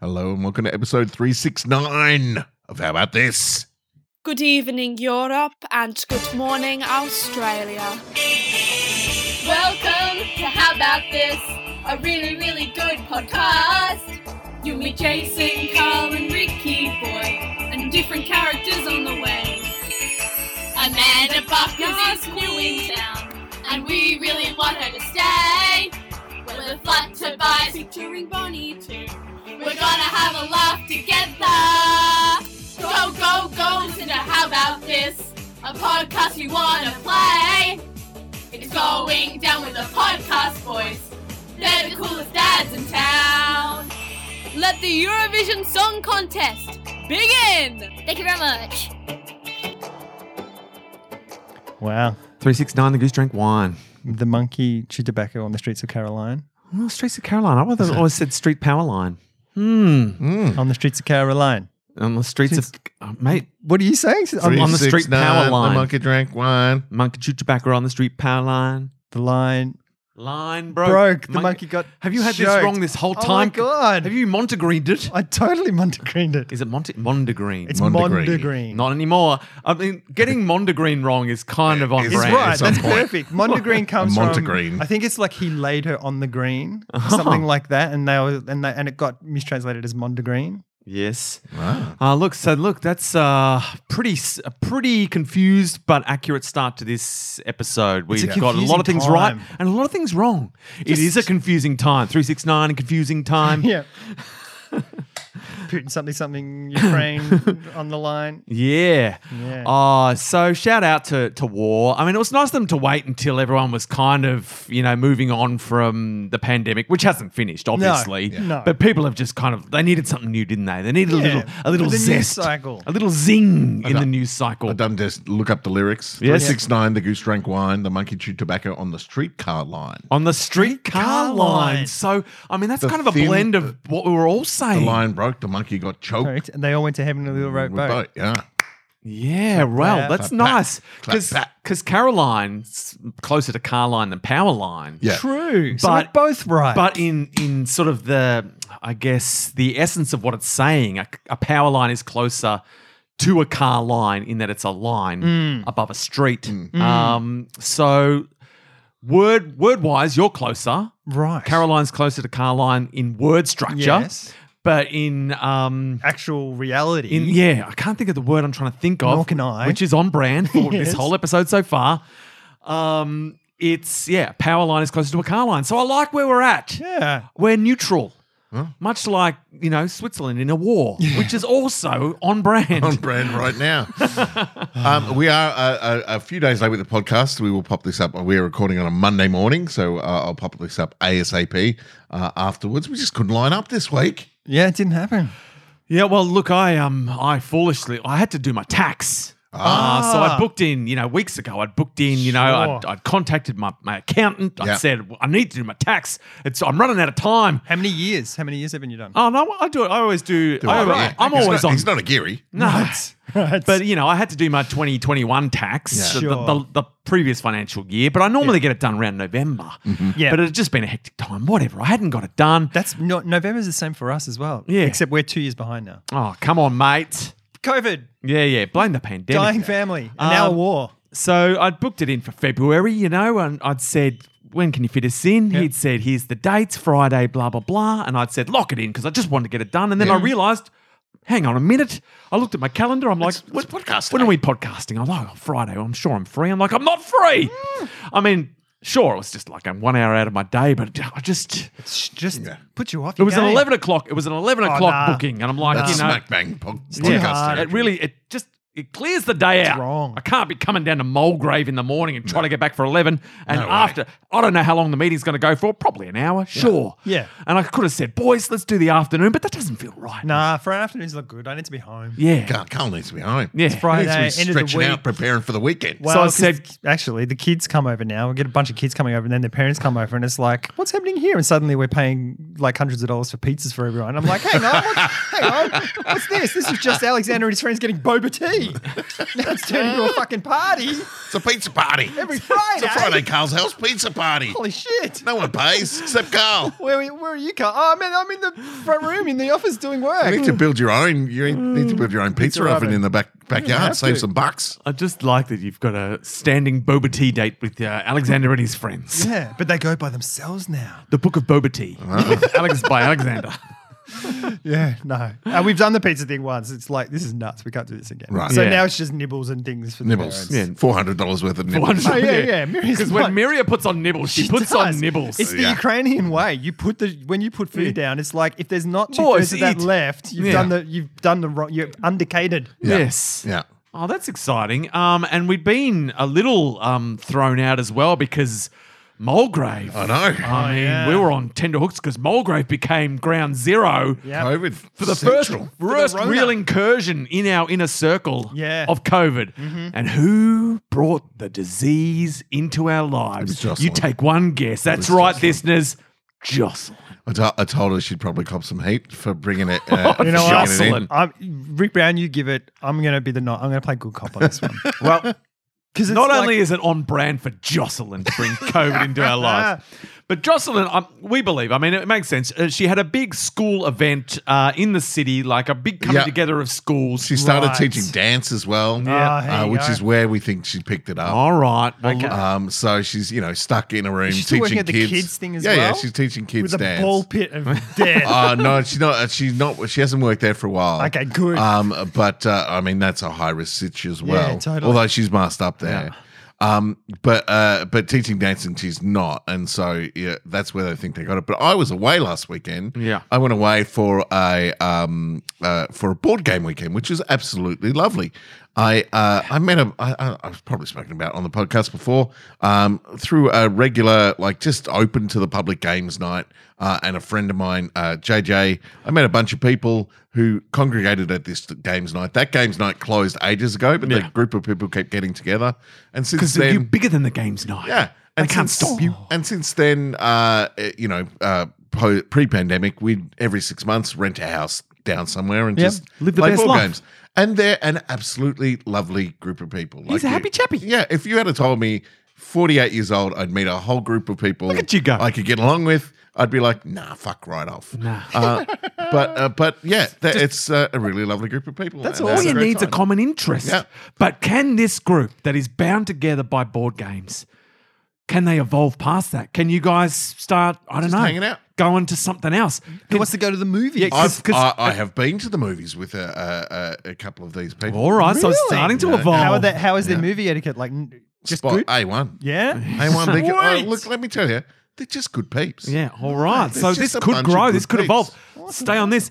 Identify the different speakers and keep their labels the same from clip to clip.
Speaker 1: Hello and welcome to episode 369 of How About This?
Speaker 2: Good evening, Europe, and good morning, Australia.
Speaker 3: Welcome to How About This, a really, really good podcast. You meet Jason, Carl, and Ricky Boy, and different characters on the way. Amanda Buckner's new in town, and we really want her to stay. We're the Flutterby's featuring Bonnie too. We're gonna have a laugh together. Go, go, go, listen to How About This, a podcast you wanna play. It's going down with the podcast boys. They're the coolest dads in town. Let the Eurovision Song Contest begin!
Speaker 4: Thank you very much.
Speaker 5: Wow.
Speaker 6: 369 The Goose Drank Wine.
Speaker 5: The monkey chewed tobacco on the streets of Caroline.
Speaker 6: Well, Streets of Caroline. I always- I always said Street Power Line. Hmm.
Speaker 1: Mm.
Speaker 5: On the streets of Caroline.
Speaker 6: On the streets of. oh, mate, what are you saying? On, on the street
Speaker 1: 369,
Speaker 6: power
Speaker 1: The
Speaker 6: line.
Speaker 1: monkey drank wine.
Speaker 6: monkey chewed tobacco on the street power line.
Speaker 5: The line
Speaker 6: Line broke.
Speaker 5: broke. The monkey, got.
Speaker 6: Have you had this
Speaker 5: choked.
Speaker 6: wrong this whole
Speaker 5: Oh my
Speaker 6: time?
Speaker 5: god!
Speaker 6: Have you montegreened it?
Speaker 5: I totally montegreened it.
Speaker 6: Is it Monte- Mondegreen?
Speaker 5: It's
Speaker 1: Mondegreen.
Speaker 5: Mondegreen.
Speaker 6: Not anymore. I mean, getting Mondegreen wrong is kind of on
Speaker 1: It's
Speaker 5: It's
Speaker 6: brand.
Speaker 5: right.
Speaker 1: at some
Speaker 5: That's
Speaker 1: point.
Speaker 5: perfect. Mondegreen comes
Speaker 1: Montegreen.
Speaker 5: from. I think it's like he laid her on the green, or
Speaker 6: Oh.
Speaker 5: something like that, and they were, and they, and it got mistranslated as Mondegreen.
Speaker 6: Yes.
Speaker 1: Wow.
Speaker 6: Uh, look, so look, that's uh, pretty, s- a pretty confused but accurate start to this episode. We've
Speaker 5: a
Speaker 6: got a lot
Speaker 5: confusing
Speaker 6: of things right
Speaker 5: time.
Speaker 6: and a lot of things wrong. it is a confusing time. Three six nine, a confusing time.
Speaker 5: Yeah. Putin something something Ukraine on the line.
Speaker 6: Yeah.
Speaker 5: Yeah.
Speaker 6: Uh, so shout out to, to War. I mean, it was nice of them to wait until everyone was kind of, you know, moving on from the pandemic, which hasn't finished, obviously.
Speaker 5: Yeah. No.
Speaker 6: But people have just kind of they needed something new, didn't they? They needed a
Speaker 5: Yeah.
Speaker 6: little a little
Speaker 5: The news
Speaker 6: zest.
Speaker 5: cycle.
Speaker 6: A little zing in
Speaker 1: done-
Speaker 6: the news cycle.
Speaker 1: I done just look up the lyrics.
Speaker 6: Yes.
Speaker 1: 369, the goose drank wine, the monkey chewed tobacco on the streetcar line.
Speaker 6: on the streetcar
Speaker 5: Car
Speaker 6: line.
Speaker 5: line.
Speaker 6: So, I mean, that's
Speaker 1: The
Speaker 6: kind of a
Speaker 1: thin-
Speaker 6: blend of what we were all
Speaker 1: The
Speaker 6: saying.
Speaker 1: line broke, the monkey got choked.
Speaker 5: Correct. And they all went to heaven in a little rope
Speaker 1: With
Speaker 5: boat.
Speaker 1: boat, Yeah.
Speaker 6: Yeah, well,
Speaker 5: clap.
Speaker 6: that's
Speaker 1: Clap, clap.
Speaker 6: nice
Speaker 1: Clap,
Speaker 6: because
Speaker 1: clap.
Speaker 6: because Caroline's closer to car line than power line.
Speaker 1: Yeah.
Speaker 5: True. so
Speaker 6: But-
Speaker 5: we're both right.
Speaker 6: But in in sort of the I guess the essence of what it's saying, a, a power line is closer to a car line in that it's a line above a street.
Speaker 1: Mm.
Speaker 6: Um, so word word wise, you're closer.
Speaker 5: right.
Speaker 6: Caroline's closer to car line in word structure,
Speaker 5: Yes.
Speaker 6: but in um,
Speaker 5: actual reality.
Speaker 6: in yeah, I can't think of the word I'm trying to think of.
Speaker 5: Nor can I.
Speaker 6: Which is on brand for
Speaker 5: Yes.
Speaker 6: this whole episode so far. Um, it's yeah, power line is closer to a car line, so I like where we're at.
Speaker 5: yeah.
Speaker 6: We're neutral. Much like, you know, Switzerland in a war, which is also on brand.
Speaker 1: on brand right now. um, we are uh, a, a few days late with the podcast. We will pop this up. We're recording on a Monday morning, so uh, I'll pop this up ASAP uh, afterwards. We just couldn't line up this week.
Speaker 5: Yeah, it didn't happen.
Speaker 6: yeah, well, look, I um I foolishly I had to do my tax. Uh, so I booked in, you know, weeks ago. I'd booked in, you know, I'd,
Speaker 5: Ah. Sure.
Speaker 6: I'd contacted my, my accountant. I
Speaker 1: Yeah.
Speaker 6: would said, I need to do my tax. It's, I'm running out of time.
Speaker 5: How many years? How many years haven't you done?
Speaker 6: Oh, no, I do it. I always do. I,
Speaker 1: it, yeah.
Speaker 6: I'm
Speaker 1: He's
Speaker 6: always
Speaker 1: not,
Speaker 6: on.
Speaker 1: He's not a geary.
Speaker 6: No, it's-
Speaker 5: Right.
Speaker 6: But you know, I had to do my 2021 tax,
Speaker 5: Yeah.
Speaker 6: the, the,
Speaker 5: Sure.
Speaker 6: the, the previous financial year, but I normally get it done around November.
Speaker 1: Mm-hmm.
Speaker 5: Yeah.
Speaker 6: But it had just been a hectic time. Whatever, I hadn't got it done.
Speaker 5: That's not November's the same for us as well.
Speaker 6: Yeah.
Speaker 5: Except we're two years behind now.
Speaker 6: Oh, come on, mate.
Speaker 5: COVID,
Speaker 6: Yeah, yeah. Blame the pandemic.
Speaker 5: dying family, and now a
Speaker 6: Um,
Speaker 5: war.
Speaker 6: So I'd booked it in for February, you know, and I'd said, when can you fit us in? He'd said, here's the dates, Friday, blah, blah, blah. And I'd said, lock it in because I just wanted to get it done. And then I realized, hang on a minute. I looked at my calendar. I'm like, what,
Speaker 1: podcast
Speaker 6: when are we podcasting? I'm like, oh, Friday. I'm sure I'm free. I'm like, I'm not free. I mean, sure, it was just like a one hour out of my day, but I just,
Speaker 5: It's just put you off.
Speaker 6: it was an 11 o'clock. It was an 11
Speaker 5: Oh,
Speaker 6: o'clock
Speaker 5: nah.
Speaker 6: booking. And I'm like,
Speaker 1: That's
Speaker 6: you know,
Speaker 1: smack bang po-
Speaker 6: yeah,
Speaker 1: podcast. territory.
Speaker 6: it really, it just it clears the day out.
Speaker 5: wrong.
Speaker 6: I can't be coming down to Mulgrave in the morning and trying to get back for eleven. And
Speaker 1: way.
Speaker 6: after, I don't know how long the meeting's going to go for. Probably an hour, sure.
Speaker 5: Yeah.
Speaker 6: And I could have said, boys, let's do the afternoon, but that doesn't feel right.
Speaker 5: Nah, for an afternoon's not good. I need to be home.
Speaker 6: Yeah.
Speaker 1: Carl, Carl needs to be home.
Speaker 6: Yeah.
Speaker 1: He
Speaker 5: Friday,
Speaker 1: needs to
Speaker 5: end
Speaker 1: be
Speaker 5: of the
Speaker 1: stretching out,
Speaker 5: week.
Speaker 1: preparing for the weekend.
Speaker 5: Well,
Speaker 6: So I
Speaker 5: 'cause
Speaker 6: said-
Speaker 5: actually, the kids come over now. We get a bunch of kids coming over, and then their parents come over, and it's like, what's happening here? And suddenly, we're paying like hundreds of dollars for pizzas for everyone. I'm like, hang on, what, hang on, what's this? This is just Alexander and his friends getting boba tea. Now it's turning into a fucking party
Speaker 1: It's a pizza party.
Speaker 5: every
Speaker 1: It's a
Speaker 5: Friday.
Speaker 1: Friday Carl's house pizza party.
Speaker 5: Holy shit.
Speaker 1: No one pays except Carl.
Speaker 5: Where, are- where are you, Carl? Oh, man, I'm in the front room in the office doing work.
Speaker 1: You need to build your own. You need to build your own pizza oven
Speaker 5: Mm. oven.
Speaker 1: in the back backyard.
Speaker 5: have
Speaker 1: Save
Speaker 5: to.
Speaker 1: some bucks.
Speaker 6: I just like that you've got a standing boba tea date with uh, Alexander and his friends.
Speaker 5: Yeah, but they go by themselves now.
Speaker 6: The Book of Boba Tea with Alex by Alexander.
Speaker 5: Yeah, no. Uh, we've done the pizza thing once. It's like, this is nuts. We can't do this again.
Speaker 1: Right.
Speaker 5: So
Speaker 6: Yeah.
Speaker 5: now it's just nibbles and things for the
Speaker 1: Nibbles.
Speaker 5: parents.
Speaker 6: Yeah.
Speaker 1: Four hundred dollars worth of nibbles.
Speaker 5: Oh, yeah, yeah. Miri's
Speaker 6: Because when
Speaker 5: right.
Speaker 6: Miria puts on nibbles, she, puts
Speaker 5: does.
Speaker 6: on nibbles.
Speaker 5: It's the
Speaker 1: Yeah.
Speaker 5: Ukrainian way. You put the when you put food
Speaker 6: Yeah.
Speaker 5: down, it's like if there's not two
Speaker 6: Boys,
Speaker 5: thirds of that
Speaker 6: eat.
Speaker 5: left, you've
Speaker 6: Yeah.
Speaker 5: done the you've done the wrong. You're undecated.
Speaker 1: Yeah.
Speaker 6: Yes.
Speaker 1: Yeah.
Speaker 6: Oh, that's exciting. Um, and we've been a little um, thrown out as well because Mulgrave.
Speaker 1: I know.
Speaker 6: I mean,
Speaker 5: yeah.
Speaker 6: we were on tender hooks because Mulgrave became ground zero
Speaker 5: Yeah.
Speaker 1: COVID
Speaker 6: for the
Speaker 1: central.
Speaker 6: first, first
Speaker 5: Rona.
Speaker 6: real incursion in our inner circle
Speaker 5: Yeah.
Speaker 6: of COVID.
Speaker 1: Mm-hmm.
Speaker 6: And who brought the disease into our
Speaker 1: was
Speaker 6: lives? You
Speaker 1: Jocelyn.
Speaker 6: take one guess. That's
Speaker 1: was
Speaker 6: right,
Speaker 1: Jocelyn.
Speaker 6: listeners. Jocelyn.
Speaker 1: I, to- I told her she'd probably cop some heat for bringing it. Uh,
Speaker 5: You know
Speaker 1: for bringing it in.
Speaker 5: what?
Speaker 6: Jocelyn.
Speaker 5: I'm, Rick Brown, you give it. I'm gonna be the not. I'm gonna play good cop on this one.
Speaker 6: Well,
Speaker 5: Because
Speaker 6: not only is it on brand for Jocelyn to bring COVID into our lives, but Jocelyn, um, we believe, I mean, it makes sense. Uh, she had a big school event uh, in the city, like a big coming
Speaker 1: Yeah.
Speaker 6: together of schools.
Speaker 1: She started
Speaker 5: Right.
Speaker 1: teaching dance as well,
Speaker 5: Ah, here
Speaker 1: uh,
Speaker 5: you
Speaker 1: which
Speaker 5: go.
Speaker 1: is where we think she picked it up.
Speaker 6: All right. Well, uh,
Speaker 5: Okay.
Speaker 1: Um, so she's you know stuck in a room
Speaker 5: She's still
Speaker 1: teaching
Speaker 5: working at the
Speaker 1: kids.
Speaker 5: kids thing as
Speaker 1: yeah, yeah,
Speaker 5: well?
Speaker 1: she's teaching kids
Speaker 5: with a
Speaker 1: dance.
Speaker 5: ball pit of death.
Speaker 1: Uh, no, she's not. uh, She's not. She hasn't worked there for a while.
Speaker 5: Okay, good.
Speaker 1: Um, but uh, I mean, that's a high risk situation as well.
Speaker 5: totally.
Speaker 1: Although she's masked up there. Um, but uh, but teaching dancing, she's not, and so yeah, that's where they think they got it. But I was away last weekend.
Speaker 6: Yeah.
Speaker 1: I went away for a um uh, for a board game weekend, which is absolutely lovely. I uh, I met a I, I, I've probably spoken about it on the podcast before. Um, through a regular like just open to the public games night, uh, and a friend of mine, uh, JJ. I met a bunch of people who congregated at this games night. That games night closed ages ago, but the group of people kept getting together, and since
Speaker 6: because
Speaker 1: then
Speaker 6: you're bigger than the games night.
Speaker 1: yeah,
Speaker 6: They can't
Speaker 1: since-
Speaker 6: stop you.
Speaker 1: And since then, uh, eh, you know, uh, po- pre-pandemic, we'd every six months rent a house down somewhere and
Speaker 5: Yep.
Speaker 1: just
Speaker 6: Live the
Speaker 1: play
Speaker 6: best
Speaker 1: board
Speaker 6: life.
Speaker 1: games. And they're an absolutely lovely group of people.
Speaker 6: He's a
Speaker 1: you-
Speaker 6: happy chappy.
Speaker 1: Yeah, if you had have told me, forty-eight years old, I'd meet a whole group of people.
Speaker 6: at you go.
Speaker 1: I could get along with. I'd be like, nah, fuck right off.
Speaker 6: Nah.
Speaker 1: Uh, but uh, but yeah, that, it's uh, a really lovely group of people.
Speaker 5: That's
Speaker 1: and
Speaker 5: all
Speaker 6: All
Speaker 1: that's
Speaker 5: That's
Speaker 6: you
Speaker 1: a great
Speaker 6: need's a
Speaker 1: time.
Speaker 6: common interest.
Speaker 1: Yeah.
Speaker 6: But can this group that is bound together by board games, can they evolve past that? Can you guys start, I don't
Speaker 1: Just
Speaker 6: know,
Speaker 1: hanging out.
Speaker 6: going to something else?
Speaker 5: Who wants to go to the movies?
Speaker 6: Yeah, 'cause-
Speaker 1: I've, uh, I, I have been to the movies with a, a, a- a couple of these people.
Speaker 6: All right, so it's
Speaker 5: Really?
Speaker 6: starting to
Speaker 1: Oh. Yeah.
Speaker 6: evolve.
Speaker 5: how are they, How is their movie etiquette? Like n- just
Speaker 1: Spot
Speaker 5: good.
Speaker 1: A1.
Speaker 5: yeah.
Speaker 1: A1. They go, oh,
Speaker 5: Sweet.
Speaker 1: look, let me tell you, they're just good peeps.
Speaker 6: Yeah, all right.
Speaker 1: There's
Speaker 6: So
Speaker 1: just
Speaker 6: this
Speaker 1: a
Speaker 6: could
Speaker 1: bunch of
Speaker 6: grow,
Speaker 1: good
Speaker 6: this could
Speaker 1: peeps.
Speaker 6: evolve. Stay on this.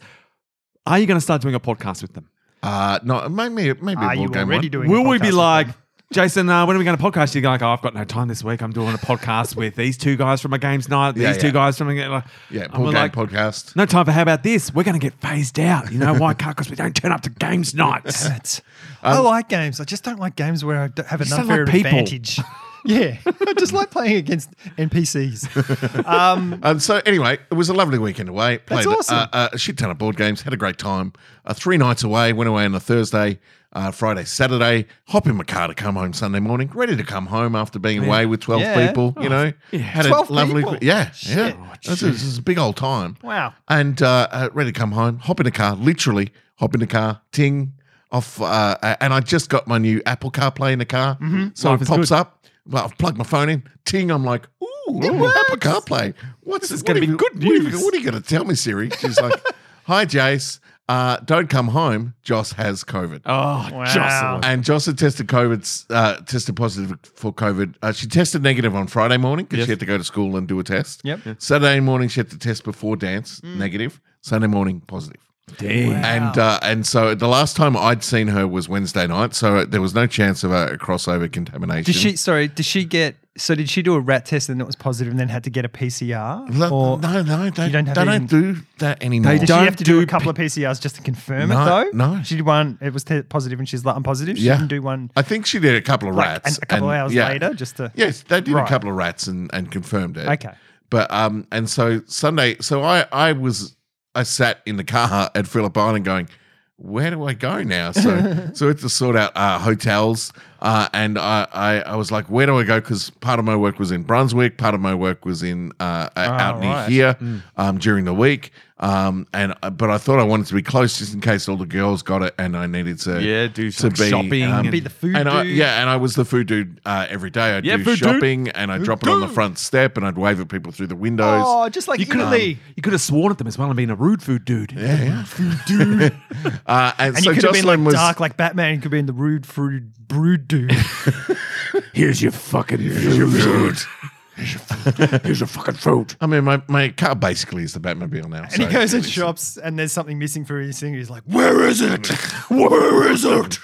Speaker 6: Are you going to start doing a podcast with them?
Speaker 1: Uh, no, maybe, maybe
Speaker 5: Are
Speaker 1: we'll
Speaker 5: Ah, you
Speaker 1: go
Speaker 5: already
Speaker 1: one.
Speaker 5: doing? a
Speaker 6: Will we
Speaker 5: podcast
Speaker 6: be
Speaker 5: with
Speaker 6: like,
Speaker 5: them?
Speaker 6: Jason, uh, when are we going to podcast? You're like, oh, I've got no time this week. I'm doing a podcast with these two guys from a games night, these
Speaker 1: Yeah,
Speaker 6: two
Speaker 1: yeah.
Speaker 6: guys from a game. Like,
Speaker 1: Yeah,
Speaker 6: and
Speaker 1: Paul
Speaker 6: we're
Speaker 1: Game
Speaker 6: like,
Speaker 1: Podcast.
Speaker 6: No time for how about this? We're going to get phased out. You know why? Because we don't turn up to games nights.
Speaker 5: Damn it.
Speaker 1: Um,
Speaker 5: I like games. I just don't like games where I d- have an
Speaker 6: just don't
Speaker 5: unfair
Speaker 6: like people.
Speaker 5: advantage. Yeah, I just like playing against NPCs. Um,
Speaker 1: Um, so anyway, it was a lovely weekend away. Played
Speaker 5: awesome.
Speaker 1: uh, a shit ton of board games. Had a great time. Uh, three nights away. Went away on a Thursday, uh, Friday, Saturday. Hop in my car to come home Sunday morning. Ready to come home after being away with twelve
Speaker 5: Yeah.
Speaker 1: people. You know, had
Speaker 5: 12
Speaker 1: a lovely,
Speaker 5: people?
Speaker 1: yeah, yeah.
Speaker 5: Shit.
Speaker 1: It was- it was a big old time.
Speaker 5: wow.
Speaker 1: and uh, uh, ready to come home. Hop in a car, literally hop in a car, ting off. Uh, uh, and I just got my new Apple CarPlay in the car,
Speaker 5: Mm-hmm.
Speaker 1: so
Speaker 6: Life
Speaker 1: it
Speaker 6: is
Speaker 1: pops up. Well, I've plugged my phone in, ting. I'm like, ooh, Mm. Apple CarPlay. What's this?
Speaker 6: is gonna be good
Speaker 1: What are
Speaker 6: news.
Speaker 1: you, going to tell me, Siri? She's like, hi, Jace. Uh, don't come home. Joss has COVID.
Speaker 6: Oh,
Speaker 5: Um,
Speaker 6: Jocelyn.
Speaker 1: And Joss had tested COVID, uh, tested positive for COVID. Uh, she tested negative on Friday morning because
Speaker 6: Yes.
Speaker 1: she had to go to school and do a test.
Speaker 5: Yep. Mm. Yeah.
Speaker 1: Saturday morning she had to test before dance, negative. Sunday morning, positive.
Speaker 6: Damn.
Speaker 1: And uh, and so the last time I'd seen her was Wednesday night, so there was no chance of a, a crossover contamination.
Speaker 5: Did she? Sorry, did she get? So did she do a rat test and it was positive, and then had to get a PCR?
Speaker 1: No,
Speaker 5: or
Speaker 1: no, no, they,
Speaker 5: you don't
Speaker 1: don't,
Speaker 5: have
Speaker 1: they don't
Speaker 5: even-
Speaker 1: do that anymore.
Speaker 6: They
Speaker 5: did
Speaker 6: don't
Speaker 5: she have to do,
Speaker 6: do
Speaker 5: a couple of PCRs just to confirm
Speaker 1: No,
Speaker 5: it though?
Speaker 1: no.
Speaker 5: she did one. It was te- positive, and she's like, "I'm positive." She
Speaker 1: Yeah.
Speaker 5: didn't do one
Speaker 1: I think she did a couple of
Speaker 5: like
Speaker 1: rats.
Speaker 5: and a couple
Speaker 1: and-
Speaker 5: of hours
Speaker 1: yeah.
Speaker 5: later just to.
Speaker 1: Yes, they did
Speaker 5: Right.
Speaker 1: a couple of rats and, and confirmed it.
Speaker 5: Okay.
Speaker 1: But um, and so Sunday, so I I was I sat in the car at Phillip Island going, where do I go now? So so it's to sort out uh, hotels, uh, and I, I I was like, where do I go? Because part of my work was in Brunswick, part of my work was in uh, uh, out near
Speaker 5: right.
Speaker 1: here um, during the week. Um, and but I thought I wanted to be close just in case all the girls got it, and I needed to
Speaker 6: Yeah,
Speaker 1: to
Speaker 6: do some
Speaker 1: be,
Speaker 6: shopping
Speaker 1: um,
Speaker 6: and-
Speaker 5: Be the food
Speaker 1: and I,
Speaker 5: dude.
Speaker 1: yeah, and I was the food dude uh, every day. I'd
Speaker 6: Yeah,
Speaker 1: do
Speaker 6: food dude.
Speaker 1: shopping and I'd drop it on the
Speaker 6: dude.
Speaker 1: front step and I'd wave at people through the windows.
Speaker 5: Oh, just like
Speaker 6: You could,
Speaker 5: Italy.
Speaker 6: have, you could have sworn at them as well and been a rude food dude.
Speaker 1: Yeah, yeah. uh, and,
Speaker 5: and
Speaker 1: so
Speaker 5: you could have been
Speaker 1: Jocelyn
Speaker 5: like
Speaker 1: was
Speaker 5: dark like Batman. You could be in the rude fruit brood dude.
Speaker 6: Here's your fucking food. Here's your fucking food.
Speaker 1: I mean, my, my car basically is the Batmobile now.
Speaker 5: and he goes and shops and there's something missing for his thing. He's like,
Speaker 1: Where is it? Where is it?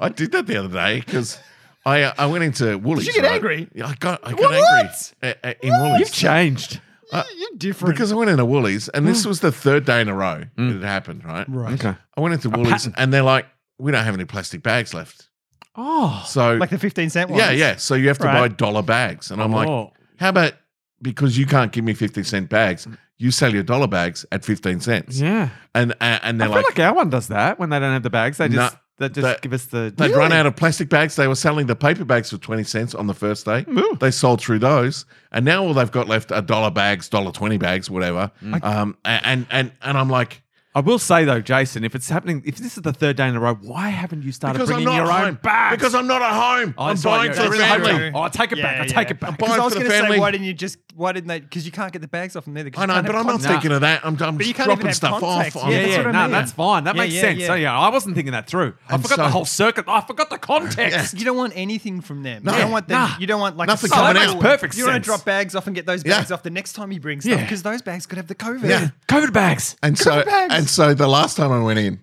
Speaker 1: I did that the other day because I uh, I went into Woolies.
Speaker 5: Did you get
Speaker 1: right?
Speaker 5: angry?
Speaker 1: Yeah, I got I got
Speaker 5: What?
Speaker 1: angry uh, uh, in Woolies. Uh,
Speaker 6: You've changed.
Speaker 5: you're different. Mm.
Speaker 1: Because I went into Woolies, and this was the third day in a row that it happened, right?
Speaker 5: right.
Speaker 6: Mm. Okay.
Speaker 1: I went into Woolies,
Speaker 6: pattern.
Speaker 1: and they're like, "We don't have any plastic bags left."
Speaker 6: Oh.
Speaker 1: So
Speaker 5: Like the 15 cent one.
Speaker 1: Yeah, yeah. So you have to buy
Speaker 5: Right.
Speaker 1: dollar bags. And I'm like,
Speaker 6: Oh.
Speaker 1: how about because you can't give me 15 cent bags,
Speaker 5: Mm.
Speaker 1: you sell your dollar bags at 15 cents.
Speaker 6: Yeah.
Speaker 1: And and, and
Speaker 6: I
Speaker 1: they're
Speaker 6: feel
Speaker 1: like,
Speaker 6: like, our one does that when they don't have the bags. They just
Speaker 1: No,
Speaker 6: they just
Speaker 1: that-
Speaker 6: give us the.
Speaker 1: they'd run out of plastic bags. They were selling the paper bags for 20 cents on the first day.
Speaker 6: Ooh.
Speaker 1: They sold through those. And now all they've got left are dollar bags, dollar 20 bags, whatever.
Speaker 5: Mm.
Speaker 1: Um, a- and, and, and I'm like,
Speaker 6: I will say though, Jason, if it's happening, if this is the third day in a row, why haven't you started
Speaker 1: because I'm
Speaker 6: bringing
Speaker 1: not
Speaker 6: your
Speaker 1: at
Speaker 6: own
Speaker 1: home.
Speaker 6: bags?
Speaker 1: Because I'm not at home.
Speaker 6: Oh,
Speaker 1: I'm
Speaker 6: that's right,
Speaker 1: buying
Speaker 6: you're-
Speaker 1: for the
Speaker 6: you're in the
Speaker 1: family.
Speaker 6: hotel. Oh, I take it back. I take it back.
Speaker 5: Because
Speaker 1: Buy
Speaker 5: I
Speaker 1: it
Speaker 5: was
Speaker 1: for
Speaker 5: going
Speaker 1: the
Speaker 5: to say,
Speaker 1: family.
Speaker 5: why didn't you just, why didn't they, because you can't get the bags off them either. 'cause
Speaker 1: I
Speaker 5: you
Speaker 1: know,
Speaker 5: can't
Speaker 1: but
Speaker 5: have
Speaker 1: I'm not
Speaker 5: contact.
Speaker 1: thinking of that. I'm, I'm
Speaker 5: But you
Speaker 1: just
Speaker 5: can't even
Speaker 1: dropping
Speaker 5: have
Speaker 1: stuff
Speaker 5: context.
Speaker 1: off.
Speaker 5: Yeah,
Speaker 1: I'm
Speaker 6: yeah,
Speaker 5: that's
Speaker 6: yeah,
Speaker 5: what I
Speaker 6: no,
Speaker 5: mean.
Speaker 6: that's fine. That
Speaker 5: Yeah,
Speaker 6: makes
Speaker 5: yeah,
Speaker 6: sense.
Speaker 5: yeah.
Speaker 6: So, yeah, I wasn't thinking that through. I
Speaker 1: And
Speaker 6: forgot
Speaker 1: so-
Speaker 6: the whole circuit. I forgot the context.
Speaker 5: You don't want anything from them.
Speaker 1: No.
Speaker 5: You don't want them.
Speaker 6: Nah.
Speaker 5: You don't want like
Speaker 1: Nothing
Speaker 5: a
Speaker 1: coming
Speaker 5: separate
Speaker 1: out.
Speaker 5: one.
Speaker 6: Perfect
Speaker 5: You want
Speaker 6: sense.
Speaker 5: to drop bags off and get those
Speaker 1: Yeah.
Speaker 5: bags off the next time he brings
Speaker 6: Yeah.
Speaker 5: stuff because those bags could have the COVID.
Speaker 1: Yeah.
Speaker 6: COVID bags.
Speaker 1: And so,
Speaker 5: Cover bags.
Speaker 1: and so the last time I went in,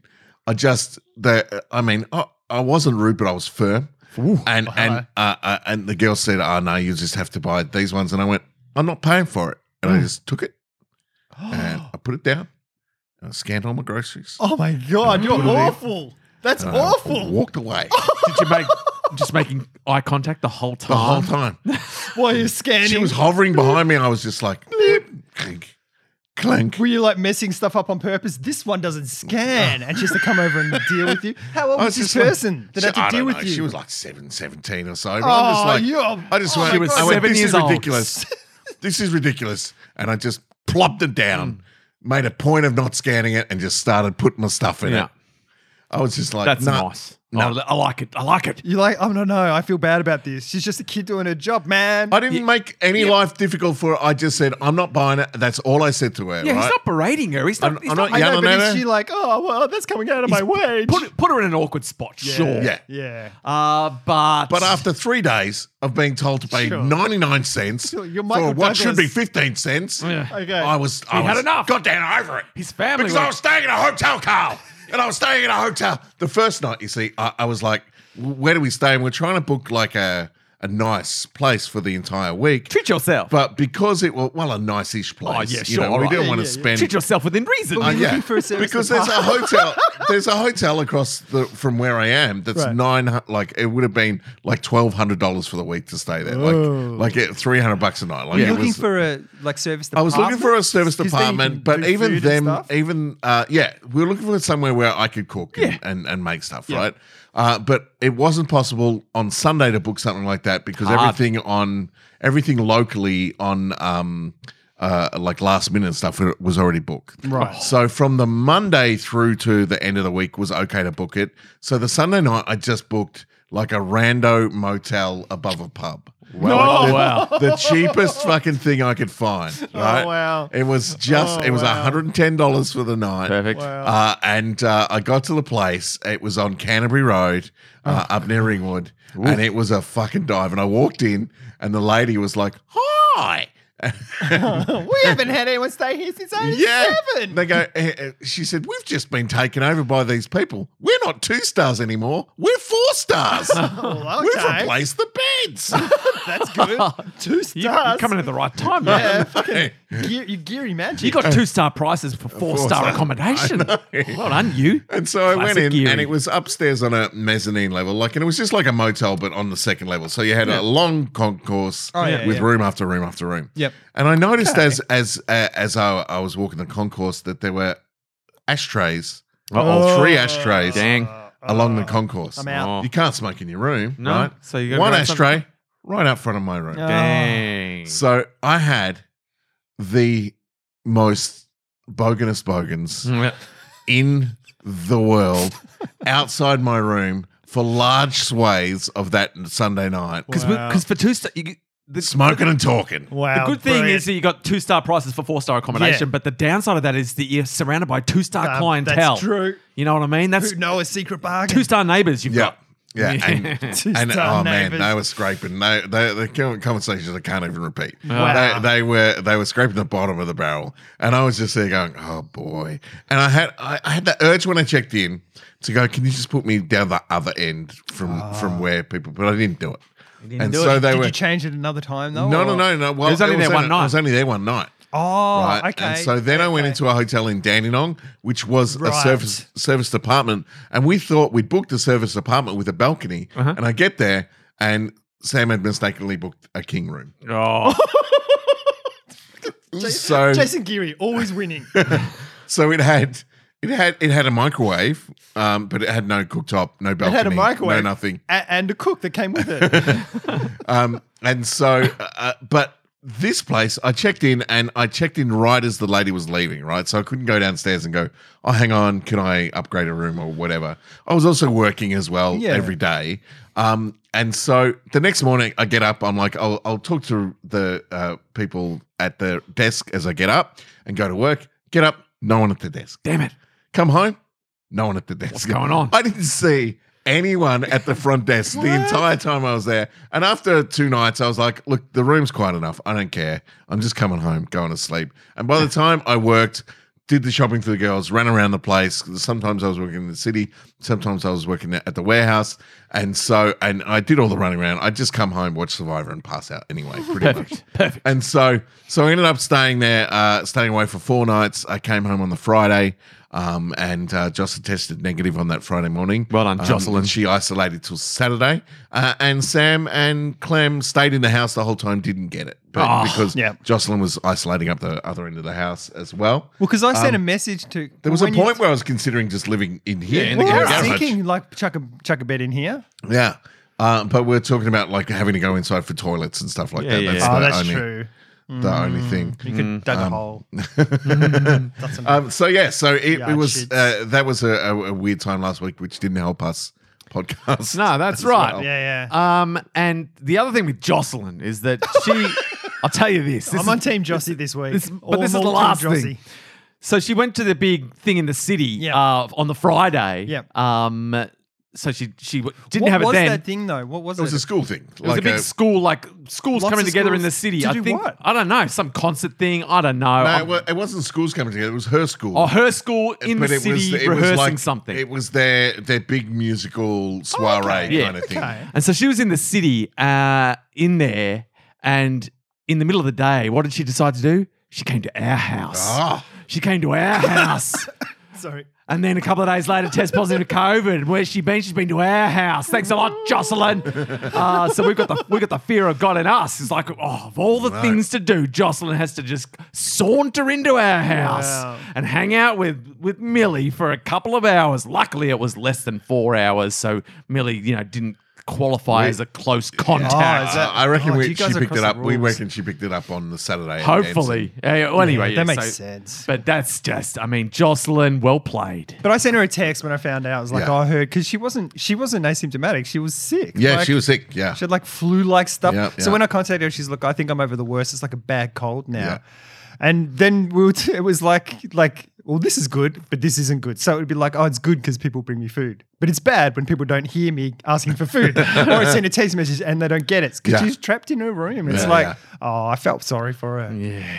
Speaker 1: I just the I mean, I, I wasn't rude, but I was firm. and and uh, uh, and the girl said, "Oh no, you just have to buy these ones." And I went, "I'm not paying for it," and I just took it and I put it down and I scanned all my groceries.
Speaker 5: Oh my god, you're awful. That's
Speaker 1: and I
Speaker 5: awful. Oh,
Speaker 1: Walked away
Speaker 6: Did you make just making eye contact the whole time?
Speaker 1: the whole time.
Speaker 5: Why are you scanning?
Speaker 1: She was hovering behind me. and I was just like, clink, clink.
Speaker 5: Were you like messing stuff up on purpose? This one doesn't scan, and she has to come over and deal with you. How old
Speaker 1: I
Speaker 5: was
Speaker 1: just
Speaker 5: this
Speaker 1: like-
Speaker 5: person that
Speaker 1: she,
Speaker 5: had to
Speaker 1: I
Speaker 5: deal
Speaker 1: don't
Speaker 5: with
Speaker 1: know.
Speaker 5: you?
Speaker 1: She was like seven, 17 or so. But I'm just
Speaker 5: oh,
Speaker 1: like,
Speaker 5: you're.
Speaker 1: I just
Speaker 5: oh
Speaker 1: went,
Speaker 5: my
Speaker 6: was
Speaker 1: I
Speaker 5: God.
Speaker 1: went,
Speaker 6: seven
Speaker 1: this
Speaker 6: years
Speaker 1: is
Speaker 6: old."
Speaker 1: ridiculous. this is ridiculous. And I just plopped it down, made a point of not scanning it, and just started putting my stuff in
Speaker 6: Yeah.
Speaker 1: it. I was just like,
Speaker 6: That's
Speaker 1: "Nah."
Speaker 6: nice. Oh. I, I like it. I like it.
Speaker 5: You're like, oh no, no, I feel bad about this. She's just a kid doing her job, man.
Speaker 1: I didn't make any life difficult for her. I just said, I'm not buying it. That's all I said to her.
Speaker 6: Yeah,
Speaker 1: right?
Speaker 6: he's not berating her. He's not.
Speaker 1: I'm-
Speaker 6: he's
Speaker 1: I'm
Speaker 6: not,
Speaker 1: not
Speaker 5: I know,
Speaker 1: yelling
Speaker 5: but
Speaker 1: at
Speaker 5: is
Speaker 1: her.
Speaker 5: she like, oh well, that's coming out of my wage?
Speaker 6: put, put her in an awkward spot. Sure.
Speaker 1: Yeah.
Speaker 5: yeah.
Speaker 6: Uh, but
Speaker 1: But after three days of being told to pay
Speaker 5: Sure.
Speaker 1: 99 cents
Speaker 5: Sure, you're
Speaker 1: for
Speaker 5: Michael
Speaker 1: what should be
Speaker 5: Douglas.
Speaker 1: 15 cents,
Speaker 6: Yeah.
Speaker 5: Okay.
Speaker 1: I was I
Speaker 6: He had
Speaker 1: was
Speaker 6: enough.
Speaker 1: Goddamn over it.
Speaker 6: His family
Speaker 1: because
Speaker 6: were-
Speaker 1: I was staying in a hotel, Carl, and I was staying in a hotel. The first night, you see, I, I was like, "Where do we stay?" And we're trying to book like a a nice place for the entire week.
Speaker 6: treat yourself.
Speaker 1: But because it was well a nice-ish place,
Speaker 6: Oh, yeah,
Speaker 1: you know,
Speaker 6: sure, all
Speaker 1: we
Speaker 6: right.
Speaker 1: didn't
Speaker 5: Oh, Yeah,
Speaker 1: want
Speaker 5: yeah,
Speaker 1: to
Speaker 5: yeah.
Speaker 1: spend Uh,
Speaker 6: treat yourself within reason.
Speaker 5: But we- looking for a service
Speaker 1: because there's a hotel. There's a hotel across the from where I am. That's
Speaker 5: Right.
Speaker 1: nine. hu- Like it would have been like twelve hundred dollars for the week to stay there.
Speaker 5: Whoa.
Speaker 1: Like like three hundred bucks a night. Like
Speaker 5: Were you
Speaker 1: it
Speaker 5: looking
Speaker 1: was,
Speaker 5: for a like service
Speaker 1: I was
Speaker 5: department?
Speaker 1: looking for a service
Speaker 5: 'Cause then you can
Speaker 1: department, but
Speaker 5: do
Speaker 1: even
Speaker 5: food and
Speaker 1: them,
Speaker 5: stuff.
Speaker 1: even uh, yeah, we were looking for somewhere where I could cook and, and, and make stuff, right? Uh, but it wasn't possible on Sunday to book something like that because
Speaker 6: Hard.
Speaker 1: everything on everything locally on um, uh, like last minute stuff was already booked.
Speaker 5: Right.
Speaker 1: So from the Monday through to the end of the week was okay to book it. So the Sunday night I just booked like a rando motel above a pub. Like the-
Speaker 6: wow.
Speaker 1: the cheapest fucking thing I could find. Right?
Speaker 5: Oh, wow.
Speaker 1: It was just
Speaker 5: Oh,
Speaker 1: it was
Speaker 5: wow.
Speaker 1: hundred and ten dollars for the night.
Speaker 6: Perfect.
Speaker 5: Wow.
Speaker 1: Uh, and uh, I got to the place. It was on Canterbury Road, uh,
Speaker 5: Oh.
Speaker 1: up near Ringwood, and it was a fucking dive. And I walked in, and the lady was like, "Hi."
Speaker 5: we haven't had anyone stay here since
Speaker 1: Yeah.
Speaker 5: 87.
Speaker 1: They go, eh, eh, she said, We've just been taken over by these people. We're not two stars anymore. We're four stars.
Speaker 5: Well,
Speaker 1: We've
Speaker 5: Oh, okay.
Speaker 1: replaced the beds.
Speaker 5: That's good. Two stars.
Speaker 6: You, are coming at the right time, man.
Speaker 5: yeah, fucking Gear, you geary magic.
Speaker 6: You got two star prices for four star
Speaker 1: star.
Speaker 6: accommodation. Well done, you.
Speaker 1: And so I went
Speaker 6: Classic
Speaker 1: in,
Speaker 6: Geary.
Speaker 1: and it was upstairs on a mezzanine level, like, and it was just like a motel, but on the second level. So you had a long concourse
Speaker 5: Oh, yeah,
Speaker 1: with
Speaker 5: yeah.
Speaker 1: room after room after room.
Speaker 5: Yep.
Speaker 1: And I noticed as as uh, as I, I was walking the concourse that there were ashtrays, oh, three ashtrays
Speaker 6: Dang.
Speaker 1: along the concourse.
Speaker 5: uh, Ah, I'm out.
Speaker 6: Oh.
Speaker 1: You can't smoke in your room,
Speaker 6: No,
Speaker 1: right?
Speaker 6: so you gotta
Speaker 1: one
Speaker 6: grab something-
Speaker 1: ashtray right out front of my room.
Speaker 5: Yeah.
Speaker 6: Dang.
Speaker 1: So I had the most boganest bogans
Speaker 6: Mm,
Speaker 1: in the world outside my room for large sways of that Sunday night.
Speaker 6: Because
Speaker 5: Wow.
Speaker 6: for two star, you, get- the,
Speaker 1: Smoking and talking.
Speaker 5: Oh, Wow.
Speaker 6: the good thing
Speaker 5: brilliant.
Speaker 6: is that you got two star prices for four star accommodation,
Speaker 5: Yeah.
Speaker 6: but the downside of that is that you're surrounded by two star
Speaker 5: Um,
Speaker 6: clientele.
Speaker 5: That's true.
Speaker 6: You know what I mean? That's
Speaker 5: Who know a secret bargain?
Speaker 6: two star neighbors you've
Speaker 1: Yeah.
Speaker 6: got.
Speaker 1: Yeah. And,
Speaker 5: Two
Speaker 1: and
Speaker 5: star
Speaker 1: oh man,
Speaker 5: neighbours.
Speaker 1: they were scraping. They, they, the con- conversations I can't even repeat.
Speaker 5: Wow.
Speaker 1: They, they were they were scraping the bottom of the barrel, and I was just there going, "Oh boy!" And I had I, I had the urge when I checked in to go, "Can you just put me down the other end from from where people?" But I didn't do it.
Speaker 6: didn't
Speaker 1: and
Speaker 6: do
Speaker 1: so
Speaker 6: it.
Speaker 1: they
Speaker 5: Did
Speaker 1: were
Speaker 5: you change it another time though?
Speaker 1: no, no,
Speaker 5: or-
Speaker 1: no, no. Well,
Speaker 6: It was only there one
Speaker 1: I was
Speaker 6: night.
Speaker 1: only there one night.
Speaker 5: Oh,
Speaker 1: right?
Speaker 5: okay.
Speaker 1: And so then I went
Speaker 5: okay.
Speaker 1: into a hotel in Dandenong, which was a
Speaker 5: Right.
Speaker 1: service service apartment, and we thought we'd booked a service apartment with a balcony. And I get there, and Sam had mistakenly booked a king room.
Speaker 6: Oh,
Speaker 1: So,
Speaker 5: Jason Geary always winning.
Speaker 1: so it had. It had it had a microwave, um, but it had no cooktop, no balcony,
Speaker 5: it had a microwave,
Speaker 1: no nothing.
Speaker 5: a- and a cook that came with it.
Speaker 1: Um, and so, uh, but this place, I checked in and I checked in right as the lady was leaving, right? So I couldn't go downstairs and go, oh, hang on, can I upgrade a room or whatever? I was also working as well
Speaker 5: Yeah.
Speaker 1: every day. Um, and so the next morning, I get up. I'm like, I'll, I'll talk to the uh, people at the desk as I get up and go to work. Get up, no one at the desk.
Speaker 6: damn it.
Speaker 1: Come home, no one at the desk.
Speaker 6: What's going on?
Speaker 1: I didn't see anyone at the front desk the entire time I was there. And after two nights, I was like, look, the room's quiet enough. I don't care. I'm just coming home, going to sleep. And by the time I worked, did the shopping for the girls, ran around the place. Sometimes I was working in the city, sometimes I was working at the warehouse. And so, and I did all the running around. I'd just come home, watch Survivor, and pass out anyway, pretty much. Perfect. And so, so I ended up staying there, uh, staying away for four nights. I came home on the Friday. Um, and uh, Jocelyn tested negative on that Friday morning.
Speaker 6: Well done,
Speaker 1: Um,
Speaker 6: Jocelyn.
Speaker 1: She isolated till Saturday, uh, and Sam and Clem stayed in the house the whole time. Didn't get it, but
Speaker 6: Oh,
Speaker 1: because
Speaker 5: yeah.
Speaker 1: Jocelyn was isolating up the other end of the house as well.
Speaker 5: Well, because I sent a message to.
Speaker 1: Um, There was a
Speaker 5: when you-
Speaker 1: point where I was considering just living in here in the
Speaker 5: Well, I
Speaker 1: garage.
Speaker 5: was thinking like chuck a chuck a bed in here.
Speaker 1: Yeah. Uh, but we're talking about like having to go inside for toilets and stuff like that.
Speaker 6: yeah,
Speaker 1: That's,
Speaker 6: yeah. Mm-hmm.
Speaker 1: the,
Speaker 5: Oh, that's
Speaker 1: only, Mm, um,
Speaker 5: true.
Speaker 1: the only thing.
Speaker 5: You could dug a hole. That's enough.
Speaker 1: Um, so yeah, so it, it
Speaker 5: Yard
Speaker 1: was
Speaker 5: shits.
Speaker 1: uh, that was a, a, a weird time last week, which didn't help us podcast.
Speaker 6: No, that's right.
Speaker 1: well.
Speaker 5: yeah, yeah.
Speaker 6: Um, and the other thing with Jocelyn is that she, I'll tell you this. this
Speaker 5: I'm on
Speaker 6: is-
Speaker 5: Team Jossie this week.
Speaker 6: this- but
Speaker 5: Or
Speaker 6: this is the
Speaker 5: more Team
Speaker 6: last thing.
Speaker 5: Jossie.
Speaker 6: So she went to the big thing in the city
Speaker 5: Yeah.
Speaker 6: uh, on the Friday.
Speaker 5: Yeah.
Speaker 6: Um, so she she w- didn't
Speaker 5: what
Speaker 6: have it
Speaker 5: was
Speaker 6: then.
Speaker 5: that thing though? What was
Speaker 1: It
Speaker 5: it?
Speaker 1: was a school thing. uh,
Speaker 6: It was a big school, like schools
Speaker 5: Lots
Speaker 6: coming
Speaker 5: of
Speaker 6: together in
Speaker 5: schools
Speaker 6: the city.
Speaker 5: to
Speaker 6: I
Speaker 5: do
Speaker 6: think
Speaker 5: what?
Speaker 6: I don't know some concert thing. I don't know.
Speaker 1: No,
Speaker 6: I'm-
Speaker 1: it, wa- it wasn't schools coming together. It was her school.
Speaker 6: or her school in the
Speaker 1: it
Speaker 6: Oh, city
Speaker 1: was- it was
Speaker 6: rehearsing
Speaker 1: like-
Speaker 6: something. Oh,
Speaker 1: It was their their big musical soiree
Speaker 6: Yeah.
Speaker 1: kind of thing.
Speaker 5: Okay.
Speaker 6: And so she was in the city, uh, in there, and in the middle of the day, what did she decide to do? She came to our house.
Speaker 1: Ah.
Speaker 6: She came to our house.
Speaker 5: Sorry.
Speaker 6: And then a couple of days later, test positive to COVID. Where's she been? She's been to our house. Thanks a lot, Jocelyn. Uh, so we've got the we've got the fear of God in us. It's like, oh, of all the things to do, Jocelyn has to just saunter into our house
Speaker 5: Wow.
Speaker 6: and hang out with with Millie for a couple of hours. Luckily, it was less than four hours, so Millie, you know, didn't qualify as a close
Speaker 5: Oh, is
Speaker 6: contact.
Speaker 5: that-
Speaker 1: Uh, I reckon
Speaker 5: Oh,
Speaker 1: we,
Speaker 5: you
Speaker 1: she
Speaker 5: guys are
Speaker 1: picked it
Speaker 5: across
Speaker 1: up.
Speaker 5: the
Speaker 1: We
Speaker 5: rules.
Speaker 1: reckon she picked it up on the
Speaker 5: Oh,
Speaker 1: Saturday.
Speaker 6: Hopefully, yeah, yeah, well, anyway,
Speaker 5: that
Speaker 6: yeah,
Speaker 5: makes
Speaker 6: so-
Speaker 5: sense.
Speaker 6: But that's just, I mean, Jocelyn, well played.
Speaker 5: But I sent her a text when I found out. I was like,
Speaker 1: Yeah.
Speaker 5: oh, I heard because she wasn't she wasn't asymptomatic. She was sick.
Speaker 1: Yeah,
Speaker 5: Like,
Speaker 1: she was sick. Yeah.
Speaker 5: She had like flu like stuff.
Speaker 1: Yeah,
Speaker 5: so
Speaker 1: yeah.
Speaker 5: when I contacted her, she's look, I think I'm over the worst. It's like a bad cold now.
Speaker 1: Yeah.
Speaker 5: And then we were t- it was like like well, this is good, but this isn't good. So it would be like, oh, it's good because people bring me food, but it's bad when people don't hear me asking for food or I send a text message and they don't get it because
Speaker 1: Yeah.
Speaker 5: she's trapped in her room. It's
Speaker 1: Yeah,
Speaker 5: like,
Speaker 1: yeah.
Speaker 5: oh, I felt sorry for her.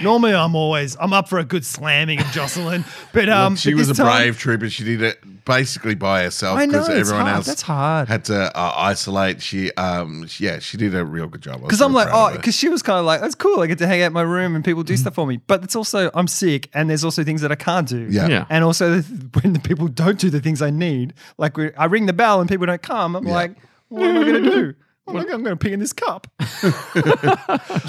Speaker 5: Normally, I'm always I'm up for a good slamming of Jocelyn, but um,
Speaker 1: she
Speaker 5: but
Speaker 1: was a
Speaker 5: this time-
Speaker 1: brave trooper. She did it basically by herself
Speaker 5: I know
Speaker 1: because
Speaker 5: it's
Speaker 1: everyone
Speaker 5: hard.
Speaker 1: else
Speaker 5: That's hard.
Speaker 1: had to uh, isolate. She, um, she- yeah, she did a real good job. I was
Speaker 5: Because
Speaker 1: so
Speaker 5: I'm like,
Speaker 1: proud of
Speaker 5: oh,
Speaker 1: her.
Speaker 5: because she was kind of like, that's cool. I get to hang out in my room and people do stuff for me. But it's also, I'm sick and there's also things that I can't do.
Speaker 1: yeah,
Speaker 6: Yeah.
Speaker 5: And also, the- when the people don't do the things I need, like we, I ring the bell and people don't come, I'm like, what am I going to do? I'm like, I'm going to pee in this cup.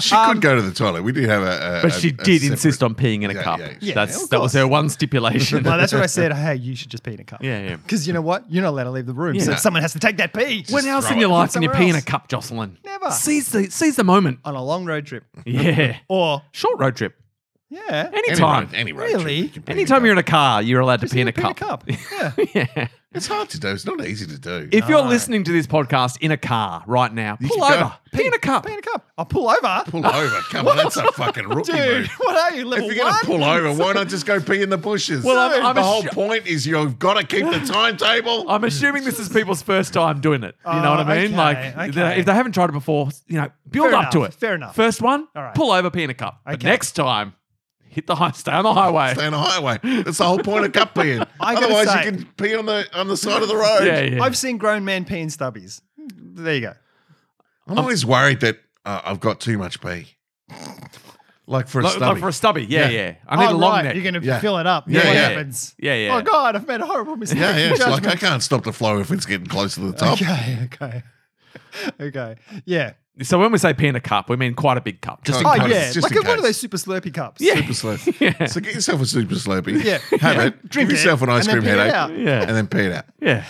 Speaker 1: she
Speaker 5: um,
Speaker 1: could go to the toilet. We did have a, a
Speaker 6: But
Speaker 1: a-
Speaker 6: she
Speaker 1: a
Speaker 6: did
Speaker 1: separate-
Speaker 6: insist on peeing in a
Speaker 1: Yeah,
Speaker 6: cup.
Speaker 1: yeah, yeah.
Speaker 5: Yeah,
Speaker 6: That's
Speaker 5: of
Speaker 6: that was
Speaker 5: course.
Speaker 6: her one stipulation.
Speaker 5: Well, that's what I said. Hey, you should just pee in a cup.
Speaker 6: Yeah, yeah.
Speaker 5: Because you know what? You're not allowed to leave the room. So
Speaker 6: Yeah.
Speaker 5: someone has to take that pee.
Speaker 6: when else in
Speaker 1: throw
Speaker 6: your
Speaker 1: it.
Speaker 6: life can you
Speaker 5: Somewhere
Speaker 6: pee in a
Speaker 5: else.
Speaker 6: cup, Jocelyn?
Speaker 5: Never.
Speaker 6: Seize the seize the moment.
Speaker 5: on a long road trip.
Speaker 6: Yeah.
Speaker 5: Or,
Speaker 6: Short road trip.
Speaker 5: yeah.
Speaker 1: Any
Speaker 6: Anytime.
Speaker 1: road- any road
Speaker 5: Really?
Speaker 1: trip you can pee in a
Speaker 6: Anytime
Speaker 1: cup.
Speaker 6: you're in a car, you're allowed to
Speaker 5: Just
Speaker 6: pee in a
Speaker 5: pee
Speaker 6: cup.
Speaker 5: Yeah.
Speaker 6: yeah.
Speaker 1: it's hard to do. It's not easy to do.
Speaker 6: If you're listening to this podcast in a car right now,
Speaker 1: You
Speaker 6: pull
Speaker 1: can go
Speaker 6: over. Pee in a cup.
Speaker 5: Pee in a cup. I'll pull over.
Speaker 1: pull over, come on, that's a fucking rookie
Speaker 5: Dude,
Speaker 1: move.
Speaker 5: what are you, level
Speaker 1: If you're gonna
Speaker 5: one?
Speaker 1: pull over, why not just go pee in the bushes?
Speaker 6: Well, I'm- I'm
Speaker 1: the whole
Speaker 6: assu-
Speaker 1: point is you've got to keep the timetable.
Speaker 6: I'm assuming this is people's first time doing it. You know
Speaker 5: Oh,
Speaker 6: what I mean?
Speaker 5: okay,
Speaker 6: like, they-
Speaker 5: okay.
Speaker 6: if they haven't tried it before, you know, build
Speaker 5: Fair
Speaker 6: up to
Speaker 5: enough,
Speaker 6: it.
Speaker 5: fair enough.
Speaker 6: First one,
Speaker 5: All right.
Speaker 6: pull over, pee in a cup. But
Speaker 5: Okay.
Speaker 6: next time, hit the high, stay on the highway.
Speaker 1: Stay on the highway. That's the whole point of cup peeing.
Speaker 5: I gotta
Speaker 1: Otherwise,
Speaker 5: say-
Speaker 1: you can pee on the on the side of the road.
Speaker 6: yeah, yeah.
Speaker 5: I've seen grown men pee in stubbies. There you go.
Speaker 1: I'm
Speaker 5: Um,
Speaker 1: always worried that uh, I've got too much pee. Like for a
Speaker 6: Like- like
Speaker 1: stubby.
Speaker 6: for a stubby.
Speaker 1: Yeah.
Speaker 6: Yeah, yeah. I need
Speaker 5: oh,
Speaker 6: a long
Speaker 5: right.
Speaker 6: neck.
Speaker 5: You're going to
Speaker 1: Yeah.
Speaker 5: fill it up.
Speaker 1: Yeah,
Speaker 5: Yeah, what
Speaker 1: yeah.
Speaker 5: happens?
Speaker 6: Yeah, yeah.
Speaker 5: Oh, God, I've made a horrible mistake.
Speaker 1: yeah, yeah.
Speaker 5: in
Speaker 1: It's like oh. I
Speaker 5: judgment.
Speaker 1: can't stop the flow if it's getting close to the top.
Speaker 5: Okay, okay. Okay. Yeah.
Speaker 6: So when we say pee in a cup, we mean quite a big cup. Just in
Speaker 5: Oh,
Speaker 1: case,
Speaker 5: yeah.
Speaker 1: just
Speaker 5: Like
Speaker 1: in
Speaker 5: a- one of
Speaker 1: case.
Speaker 5: those super slurpy cups.
Speaker 6: Yeah.
Speaker 1: Super slurpy.
Speaker 6: Yeah.
Speaker 1: So get yourself a super slurpy.
Speaker 5: Yeah.
Speaker 1: Have it.
Speaker 5: Drink
Speaker 1: Give
Speaker 5: it,
Speaker 1: yourself an ice
Speaker 5: and then
Speaker 1: cream
Speaker 5: pee it
Speaker 1: headache.
Speaker 5: out.
Speaker 6: Yeah.
Speaker 1: And then pee it out.
Speaker 6: yeah.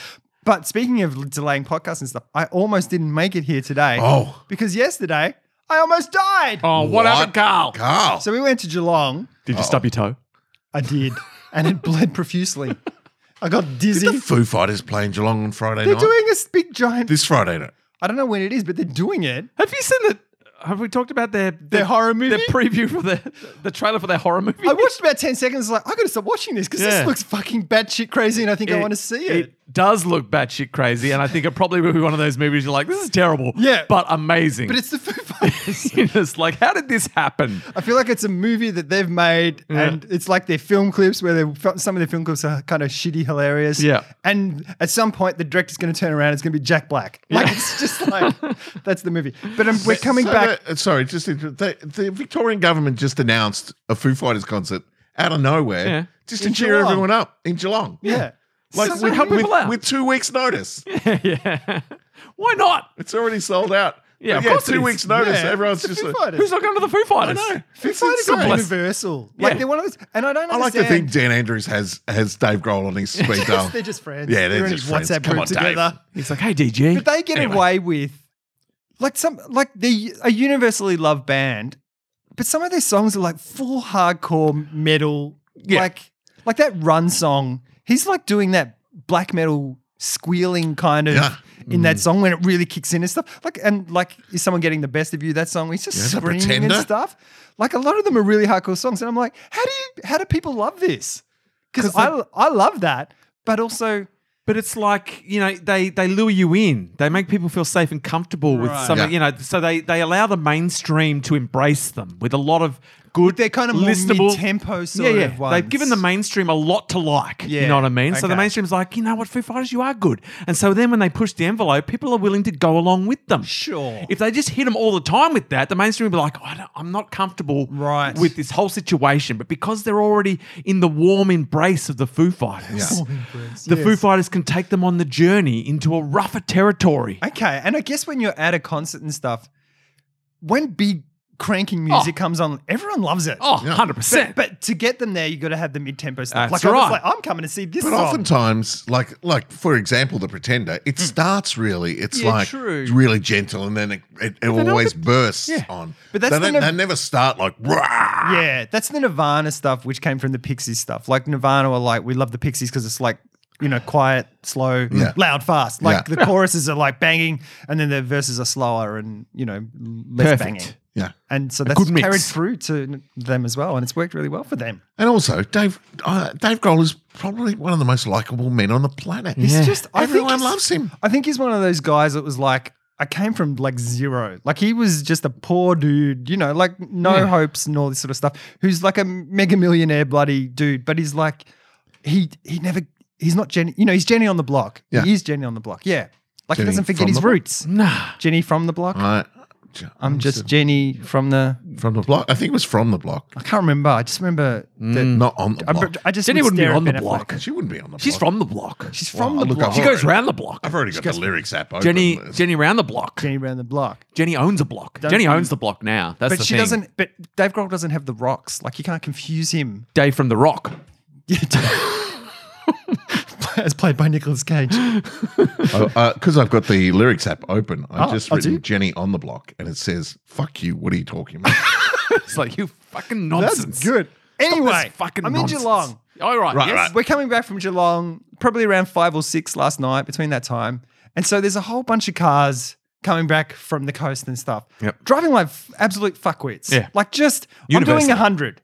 Speaker 5: But speaking of delaying podcasts and stuff, I almost didn't make it here today.
Speaker 1: Oh.
Speaker 5: Because yesterday, I almost died.
Speaker 6: Oh, what, happened, Carl? Oh.
Speaker 1: Carl.
Speaker 5: So we went to Geelong.
Speaker 6: Did you stub your toe?
Speaker 5: I did. and it bled profusely. I got dizzy.
Speaker 1: the Foo Fighters playing Geelong on Friday
Speaker 5: They're
Speaker 1: night.
Speaker 5: doing a big giant.
Speaker 1: this Friday night.
Speaker 5: I don't know when it is, but they're doing it.
Speaker 6: Have you seen the? Have we talked about their their,
Speaker 5: horror movie?
Speaker 6: Their preview for the the trailer for their horror movie.
Speaker 5: I watched about 10 seconds, like, I gotta stop watching this because
Speaker 6: Yeah.
Speaker 5: this looks fucking batshit crazy and I think I wanna see it.
Speaker 6: does look batshit crazy, and I think it probably will be one of those movies you're like, this is terrible,
Speaker 5: Yeah.
Speaker 6: but amazing.
Speaker 5: But it's the Foo Fighters.
Speaker 6: You're just like, how did this happen?
Speaker 5: I feel like it's a movie that they've made and it's like their film clips where they some of their film clips are kind of shitty hilarious.
Speaker 6: Yeah.
Speaker 5: And at some point the director's gonna turn around, it's gonna be Jack Black. Like it's just like that's the movie. But um, we're coming
Speaker 1: So
Speaker 5: back.
Speaker 1: the- uh, sorry, just inter- the, the Victorian government just announced a Foo Fighters concert out of nowhere,
Speaker 6: Yeah.
Speaker 1: just
Speaker 5: In
Speaker 1: to cheer
Speaker 5: Geelong.
Speaker 1: everyone up in Geelong.
Speaker 5: yeah.
Speaker 1: like
Speaker 6: So- so
Speaker 1: with,
Speaker 6: help
Speaker 1: with-
Speaker 6: people out.
Speaker 1: with two weeks' notice,
Speaker 6: yeah, why not?
Speaker 1: it's already sold out.
Speaker 6: Yeah,
Speaker 1: But
Speaker 6: of
Speaker 1: yeah,
Speaker 6: course it
Speaker 1: two
Speaker 6: is.
Speaker 1: weeks' notice.
Speaker 5: Yeah,
Speaker 1: Everyone's
Speaker 5: it's the
Speaker 1: just.
Speaker 5: Foo
Speaker 1: Like,
Speaker 5: Fighters.
Speaker 6: Who's not going to the Foo Fighters?
Speaker 5: Foo
Speaker 1: It's
Speaker 5: Fighters are
Speaker 1: insane.
Speaker 5: universal. Like
Speaker 6: Yeah.
Speaker 5: they're one of those, and I don't
Speaker 1: I like to
Speaker 5: understand.
Speaker 1: think Dan Andrews has has Dave Grohl on his speed dial.
Speaker 5: they're just friends.
Speaker 1: Yeah, they're
Speaker 5: in
Speaker 1: just
Speaker 5: a
Speaker 1: friends.
Speaker 5: WhatsApp
Speaker 1: Come
Speaker 5: group
Speaker 1: on, Dave.
Speaker 5: together.
Speaker 6: He's like, hey, DG.
Speaker 5: But they get
Speaker 1: Anyway.
Speaker 5: away with like some like they a universally loved band, but some of their songs are like full hardcore metal.
Speaker 6: Yeah.
Speaker 5: Like like that run song. He's like doing that black metal squealing kind of
Speaker 1: Yeah. Mm.
Speaker 5: in that song when it really kicks in and stuff. Like and like is someone getting the best of you? That song. He's just
Speaker 1: Yeah, The
Speaker 5: screaming and
Speaker 1: Pretender.
Speaker 5: stuff. Like a lot of them are really hardcore songs, and I'm like, how do you how do people love this? Because I I love that, but also.
Speaker 6: But it's like you know they they lure you in. They make people feel safe and comfortable with
Speaker 5: Right.
Speaker 6: some
Speaker 1: Yeah.
Speaker 6: you know. So they they allow the mainstream to embrace them with a lot of good.
Speaker 5: They're kind of more mid-tempo sort
Speaker 6: yeah, yeah.
Speaker 5: of ones.
Speaker 6: They've given the mainstream a lot to like.
Speaker 5: Yeah.
Speaker 6: You know what I mean? So the
Speaker 5: Okay.
Speaker 6: mainstream's like, you know what, Foo Fighters, you are good. And so then when they push the envelope, people are willing to go along with them.
Speaker 5: Sure.
Speaker 6: If they just hit them all the time with that, the mainstream would be like, "Oh, I don't, I'm not comfortable
Speaker 5: Right.
Speaker 6: with this whole situation. But because they're already in the warm embrace of the Foo Fighters, the Foo
Speaker 5: Yes.
Speaker 6: Fighters can take them on the journey into a rougher territory.
Speaker 5: Okay, and I guess when you're at a concert and stuff, when big cranking music comes on, everyone loves it.
Speaker 6: Oh,
Speaker 1: Yeah.
Speaker 6: 100%.
Speaker 5: But to get them there, you got to have the mid-tempo stuff.
Speaker 6: That's
Speaker 5: like I was
Speaker 6: right.
Speaker 5: like, I'm coming to see this
Speaker 1: But
Speaker 5: song.
Speaker 1: oftentimes, like like for example, the Pretender, it
Speaker 5: Hmm.
Speaker 1: starts really, it's
Speaker 6: Yeah,
Speaker 1: like
Speaker 6: true.
Speaker 1: it's really gentle, and then it, it, it
Speaker 6: don't
Speaker 1: always
Speaker 6: get-
Speaker 1: bursts
Speaker 6: Yeah.
Speaker 1: on.
Speaker 5: But that's
Speaker 1: they,
Speaker 5: the
Speaker 1: don't-
Speaker 5: nev-
Speaker 1: they never start like rah.
Speaker 5: yeah, that's the Nirvana stuff, which came from the Pixies stuff. Like Nirvana were like, we love the Pixies because it's like, you know, quiet, slow,
Speaker 1: Yeah.
Speaker 5: loud, fast. Like
Speaker 1: Yeah.
Speaker 5: the choruses are like banging, and then the verses are slower and you know less
Speaker 6: Perfect.
Speaker 5: banging.
Speaker 1: yeah.
Speaker 5: And so that's
Speaker 6: good mix.
Speaker 5: carried through to them as well, and it's worked really well for them.
Speaker 1: And also, Dave uh, Dave Grohl is probably one of the most likable men on the planet.
Speaker 5: He's
Speaker 6: Yeah.
Speaker 5: just I
Speaker 1: Everyone
Speaker 5: think he's-
Speaker 1: loves him.
Speaker 5: I think he's one of those guys that was like, I came from like zero. Like he was just a poor dude, you know, like no hopes and all this sort of stuff. Who's like a mega millionaire bloody dude, but he's like, he he never he's not Jenny. You know, he's Jenny on the block.
Speaker 1: Yeah.
Speaker 5: He is Jenny on the block. Yeah. Like
Speaker 1: Jenny
Speaker 5: he doesn't
Speaker 1: from
Speaker 5: forget his
Speaker 1: the block. Mm.
Speaker 5: roots.
Speaker 6: Nah.
Speaker 5: Jenny from the block.
Speaker 1: I,
Speaker 5: I'm just Jenny from the.
Speaker 1: from the block. I think it was from the block,
Speaker 5: I can't remember. I just remember that.
Speaker 1: not on the
Speaker 5: I,
Speaker 1: block.
Speaker 5: I just
Speaker 6: Jenny
Speaker 5: would
Speaker 6: wouldn't be
Speaker 5: stare at
Speaker 6: on the
Speaker 5: Ben Affleck.
Speaker 6: block.
Speaker 1: she wouldn't be on the block.
Speaker 6: She's from the block.
Speaker 5: She's
Speaker 1: Well,
Speaker 5: from
Speaker 1: I'll
Speaker 5: the
Speaker 1: look
Speaker 5: block.
Speaker 1: up-
Speaker 6: She goes round the block.
Speaker 1: I've already got the lyrics app. Open.
Speaker 6: Jenny Jenny round the block.
Speaker 5: Jenny around the block.
Speaker 6: Jenny owns the block.
Speaker 5: Don't
Speaker 6: Jenny
Speaker 5: you-
Speaker 6: owns the block now. That's
Speaker 5: but
Speaker 6: the
Speaker 5: she
Speaker 6: thing.
Speaker 5: doesn't. But Dave Grohl doesn't have the rocks. Like you can't confuse him.
Speaker 6: Dave from the Rock.
Speaker 5: As played by Nicolas Cage.
Speaker 1: because Oh, uh, I've got the lyrics app open. I've
Speaker 5: Oh,
Speaker 1: just
Speaker 5: oh,
Speaker 1: written
Speaker 5: do you?
Speaker 1: Jenny on the block, and it says "fuck you." What are you talking about?
Speaker 6: It's like you fucking nonsense. Stop this
Speaker 5: Anyway,
Speaker 6: fucking
Speaker 5: I'm
Speaker 6: nonsense.
Speaker 5: in Geelong.
Speaker 6: All right,
Speaker 1: Right,
Speaker 6: yes.
Speaker 1: right.
Speaker 5: We're coming back from Geelong, probably around five or six last night between that time. And so there's a whole bunch of cars coming back from the coast and stuff.
Speaker 6: Yep.
Speaker 5: Driving like f- absolute fuckwits.
Speaker 6: Yeah.
Speaker 5: Like just, I'm doing
Speaker 6: Universally.
Speaker 5: 100.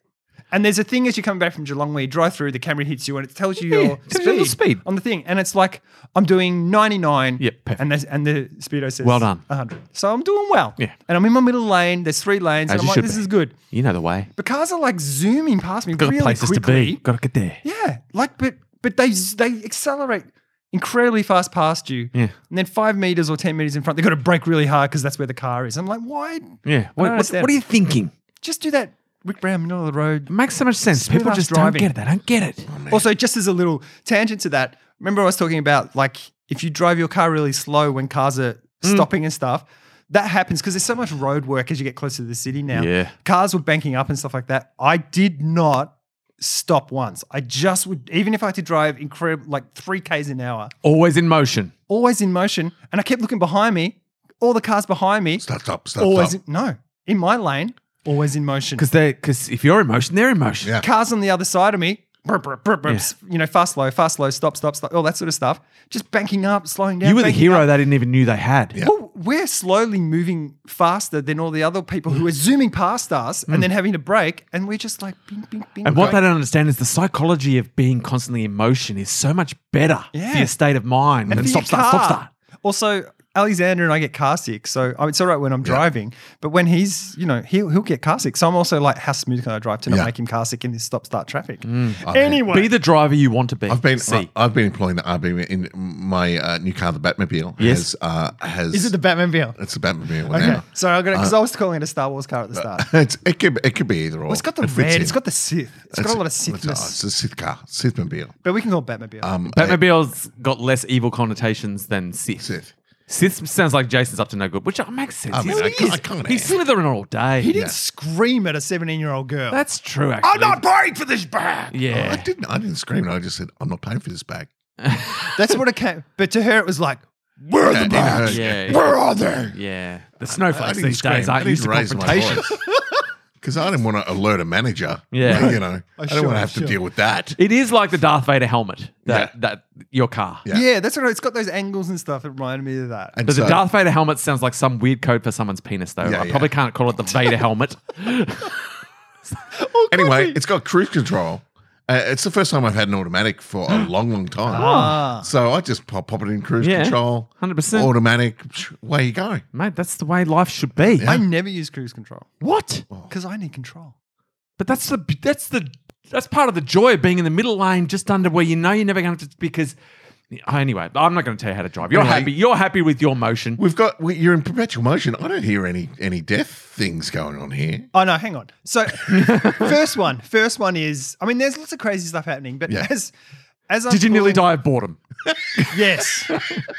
Speaker 5: And there's a thing as you're coming back from Geelong where you drive through, the camera hits you and it tells you
Speaker 6: Yeah,
Speaker 5: your
Speaker 6: tells you the
Speaker 5: speed,
Speaker 6: speed.
Speaker 5: on the thing. And it's like, I'm doing 99.
Speaker 6: Yep, perfect.
Speaker 5: And, there's- and the Speedo says,
Speaker 6: Well done.
Speaker 5: 100. So I'm doing well.
Speaker 6: Yeah.
Speaker 5: And I'm in my middle lane. There's three lanes.
Speaker 6: As
Speaker 5: and I'm
Speaker 6: you
Speaker 5: like,
Speaker 6: should
Speaker 5: this
Speaker 6: be.
Speaker 5: is good.
Speaker 6: You know the way.
Speaker 5: But cars are like zooming past me
Speaker 6: Got
Speaker 5: really
Speaker 6: places
Speaker 5: quickly.
Speaker 6: to be. Got to get there.
Speaker 5: Yeah, like but but they they accelerate incredibly fast past you.
Speaker 6: Yeah.
Speaker 5: and then five meters or ten meters in front, they got to brake really hard because that's where the car is. I'm like, why?
Speaker 6: Yeah. What, what's-
Speaker 5: understand.
Speaker 6: what are you thinking?
Speaker 5: Just do that, Rick Brown, middle of the road.
Speaker 6: It makes so much sense.
Speaker 5: Smooth
Speaker 6: People
Speaker 5: ass
Speaker 6: just
Speaker 5: driving.
Speaker 6: don't get it. They don't get it.
Speaker 5: Also, just as a little tangent to that, remember I was talking about like if you drive your car really slow when cars are
Speaker 6: Mm.
Speaker 5: stopping and stuff. That happens because there's so much road work as you get closer to the city now.
Speaker 6: Yeah.
Speaker 5: Cars were banking up and stuff like that. I did not stop once. I just would, even if I had to drive incredible, like three Ks an hour,
Speaker 6: Always in motion.
Speaker 5: always in motion, and I kept looking behind me. All the cars behind me,
Speaker 1: Stop, stop, stop,
Speaker 5: always
Speaker 1: stop.
Speaker 5: in, no in my lane, always in motion.
Speaker 6: Because they because if you're in motion, they're in motion.
Speaker 1: Yeah.
Speaker 5: Cars on the other side of me, brr, brr, brr, brr,
Speaker 6: Yeah.
Speaker 5: s- you know, fast, slow, fast, slow, stop, stop, stop, all that sort of stuff. Just banking up, slowing down.
Speaker 6: you were the
Speaker 5: banking
Speaker 6: hero
Speaker 5: up.
Speaker 6: they didn't even knew they had.
Speaker 1: Yeah.
Speaker 5: Well, we're slowly moving faster than all the other people who are zooming past us and then having to brake, and we're just like, bing, bing, bing.
Speaker 6: Mm. And what they don't understand is the psychology of being constantly in motion is so much better
Speaker 5: Yeah.
Speaker 6: for your state of mind than
Speaker 5: for
Speaker 6: stop,
Speaker 5: your
Speaker 6: start, stop,
Speaker 5: car.
Speaker 6: start.
Speaker 5: Also, Alexander and I get car sick, so oh, it's all right when I'm driving. But when he's, you know, he'll, he'll get car sick. So I'm also like, how smooth can I drive to not
Speaker 1: Yeah.
Speaker 5: make him car sick in this stop start traffic?
Speaker 1: Okay.
Speaker 5: Anyway,
Speaker 6: Be the driver you want to be.
Speaker 1: I've been uh,
Speaker 6: See.
Speaker 1: I, have been employing the RB in my uh, new car, the Batmobile.
Speaker 6: Yes.
Speaker 1: has, uh, has
Speaker 5: is it the Uh, Batmobile?
Speaker 1: it's the Batmobile
Speaker 5: Okay,
Speaker 1: now.
Speaker 5: sorry, I got it because I was calling it a Star Wars car at the start.
Speaker 1: It's, it could it could be either or.
Speaker 5: Well, it's got the
Speaker 1: It fits
Speaker 5: red,
Speaker 1: in.
Speaker 5: it's got the Sith, it's got a lot of
Speaker 1: It's, oh, it's
Speaker 5: Sithness,
Speaker 1: a Sith car, Sithmobile.
Speaker 5: but we can call it Batmobile.
Speaker 1: Um,
Speaker 6: Batmobile's got less evil connotations than Sith.
Speaker 1: Sith.
Speaker 6: Sith sounds like Jason's up to no good, which uh, makes sense.
Speaker 1: I mean,
Speaker 6: He's-
Speaker 1: I can't- I can't
Speaker 6: He's
Speaker 1: ask.
Speaker 6: slithering all day.
Speaker 5: he didn't scream at a 17 year old girl.
Speaker 6: That's true, actually.
Speaker 1: paying for this bag.
Speaker 6: Yeah.
Speaker 1: I didn't. I didn't scream. I just said, "I'm not paying for this bag."
Speaker 5: That's what it came. But to her, it was like,
Speaker 1: Where are the bags?
Speaker 6: Yeah, yeah.
Speaker 1: Where are they?
Speaker 6: Yeah.
Speaker 1: I
Speaker 6: The snowflakes
Speaker 1: didn't
Speaker 6: these days
Speaker 1: scream. I
Speaker 6: aren't
Speaker 1: didn't
Speaker 6: used to
Speaker 1: raise my
Speaker 6: confrontation.
Speaker 1: Because I didn't want to alert a manager.
Speaker 6: Yeah.
Speaker 1: Like, you know, I don't
Speaker 5: sure,
Speaker 1: want to have
Speaker 5: sure.
Speaker 1: to deal with that.
Speaker 6: It is like the Darth Vader helmet, that,
Speaker 1: Yeah.
Speaker 6: that your car.
Speaker 1: Yeah.
Speaker 5: yeah. that's what I- it's got those angles and stuff. It reminded me of that.
Speaker 1: And
Speaker 6: But
Speaker 1: so-
Speaker 6: the Darth Vader helmet sounds like some weird code for someone's penis, though.
Speaker 1: Yeah,
Speaker 6: I
Speaker 1: yeah.
Speaker 6: probably can't call it the Vader helmet.
Speaker 1: anyway, it's got cruise control. Uh, it's the first time I've had an automatic for a long, long time.
Speaker 5: Ah.
Speaker 1: So I just pop, pop it in cruise
Speaker 6: Oh. Yeah,
Speaker 1: control.
Speaker 6: 100%.
Speaker 1: Automatic. Where you go?
Speaker 6: Mate, that's the way life should be.
Speaker 5: I never use cruise control
Speaker 6: What?
Speaker 5: because I need control.
Speaker 6: But that's the that's the that's part of the joy of being in the middle lane, just under where you know you're never going to because. oh, Anyway, I'm not going to tell you how to drive. You're
Speaker 1: Anyway.
Speaker 6: happy. You're happy with your motion.
Speaker 1: We've got, we, you're in perpetual motion. I don't hear any any death things going on here.
Speaker 5: Oh no, hang on. So first one, first one is I mean, there's lots of crazy stuff happening, but
Speaker 1: Yeah.
Speaker 5: as as I'm
Speaker 6: Did you nearly
Speaker 5: pulling-
Speaker 6: die of boredom?
Speaker 5: Yes.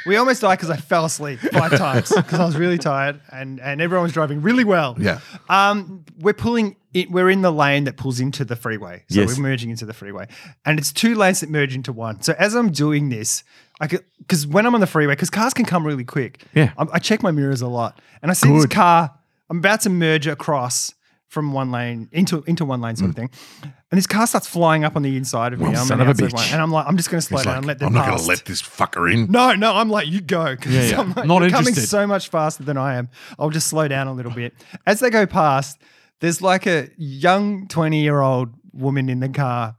Speaker 5: we almost died because I fell asleep five times because I was really tired and and everyone was driving really well.
Speaker 1: Yeah.
Speaker 5: Um, we're pulling it, we're in the lane that pulls into the freeway. So
Speaker 6: Yes.
Speaker 5: we're merging into the freeway. And it's two lanes that merge into one. So as I'm doing this, I could because when I'm on the freeway, because cars can come really quick.
Speaker 6: Yeah.
Speaker 5: I'm, I check my mirrors a lot. And I see this
Speaker 6: Good.
Speaker 5: car, I'm about to merge across from one lane into into one lane sort of thing. And this car starts flying up on the inside of me.
Speaker 6: Mm. Well,
Speaker 5: I'm
Speaker 6: son
Speaker 5: on
Speaker 6: of
Speaker 5: the
Speaker 6: a
Speaker 5: outside
Speaker 6: bitch.
Speaker 5: lane. And I'm like, I'm just gonna slow
Speaker 1: It's
Speaker 5: down
Speaker 1: like,
Speaker 5: and let them
Speaker 1: I'm not going
Speaker 5: past.
Speaker 1: to let this fucker in.
Speaker 5: No, no, I'm like, you go. 'cause
Speaker 6: Yeah, yeah.
Speaker 5: I'm like,
Speaker 6: Not
Speaker 5: you're coming
Speaker 6: interested.
Speaker 5: so much faster than I am. I'll just slow down a little bit. As they go past, there's like a young 20 year old woman in the car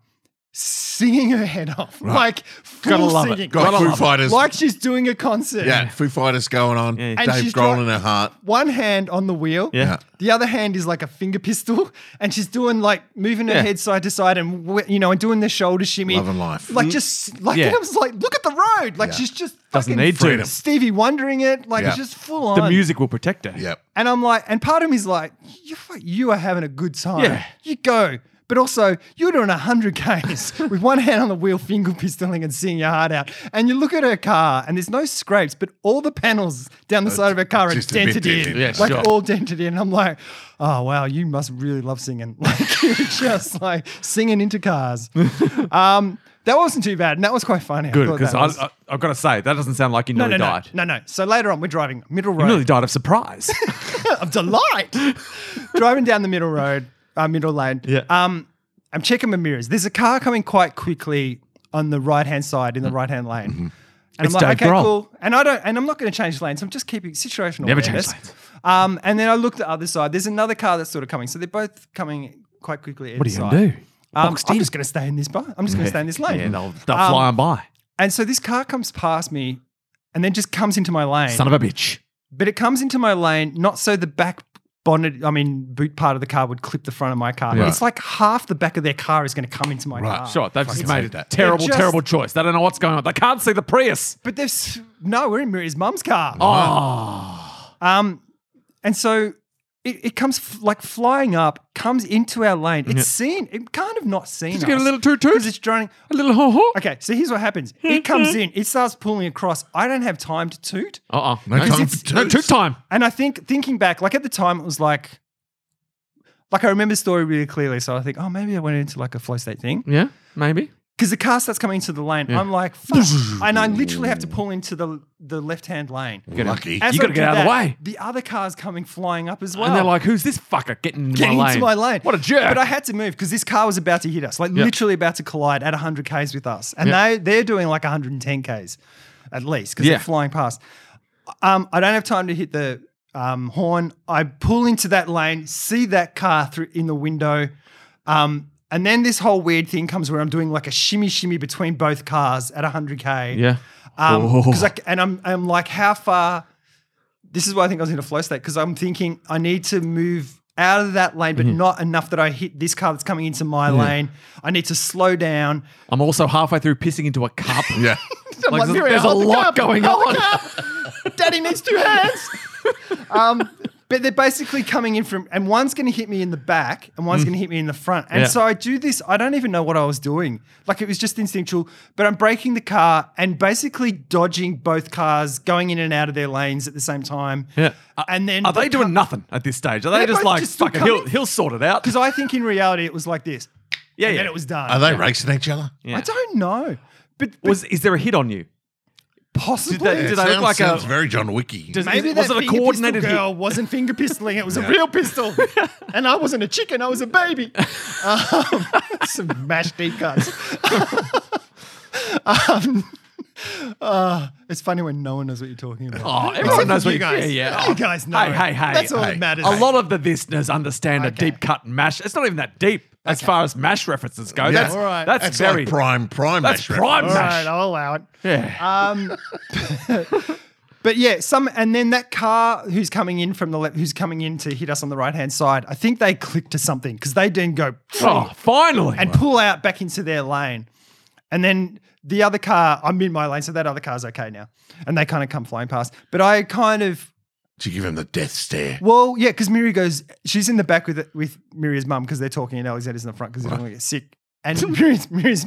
Speaker 5: singing her head off, like full
Speaker 6: Gotta love it.
Speaker 5: singing,
Speaker 1: Got
Speaker 6: Gotta
Speaker 1: Foo
Speaker 6: love it.
Speaker 1: Fighters.
Speaker 5: like she's doing a concert.
Speaker 1: yeah, Foo Fighters going on.
Speaker 6: Yeah.
Speaker 5: And
Speaker 1: Dave
Speaker 5: she's
Speaker 1: Grohl
Speaker 5: dri-
Speaker 1: in her heart.
Speaker 5: One hand on the wheel,
Speaker 6: Yeah.
Speaker 1: Yeah.
Speaker 5: the other hand is like a finger pistol, and she's doing like moving her
Speaker 6: Yeah.
Speaker 5: head side to side and wh- you know and doing the shoulder shimmy,
Speaker 1: Love and life.
Speaker 5: like just like
Speaker 6: Yeah.
Speaker 5: I was like, look at the road, like
Speaker 1: Yeah.
Speaker 5: she's just
Speaker 6: Doesn't
Speaker 5: fucking
Speaker 6: need to.
Speaker 5: freedom. Stevie wondering it, like
Speaker 1: Yeah.
Speaker 5: it's just full on
Speaker 6: The music will protect her.
Speaker 1: Yep.
Speaker 5: and I'm like, and part of me's like, you fu- you are having a good time,
Speaker 6: Yeah.
Speaker 5: you go. But also, you're doing 100 Ks with one hand on the wheel, finger pistoling and seeing your heart out. And you look at her car, and there's no scrapes, but all the panels down the side of her car are
Speaker 1: just a bit
Speaker 5: dented in.
Speaker 1: dented, Yeah,
Speaker 5: like
Speaker 6: sure.
Speaker 5: all dented in. I'm like, oh, wow, you must really love singing. Like, you're just like singing into cars. um, that wasn't too bad, and that was quite funny. I
Speaker 6: Good,
Speaker 5: thought
Speaker 6: because
Speaker 5: that was-
Speaker 6: I, I, I've got to say, that doesn't sound like you
Speaker 5: no,
Speaker 6: nearly
Speaker 5: no, no,
Speaker 6: died.
Speaker 5: no, no. So later on, we're driving middle
Speaker 6: You
Speaker 5: road
Speaker 6: nearly died of surprise.
Speaker 5: of delight. Driving down the middle road, uh, middle lane.
Speaker 6: Yeah.
Speaker 5: Um, I'm checking my mirrors. There's a car coming quite quickly on the right hand side in the right hand lane. And
Speaker 6: Mm-hmm. It's
Speaker 5: I'm like,
Speaker 6: Dave
Speaker 5: okay,
Speaker 6: Grohl.
Speaker 5: cool. And I don't, and I'm not going to change lanes. I'm just keeping situational.
Speaker 6: Never change
Speaker 5: awareness.
Speaker 6: lanes.
Speaker 5: Um, and then I look the other side. There's another car that's sort of coming. So they're both coming quite quickly.
Speaker 6: what are you going to do?
Speaker 5: Um,
Speaker 6: Boxed
Speaker 5: I'm
Speaker 6: in.
Speaker 5: just going to stay in this bar. I'm just going to stay in this lane.
Speaker 6: Yeah, they'll, they'll
Speaker 5: Um,
Speaker 6: fly on by.
Speaker 5: And so this car comes past me, and then just comes into my lane.
Speaker 6: Son of a bitch.
Speaker 5: But it comes into my lane, not so the back bonnet, I mean, boot part of the car would clip the front of my car.
Speaker 1: Right.
Speaker 5: It's like half the back of their car is going to come into my
Speaker 1: Right.
Speaker 5: car.
Speaker 6: Sure, they've just
Speaker 1: fucking
Speaker 6: made
Speaker 1: hate
Speaker 6: a
Speaker 1: that.
Speaker 6: terrible,
Speaker 5: They're just-
Speaker 6: terrible choice. They don't know what's going on. They can't see the Prius.
Speaker 5: But they've, s- no, we're in Miri's mum's car.
Speaker 6: Oh,
Speaker 5: Um, and so it, it comes f- like flying up, comes into our lane. It's seen, it kind of not seen.
Speaker 6: did you get
Speaker 5: us
Speaker 6: a little toot
Speaker 5: because
Speaker 6: toot?
Speaker 5: it's droning.
Speaker 6: A little ho ho?
Speaker 5: Okay, so here's what happens it comes in, it starts pulling across. I don't have time to toot.
Speaker 6: Uh oh.
Speaker 1: No time
Speaker 5: it's-
Speaker 1: for
Speaker 6: No
Speaker 1: toots.
Speaker 6: toot time.
Speaker 5: And I think thinking back, like at the time, it was like, like I remember the story really clearly. So I think, oh, maybe I went into like a flow state thing
Speaker 6: Yeah, maybe.
Speaker 5: because the car starts coming into the lane. I'm like, fuck. and I literally have to pull into the the left hand lane.
Speaker 6: Get out.
Speaker 1: Lucky.
Speaker 5: As
Speaker 6: You gotta
Speaker 5: I do
Speaker 6: get out of the
Speaker 5: that,
Speaker 6: way.
Speaker 5: The other car's coming flying up as well.
Speaker 6: And they're like, who's this fucker getting into
Speaker 5: getting
Speaker 6: my lane?
Speaker 5: into my lane.
Speaker 6: What a jerk.
Speaker 5: But I had to move because this car was about to hit us, like
Speaker 6: Yeah.
Speaker 5: literally about to collide at 100 k's with us, and
Speaker 6: Yeah.
Speaker 5: they they're doing like 110 k's at least because
Speaker 6: Yeah.
Speaker 5: they're flying past. Um, I don't have time to hit the um, horn. I pull into that lane, see that car through in the window, um, and then this whole weird thing comes where I'm doing like a shimmy shimmy between both cars at 100 k.
Speaker 6: yeah.
Speaker 5: Um,
Speaker 6: Oh.
Speaker 5: 'cause I, and I'm, I'm like, how far? This is why I think I was in a flow state because I'm thinking I need to move out of that lane, but not enough that I hit this car that's coming into my lane. I need to slow down.
Speaker 6: I'm also halfway through pissing into a cup.
Speaker 1: Yeah.
Speaker 6: Like,
Speaker 5: like,
Speaker 6: there's,
Speaker 5: Miriam,
Speaker 6: there's a
Speaker 5: hold the
Speaker 6: lot
Speaker 5: cup,
Speaker 6: going
Speaker 5: hold
Speaker 6: on.
Speaker 5: the Daddy needs two hands. um, but they're basically coming in from, and one's going to hit me in the back, and one's going to hit me in the front. And
Speaker 6: Mm. Yeah.
Speaker 5: so I do this. I don't even know what I was doing. Like it was just instinctual. But I'm braking the car and basically dodging both cars, going in and out of their lanes at the same time.
Speaker 6: Yeah. Are-
Speaker 5: And then
Speaker 6: Are they doing nothing at this stage? Are they
Speaker 5: They're
Speaker 6: just
Speaker 5: both
Speaker 6: like,
Speaker 5: just still
Speaker 6: fucking, he'll,
Speaker 5: coming.
Speaker 6: he'll sort it out?
Speaker 5: Because I think in reality it was like this.
Speaker 6: Yeah,
Speaker 5: and
Speaker 6: yeah.
Speaker 5: Then it was done.
Speaker 1: Are they racing each other?
Speaker 6: Yeah.
Speaker 5: I don't know. But, but
Speaker 6: Was, is there a hit on you?
Speaker 5: possibly
Speaker 6: they- did It I- look
Speaker 1: sounds,
Speaker 6: like a-
Speaker 1: sounds very John Wicky.
Speaker 6: Does-
Speaker 5: Maybe
Speaker 6: Is-
Speaker 5: that
Speaker 6: was it a
Speaker 5: finger
Speaker 6: coordinated
Speaker 5: pistol
Speaker 6: hit?
Speaker 5: girl wasn't finger pistoling. It was a real pistol, and I wasn't a chicken. I was a baby. Um, some mashed deep cuts. um, uh, it's funny when no one knows what you're talking about.
Speaker 6: Oh,
Speaker 5: Except for
Speaker 6: everyone knows
Speaker 5: you
Speaker 6: what you
Speaker 5: guys.
Speaker 6: Yeah, yeah.
Speaker 5: You guys know.
Speaker 6: Hey, hey, hey.
Speaker 5: That's all
Speaker 1: hey.
Speaker 5: that matters.
Speaker 6: A lot of the listeners understand a
Speaker 5: Okay.
Speaker 6: deep cut and mash. It's not even that deep as
Speaker 5: Okay.
Speaker 6: far as mash references go.
Speaker 1: Yeah.
Speaker 6: That's
Speaker 5: All right.
Speaker 6: that's,
Speaker 1: That's
Speaker 6: very
Speaker 1: like prime, prime.
Speaker 6: That's
Speaker 1: match
Speaker 6: prime
Speaker 5: All
Speaker 1: reference.
Speaker 6: mash.
Speaker 5: right, I'll allow it.
Speaker 6: Yeah.
Speaker 5: Um, but yeah, some and then that car who's coming in from the left, who's coming in to hit us on the right hand side. I think they click to something because they didn't go
Speaker 6: oh, finally.
Speaker 5: and pull out back into their lane. And then the other car, I'm in my lane, so that other car's okay now. And they kind of come flying past. But I kind of,
Speaker 1: Did you give him the death stare?
Speaker 5: well, yeah, because Miri goes, she's in the back with with Miri's mum because they're talking, and Alexander's in the front because they're going to get sick. And Miri's, Miri's,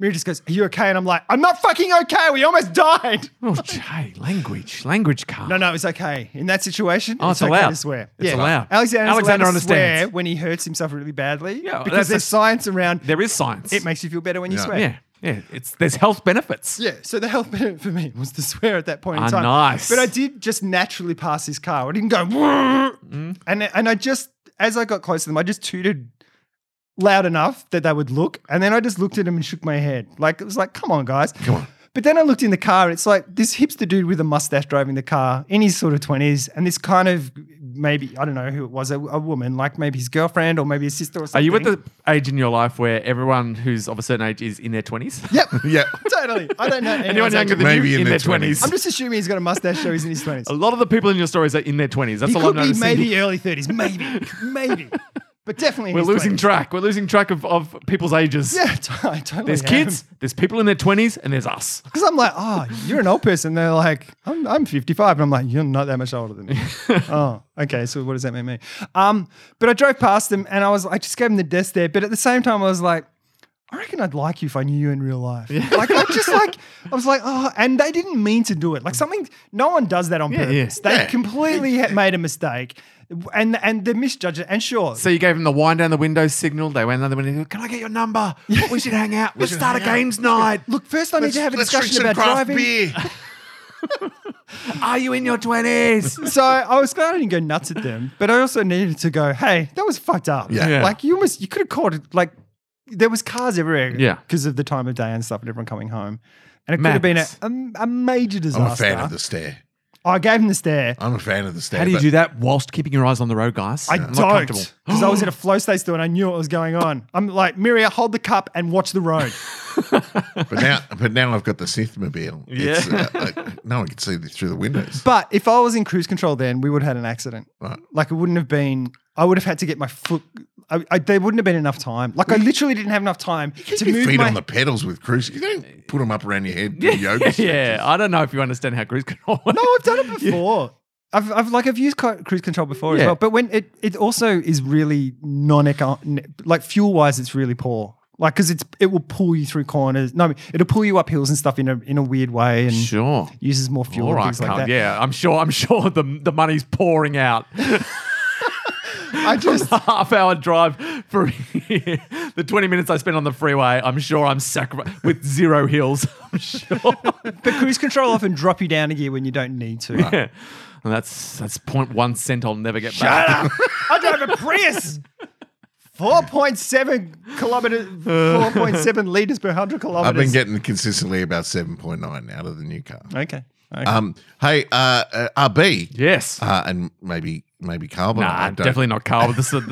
Speaker 5: Miri just goes, Are you okay? And I'm like, I'm not fucking okay. We almost died.
Speaker 6: oh, gee, language, language car.
Speaker 5: No, no, it's okay. In that situation,
Speaker 6: Oh, it's
Speaker 5: it's, okay
Speaker 6: allowed.
Speaker 5: to swear.
Speaker 6: It's allowed.
Speaker 5: Alexander's
Speaker 6: Alexander
Speaker 5: Alexander allowed to swear
Speaker 6: understands.
Speaker 5: when he hurts himself really badly.
Speaker 6: Yeah, that's
Speaker 5: because there's
Speaker 6: a-
Speaker 5: science around
Speaker 6: There is science.
Speaker 5: it makes you feel better when you
Speaker 1: Yeah.
Speaker 5: swear.
Speaker 6: yeah, yeah. It's there's health benefits.
Speaker 5: Yeah, so the health benefit for me was to swear at that point in
Speaker 6: Ah,
Speaker 5: time.
Speaker 6: nice.
Speaker 5: But I did just naturally pass this car. I didn't go, "Whoa."
Speaker 6: Mm-hmm.
Speaker 5: and and I just as I got close to them, I just tooted loud enough that they would look, and then I just looked at them and shook my head, like it was like, come on, guys, come on. But then I looked in the car. It's like this hipster dude with a mustache driving the car in his sort of twenties, and this kind of maybe I don't know who it was, a, a woman, like maybe his girlfriend or maybe his sister or
Speaker 6: Are
Speaker 5: something.
Speaker 6: you at the age in your life where everyone who's of a certain age is in their 20s?
Speaker 5: Yep.
Speaker 1: Yeah.
Speaker 5: totally. I don't know.
Speaker 6: Anyone
Speaker 5: anyone's
Speaker 6: younger
Speaker 5: age.
Speaker 6: than
Speaker 1: Maybe
Speaker 6: you
Speaker 1: in
Speaker 6: in
Speaker 1: their
Speaker 6: their 20s.
Speaker 5: I'm just assuming he's got a mustache, so he's in his twenties.
Speaker 6: a lot of the people in your stories are in their 20s. That's
Speaker 5: He
Speaker 6: all I'm
Speaker 5: could be
Speaker 6: noticing.
Speaker 5: maybe early thirties, maybe, maybe, but definitely. in
Speaker 6: We're
Speaker 5: his
Speaker 6: losing
Speaker 5: 20s.
Speaker 6: track. We're losing track of, of people's ages.
Speaker 5: Yeah, t- I totally.
Speaker 6: There's kids, there's people in their 20s, and there's us.
Speaker 5: Because I'm like, oh, you're an old person. They're like, I'm, I'm 55. And I'm like, you're not that much older than me. oh, okay. So what does that mean me? Um, but I drove past them and I was, I just gave them the death stare. But at the same time, I was like, I reckon I'd like you if I knew you in real life. Like, I just like, I was like, oh, and they didn't mean to do it. Like something, no one does that on
Speaker 6: Yeah, yeah.
Speaker 5: purpose. They
Speaker 1: Yeah.
Speaker 5: completely ha- made a mistake and, and they misjudged it. And sure,
Speaker 6: So you gave them the wind down the window signal. They went down the window. Can I get your number? We should hang out. Let's start a
Speaker 1: hang out.
Speaker 6: games night.
Speaker 5: look, first I need to have a
Speaker 1: Let's drink
Speaker 5: discussion
Speaker 1: some
Speaker 5: about
Speaker 1: craft
Speaker 5: driving.
Speaker 1: beer.
Speaker 6: Are you in your 20s?
Speaker 5: So I was glad I didn't go nuts at them, but I also needed to go, hey, that was fucked up.
Speaker 1: Yeah.
Speaker 6: Yeah.
Speaker 5: Like you almost you could have called it like there was cars everywhere.
Speaker 6: Yeah.
Speaker 5: Because of the time of day and stuff and everyone coming home. And it could
Speaker 6: Madness.
Speaker 5: have been a, a, a major disaster.
Speaker 1: I'm a fan of the stare.
Speaker 5: I gave him the stare.
Speaker 1: I'm a fan of the stare.
Speaker 6: How do you
Speaker 1: but-
Speaker 6: do that whilst keeping your eyes on the road, guys?
Speaker 5: I
Speaker 6: I'm not
Speaker 5: don't
Speaker 6: comfortable.
Speaker 5: because I was at a flow state store and I knew what was going on. I'm like, Miria, hold the cup and watch the road.
Speaker 1: But now, but now I've got the Synthmobile.
Speaker 6: Yeah.
Speaker 1: It's, uh, like, no one can see through the windows.
Speaker 5: but if I was in cruise control, then we would have had an accident.
Speaker 1: Right.
Speaker 5: Like it wouldn't have been. I would have had to get my foot. I, I, there wouldn't have been enough time. Like I literally didn't have enough time to
Speaker 1: Your
Speaker 5: move
Speaker 1: feet
Speaker 5: my
Speaker 1: on the pedals with cruise. You don't put them up around your head. Do yoga.
Speaker 6: yeah, I don't know if you understand how cruise control works.
Speaker 5: No, I've done it before. I've, I've like I've used cu- cruise control before
Speaker 6: Yeah.
Speaker 5: as well, but when it it also is really non like fuel wise, it's really poor. Like because it's it will pull you through corners. No, I mean, it'll pull you up hills and stuff in a in a weird way and
Speaker 6: Sure.
Speaker 5: uses more fuel.
Speaker 6: All
Speaker 5: and
Speaker 6: right,
Speaker 5: things like
Speaker 6: cunt.
Speaker 5: that.
Speaker 6: yeah, I'm sure. I'm sure the the money's pouring out.
Speaker 5: I just
Speaker 6: a half hour drive for the 20 minutes I spent on the freeway. I'm sure I'm sacrificing with zero hills. I'm sure.
Speaker 5: but cruise control often drop you down a gear when you don't need to.
Speaker 6: Yeah. And that's that's point one cent I'll never get back.
Speaker 5: I drive a Prius. 4.7 kilometers, 4.7 liters per 100 kilometers.
Speaker 1: I've been getting consistently about seven point nine out of the new car.
Speaker 5: Okay. okay.
Speaker 1: Um, hey, uh, uh, RB,
Speaker 5: Ah,
Speaker 6: Yes.
Speaker 1: uh, and maybe maybe Carl. but I
Speaker 6: nah,
Speaker 1: don't-
Speaker 6: definitely not Carl. But this is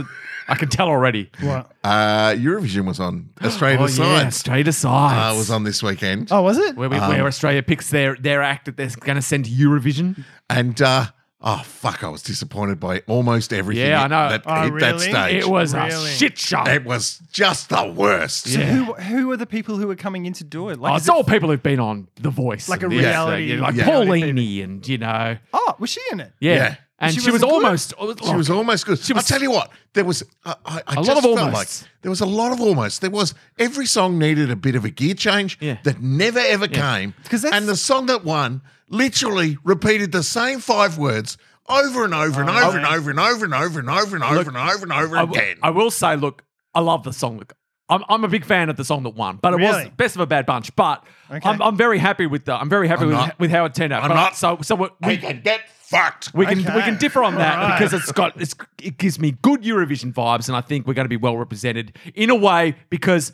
Speaker 6: I can tell already.
Speaker 5: What?
Speaker 1: Uh, Eurovision was on Australia
Speaker 6: Oh,
Speaker 1: side.
Speaker 6: yeah, straight aside.
Speaker 5: Ah,
Speaker 1: uh, was on this weekend,
Speaker 5: Oh, was it?
Speaker 6: where, we, where Australia picks their, their act that they're going to send to Eurovision.
Speaker 1: and uh, oh fuck, I was disappointed by almost everything.
Speaker 6: Yeah, I know.
Speaker 1: That
Speaker 5: Oh,
Speaker 1: hit that
Speaker 5: really?
Speaker 1: stage.
Speaker 6: It was
Speaker 5: Really?
Speaker 6: a shit show.
Speaker 1: It was just the worst.
Speaker 5: So
Speaker 6: Yeah.
Speaker 5: who who are the people who are coming in to do it? Like,
Speaker 6: Oh,
Speaker 5: is
Speaker 6: it's
Speaker 5: it-
Speaker 6: all people who've been on The Voice,
Speaker 5: Like a
Speaker 6: and this, uh,
Speaker 5: reality-
Speaker 6: yeah, like
Speaker 1: Yeah.
Speaker 6: Paulini, and you know,
Speaker 5: oh, was she in it?
Speaker 6: yeah,
Speaker 1: Yeah.
Speaker 6: and
Speaker 5: She
Speaker 6: she, was,
Speaker 5: wasn't good?
Speaker 6: almost. oh,
Speaker 1: She was almost good.
Speaker 6: She was-
Speaker 1: I'll tell you what, there was I I- I
Speaker 6: lot
Speaker 1: just
Speaker 6: of
Speaker 1: felt
Speaker 6: almosts.
Speaker 1: like there was a lot of almost. There was every song needed a bit of a gear change
Speaker 6: Yeah.
Speaker 1: that never ever came.
Speaker 5: 'Cause that's-
Speaker 1: and the song that won literally repeated the same five words over and over and over and over and over and over and over and over and over and over
Speaker 6: Oh, I w-
Speaker 1: again.
Speaker 6: I will say, look, I love the song. Look, I'm, I'm a big fan of the song that won, but it was
Speaker 5: Really?
Speaker 6: best of a bad bunch. But
Speaker 5: Okay.
Speaker 6: I'm, I'm very happy with the. I'm very happy
Speaker 1: I'm
Speaker 6: with,
Speaker 1: not.
Speaker 6: with how it turned out.
Speaker 1: I'm
Speaker 6: But
Speaker 1: not.
Speaker 6: So so we,
Speaker 1: We
Speaker 6: we,
Speaker 1: can get fucked.
Speaker 6: we can we
Speaker 5: Okay.
Speaker 6: can differ on that
Speaker 5: Alright.
Speaker 6: because it's got it's, it gives me good Eurovision vibes, and I think we're going to be well represented in a way because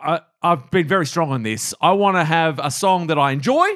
Speaker 6: I I've been very strong on this. I want to have a song that I enjoy.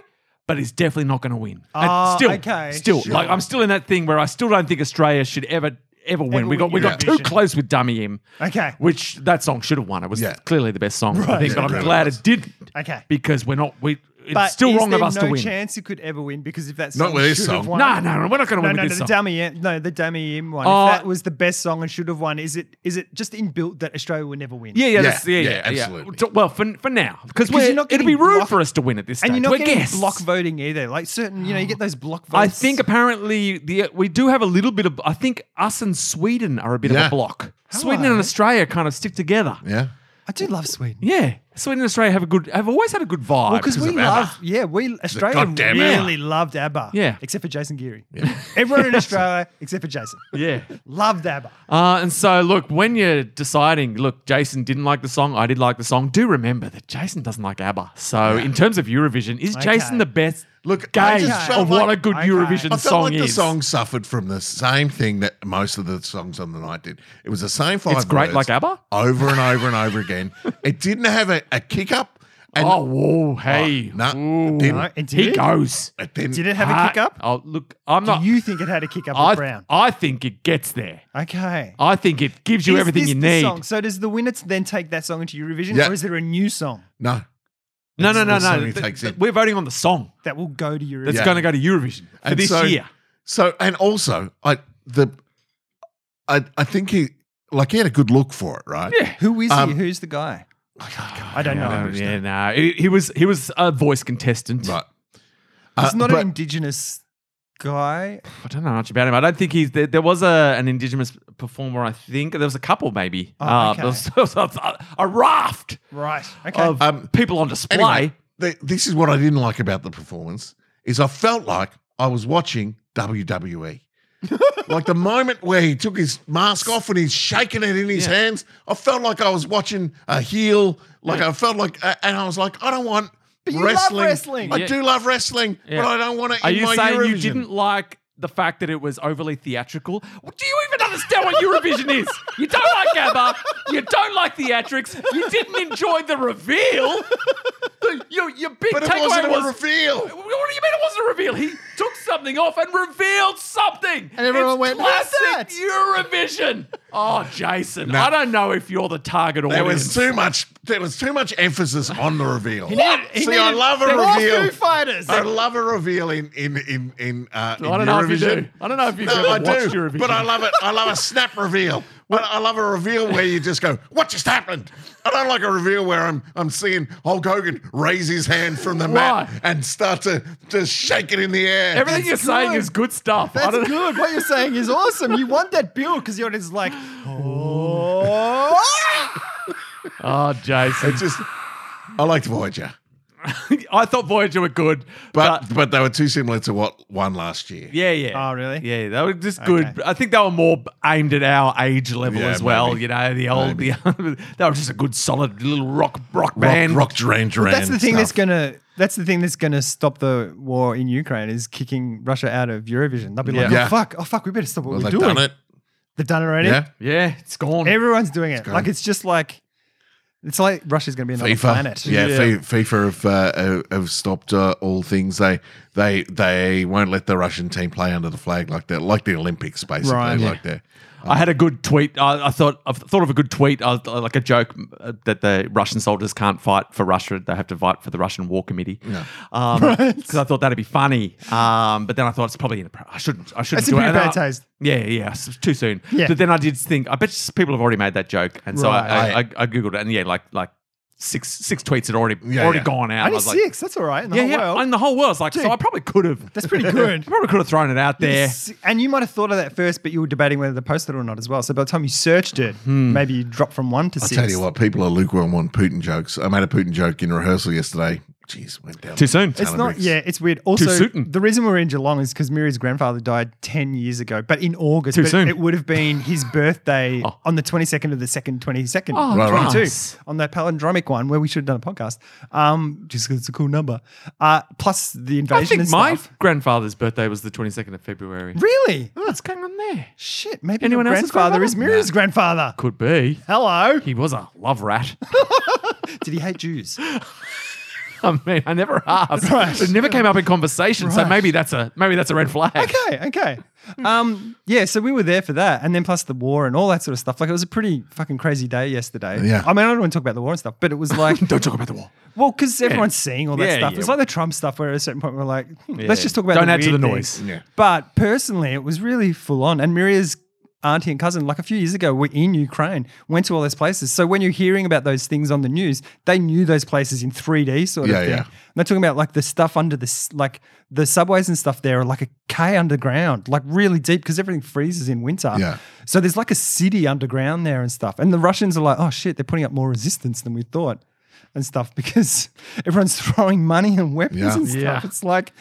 Speaker 6: But is definitely not going to win. And
Speaker 5: Ah,
Speaker 6: still,
Speaker 5: okay.
Speaker 6: still,
Speaker 5: Sure.
Speaker 6: like I'm still in that thing where I still don't think Australia should ever, ever win.
Speaker 5: Ever
Speaker 6: we got,
Speaker 5: win
Speaker 6: we got too
Speaker 5: Eurovision.
Speaker 6: close with Dummy M
Speaker 5: Okay.
Speaker 6: which that song should have won. It was
Speaker 1: Yeah.
Speaker 6: clearly the best song, I think,
Speaker 1: Yeah, it
Speaker 6: but I'm
Speaker 1: really
Speaker 6: glad
Speaker 1: was.
Speaker 6: it didn't.
Speaker 5: Okay.
Speaker 6: Because we're not. We it's
Speaker 5: But
Speaker 6: still
Speaker 5: is
Speaker 6: wrong of
Speaker 5: there
Speaker 6: us
Speaker 5: no
Speaker 6: to win.
Speaker 5: chance it could ever win because if that
Speaker 1: Not
Speaker 5: song
Speaker 1: with this
Speaker 5: should
Speaker 1: song.
Speaker 5: have won.
Speaker 6: No, no, no, we're not going to
Speaker 5: No,
Speaker 6: win
Speaker 5: no, no,
Speaker 6: with this
Speaker 5: the
Speaker 6: song.
Speaker 5: dummy, im- no, the dummy im one.
Speaker 6: Oh.
Speaker 5: if that was the best song and should have won, is it? Is it just inbuilt that Australia will never win?
Speaker 6: Yeah, yeah,
Speaker 1: Yeah,
Speaker 6: that's- yeah,
Speaker 1: yeah,
Speaker 6: yeah, yeah,
Speaker 1: absolutely.
Speaker 6: D- Well, for, for now, because
Speaker 5: Because
Speaker 6: we're
Speaker 5: you're not
Speaker 6: not it'd
Speaker 5: getting
Speaker 6: be rude
Speaker 5: block-
Speaker 6: for us to win at this stage.
Speaker 5: and you're not
Speaker 6: we're
Speaker 5: getting
Speaker 6: guests.
Speaker 5: block voting either. Like certain, you know, you get those block votes.
Speaker 6: I think apparently the we do have a little bit of. I think us and Sweden are a bit of
Speaker 1: Yeah.
Speaker 6: a block.
Speaker 5: Hello.
Speaker 6: Sweden and Australia kind of stick together.
Speaker 1: Yeah.
Speaker 5: I do love Sweden.
Speaker 6: Yeah, Sweden and Australia have a good. Have always had a good vibe.
Speaker 5: Well, because we
Speaker 1: of
Speaker 5: love,
Speaker 1: ABBA.
Speaker 5: yeah, we Australia
Speaker 1: goddamn
Speaker 6: ABBA.
Speaker 5: really loved ABBA,
Speaker 6: Yeah.
Speaker 5: except for Jason Geary. Everyone in Australia except for Jason
Speaker 6: yeah.
Speaker 5: loved ABBA.
Speaker 6: Uh, and so, look, when you're deciding, look, Jason didn't like the song, I did like the song. Do remember that Jason doesn't like ABBA. So, in terms of Eurovision, is Jason
Speaker 5: Okay.
Speaker 6: the best?
Speaker 1: Look, I
Speaker 6: gauge
Speaker 1: just felt
Speaker 6: of what
Speaker 1: like-
Speaker 6: a good
Speaker 5: Okay.
Speaker 6: Eurovision
Speaker 1: I felt
Speaker 6: song
Speaker 1: like the
Speaker 6: is.
Speaker 1: song suffered from the same thing that most of the songs on the night did. It was the same five.
Speaker 6: It's
Speaker 1: words
Speaker 6: great like ABBA?
Speaker 1: over and over and over again. It didn't have a, a kick up. And-
Speaker 6: oh, whoa, hey.
Speaker 1: no,
Speaker 6: Ooh.
Speaker 1: didn't.
Speaker 5: No, it
Speaker 6: he
Speaker 5: did.
Speaker 6: goes.
Speaker 1: But then
Speaker 5: Did it have a
Speaker 6: Ah,
Speaker 5: kick up?
Speaker 6: Oh, look, I'm
Speaker 5: Do
Speaker 6: not.
Speaker 5: you think it had a kick up
Speaker 6: I,
Speaker 5: at Brown?
Speaker 6: I think it gets there.
Speaker 5: Okay.
Speaker 6: I think it gives you
Speaker 5: Is
Speaker 6: everything
Speaker 5: this
Speaker 6: you
Speaker 5: the
Speaker 6: need.
Speaker 5: Song? So does the winner then take that song into Eurovision,
Speaker 1: Yeah.
Speaker 5: or is there a new song
Speaker 1: no.
Speaker 6: No, no, no,
Speaker 1: That's the
Speaker 6: no.
Speaker 1: song he
Speaker 6: Th-
Speaker 1: takes
Speaker 6: th-
Speaker 1: in.
Speaker 6: We're voting on the song
Speaker 5: that will go to Eurovision?
Speaker 6: that's going to go to Eurovision for
Speaker 1: And
Speaker 6: this
Speaker 1: so-
Speaker 6: year.
Speaker 1: So and also I the I I think he like he had a good look for it, right?
Speaker 6: Yeah.
Speaker 5: Who is
Speaker 1: Um,
Speaker 5: he? Who's the guy? I don't know.
Speaker 6: No, yeah, no. He, he was he was a voice contestant.
Speaker 1: Right.
Speaker 5: It's
Speaker 1: Uh,
Speaker 5: not
Speaker 1: but-
Speaker 5: an indigenous guy.
Speaker 6: I don't know much about him. I don't think he's there. There was a an indigenous performer. I think there was a couple, maybe. Uh,
Speaker 5: Oh, okay.
Speaker 6: there was, there was a, a raft
Speaker 5: Right. Okay.
Speaker 6: of
Speaker 1: Um,
Speaker 6: people on display.
Speaker 1: Anyway, th- this is what I didn't like about the performance is I felt like I was watching WWE. like the moment where he took his mask off and he's shaking it in his
Speaker 6: Yeah.
Speaker 1: hands, I felt like I was watching a heel. Like I felt like, uh, and I was like, I don't want
Speaker 5: But you love
Speaker 1: wrestling.
Speaker 5: wrestling.
Speaker 1: I
Speaker 6: Yeah.
Speaker 1: do love wrestling,
Speaker 6: Yeah.
Speaker 1: but I don't want to.
Speaker 6: Are
Speaker 1: in
Speaker 6: you
Speaker 1: my
Speaker 6: saying you
Speaker 1: Eurovision.
Speaker 6: didn't like the fact that it was overly theatrical? Well, Do you even understand what Eurovision is? You don't like ABBA. You don't like theatrics. You didn't enjoy the reveal. The- your, your big
Speaker 1: But it
Speaker 6: takeaway
Speaker 1: wasn't a
Speaker 6: was.
Speaker 1: reveal.
Speaker 6: What do you mean it wasn't a reveal? He took something off and revealed something.
Speaker 5: And everyone
Speaker 6: It's
Speaker 5: went, "Who's
Speaker 6: classic Eurovision. Oh, Jason,
Speaker 1: No.
Speaker 6: I don't know if you're the target
Speaker 1: There was
Speaker 6: audience.
Speaker 1: too much. There was too much emphasis on the reveal.
Speaker 6: needed-
Speaker 1: See,
Speaker 6: he
Speaker 1: I
Speaker 6: needed-
Speaker 1: love a
Speaker 6: there was
Speaker 1: reveal.
Speaker 5: Foo Fighters.
Speaker 1: I love a reveal in in in in, uh, in
Speaker 6: I don't know if
Speaker 1: Eurovision.
Speaker 6: you do. I don't know if you've
Speaker 1: No,
Speaker 6: ever
Speaker 1: I
Speaker 6: watched
Speaker 1: do,
Speaker 6: Eurovision.
Speaker 1: but I love it. I love a snap reveal. But I love a reveal where you just go, "What just happened?" I don't like a reveal where I'm I'm seeing Hulk Hogan raise his hand from the mat
Speaker 6: Why?
Speaker 1: and start to to shake it in the air.
Speaker 6: Everything you're saying
Speaker 5: good.
Speaker 6: is good stuff. I
Speaker 5: That's
Speaker 6: don't know.
Speaker 5: good. What you're saying is awesome. You want that build because the audience is like, oh.
Speaker 6: Oh, Jason.
Speaker 1: It just I liked Voyager,
Speaker 6: I thought Voyager were good,
Speaker 1: but
Speaker 6: but,
Speaker 1: but, Uh, they were too similar to what won last year.
Speaker 6: yeah, yeah.
Speaker 5: Oh, really?
Speaker 6: Yeah, they were just good. I think they were more aimed at our age level
Speaker 1: Yeah,
Speaker 6: as well.
Speaker 1: maybe.
Speaker 6: You know, the old,
Speaker 1: Maybe.
Speaker 6: the they were just a good, solid little rock rock
Speaker 1: Rock,
Speaker 6: band.
Speaker 1: rock, drain, drain.
Speaker 5: That's the thing that's
Speaker 1: stuff.
Speaker 5: gonna. That's the thing that's gonna stop the war in Ukraine is kicking Russia out of Eurovision. They'll be like,
Speaker 1: Yeah.
Speaker 5: oh
Speaker 1: Yeah.
Speaker 5: fuck, oh fuck, we better stop what
Speaker 1: Well,
Speaker 5: we're
Speaker 1: they've
Speaker 5: doing.
Speaker 1: done it.
Speaker 5: They've done it already.
Speaker 1: Yeah,
Speaker 6: Yeah, it's gone.
Speaker 5: Everyone's doing it.
Speaker 1: gone.
Speaker 5: Like it's just like, it's like Russia's gonna be another
Speaker 1: FIFA,
Speaker 5: planet.
Speaker 1: yeah,
Speaker 6: Yeah.
Speaker 1: Fi- FIFA have uh, have- have stopped uh, all things. They they they won't let the Russian team play under the flag like that, like the Olympics, basically,
Speaker 5: Right.
Speaker 1: like that.
Speaker 6: I had a good tweet. I, I thought I thought of a good tweet, uh, like a joke uh, that the Russian soldiers can't fight for Russia; they have to fight for the Russian War Committee. Because I thought that'd be funny, um, but then I thought it's probably inappro- I shouldn't. I shouldn't
Speaker 5: That's a
Speaker 6: do it.
Speaker 5: pretty
Speaker 6: And
Speaker 5: bad
Speaker 6: I-
Speaker 5: taste.
Speaker 6: Yeah, yeah, it's too soon.
Speaker 5: Yeah.
Speaker 6: But then I did think I bet you people have already made that joke, and so I, I, I,
Speaker 1: Right.
Speaker 6: I googled it, and yeah, like like six six tweets had already
Speaker 1: Yeah,
Speaker 6: already
Speaker 1: yeah.
Speaker 6: gone out. I
Speaker 5: Only
Speaker 6: was like,
Speaker 5: six. that's all right. In the
Speaker 6: yeah,
Speaker 5: whole
Speaker 6: yeah,
Speaker 5: world.
Speaker 6: and the whole world's like, so I probably could have.
Speaker 5: That's pretty good.
Speaker 6: I probably could have thrown it out there.
Speaker 5: S- And you might have thought of that first, but you were debating whether to post it or not as well. So by the time you searched it, maybe you dropped from one to
Speaker 1: Hmm. I'll
Speaker 5: six.
Speaker 1: tell you what, people are lukewarm on Putin jokes. I made a Putin joke in rehearsal yesterday. Jeez, went down.
Speaker 6: Too soon.
Speaker 5: It's not,
Speaker 1: bricks.
Speaker 5: yeah, it's weird. Also,
Speaker 6: soon.
Speaker 5: the reason we're in Geelong is because Miri's grandfather died 10 years ago, but in August.
Speaker 6: Too
Speaker 5: but
Speaker 6: soon.
Speaker 5: It would have been his birthday on the 22nd of the 2nd, 22nd,
Speaker 6: Oh,
Speaker 1: Right, right.
Speaker 5: 22,
Speaker 6: nice.
Speaker 5: on that palindromic one where we should have done a podcast. Um, just 'cause it's a cool number. Uh, plus the invasion
Speaker 6: I think
Speaker 5: and
Speaker 6: my
Speaker 5: stuff.
Speaker 6: grandfather's birthday was the 22nd of February.
Speaker 5: Really?
Speaker 6: What's going on there?
Speaker 5: Shit, maybe
Speaker 6: Anyone
Speaker 5: your
Speaker 6: else's
Speaker 5: grandfather is
Speaker 6: grandfather?
Speaker 5: Miri's grandfather.
Speaker 6: Could be.
Speaker 5: Hello.
Speaker 6: He was a love rat.
Speaker 5: Did he hate Jews?
Speaker 6: I mean, I never asked.
Speaker 5: Right.
Speaker 6: It never came up in conversation, so
Speaker 5: Right.
Speaker 6: maybe that's a maybe that's a red flag.
Speaker 5: okay, okay. Um, yeah, so we were there for that, and then plus the war and all that sort of stuff. Like it was a pretty fucking crazy day yesterday.
Speaker 1: Yeah.
Speaker 5: I mean, I don't want to talk about the war and stuff, but it was like,
Speaker 6: Don't talk about the war.
Speaker 5: well, because everyone's seeing all that
Speaker 6: Yeah,
Speaker 5: stuff.
Speaker 6: yeah.
Speaker 5: It's like the Trump stuff, where at a certain point we're like, hmm,
Speaker 6: Yeah.
Speaker 5: let's just talk about.
Speaker 6: Don't
Speaker 5: the
Speaker 6: add to
Speaker 5: weird
Speaker 6: the
Speaker 5: things.
Speaker 6: noise.
Speaker 1: Yeah.
Speaker 5: But personally, it was really full on. And Miria's auntie and cousin, like a few years ago, were in Ukraine, went to all those places. So when you're hearing about those things on the news, they knew those places in 3D sort
Speaker 1: Yeah,
Speaker 5: of thing.
Speaker 1: yeah.
Speaker 5: And they're talking about like the stuff under the s- like the subways and stuff there are like a K underground, like really deep because everything freezes in winter.
Speaker 1: Yeah.
Speaker 5: So there's like a city underground there and stuff. And the Russians are like, oh shit, they're putting up more resistance than we thought and stuff because everyone's throwing money and weapons
Speaker 1: Yeah.
Speaker 5: and stuff.
Speaker 6: Yeah.
Speaker 5: It's like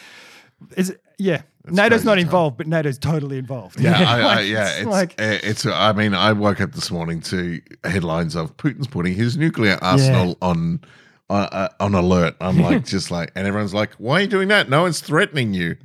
Speaker 5: is it, yeah. NATO's
Speaker 1: crazy
Speaker 5: not
Speaker 1: time.
Speaker 5: involved, but NATO's totally involved.
Speaker 1: Yeah, I, I,
Speaker 5: Like,
Speaker 1: yeah. It's,
Speaker 5: it's
Speaker 1: it's,
Speaker 5: like
Speaker 1: I mean, I woke up this morning to headlines of Putin's putting his nuclear arsenal on on, uh, on alert. I'm like, just like, and everyone's like, why are you doing that? No one's threatening you.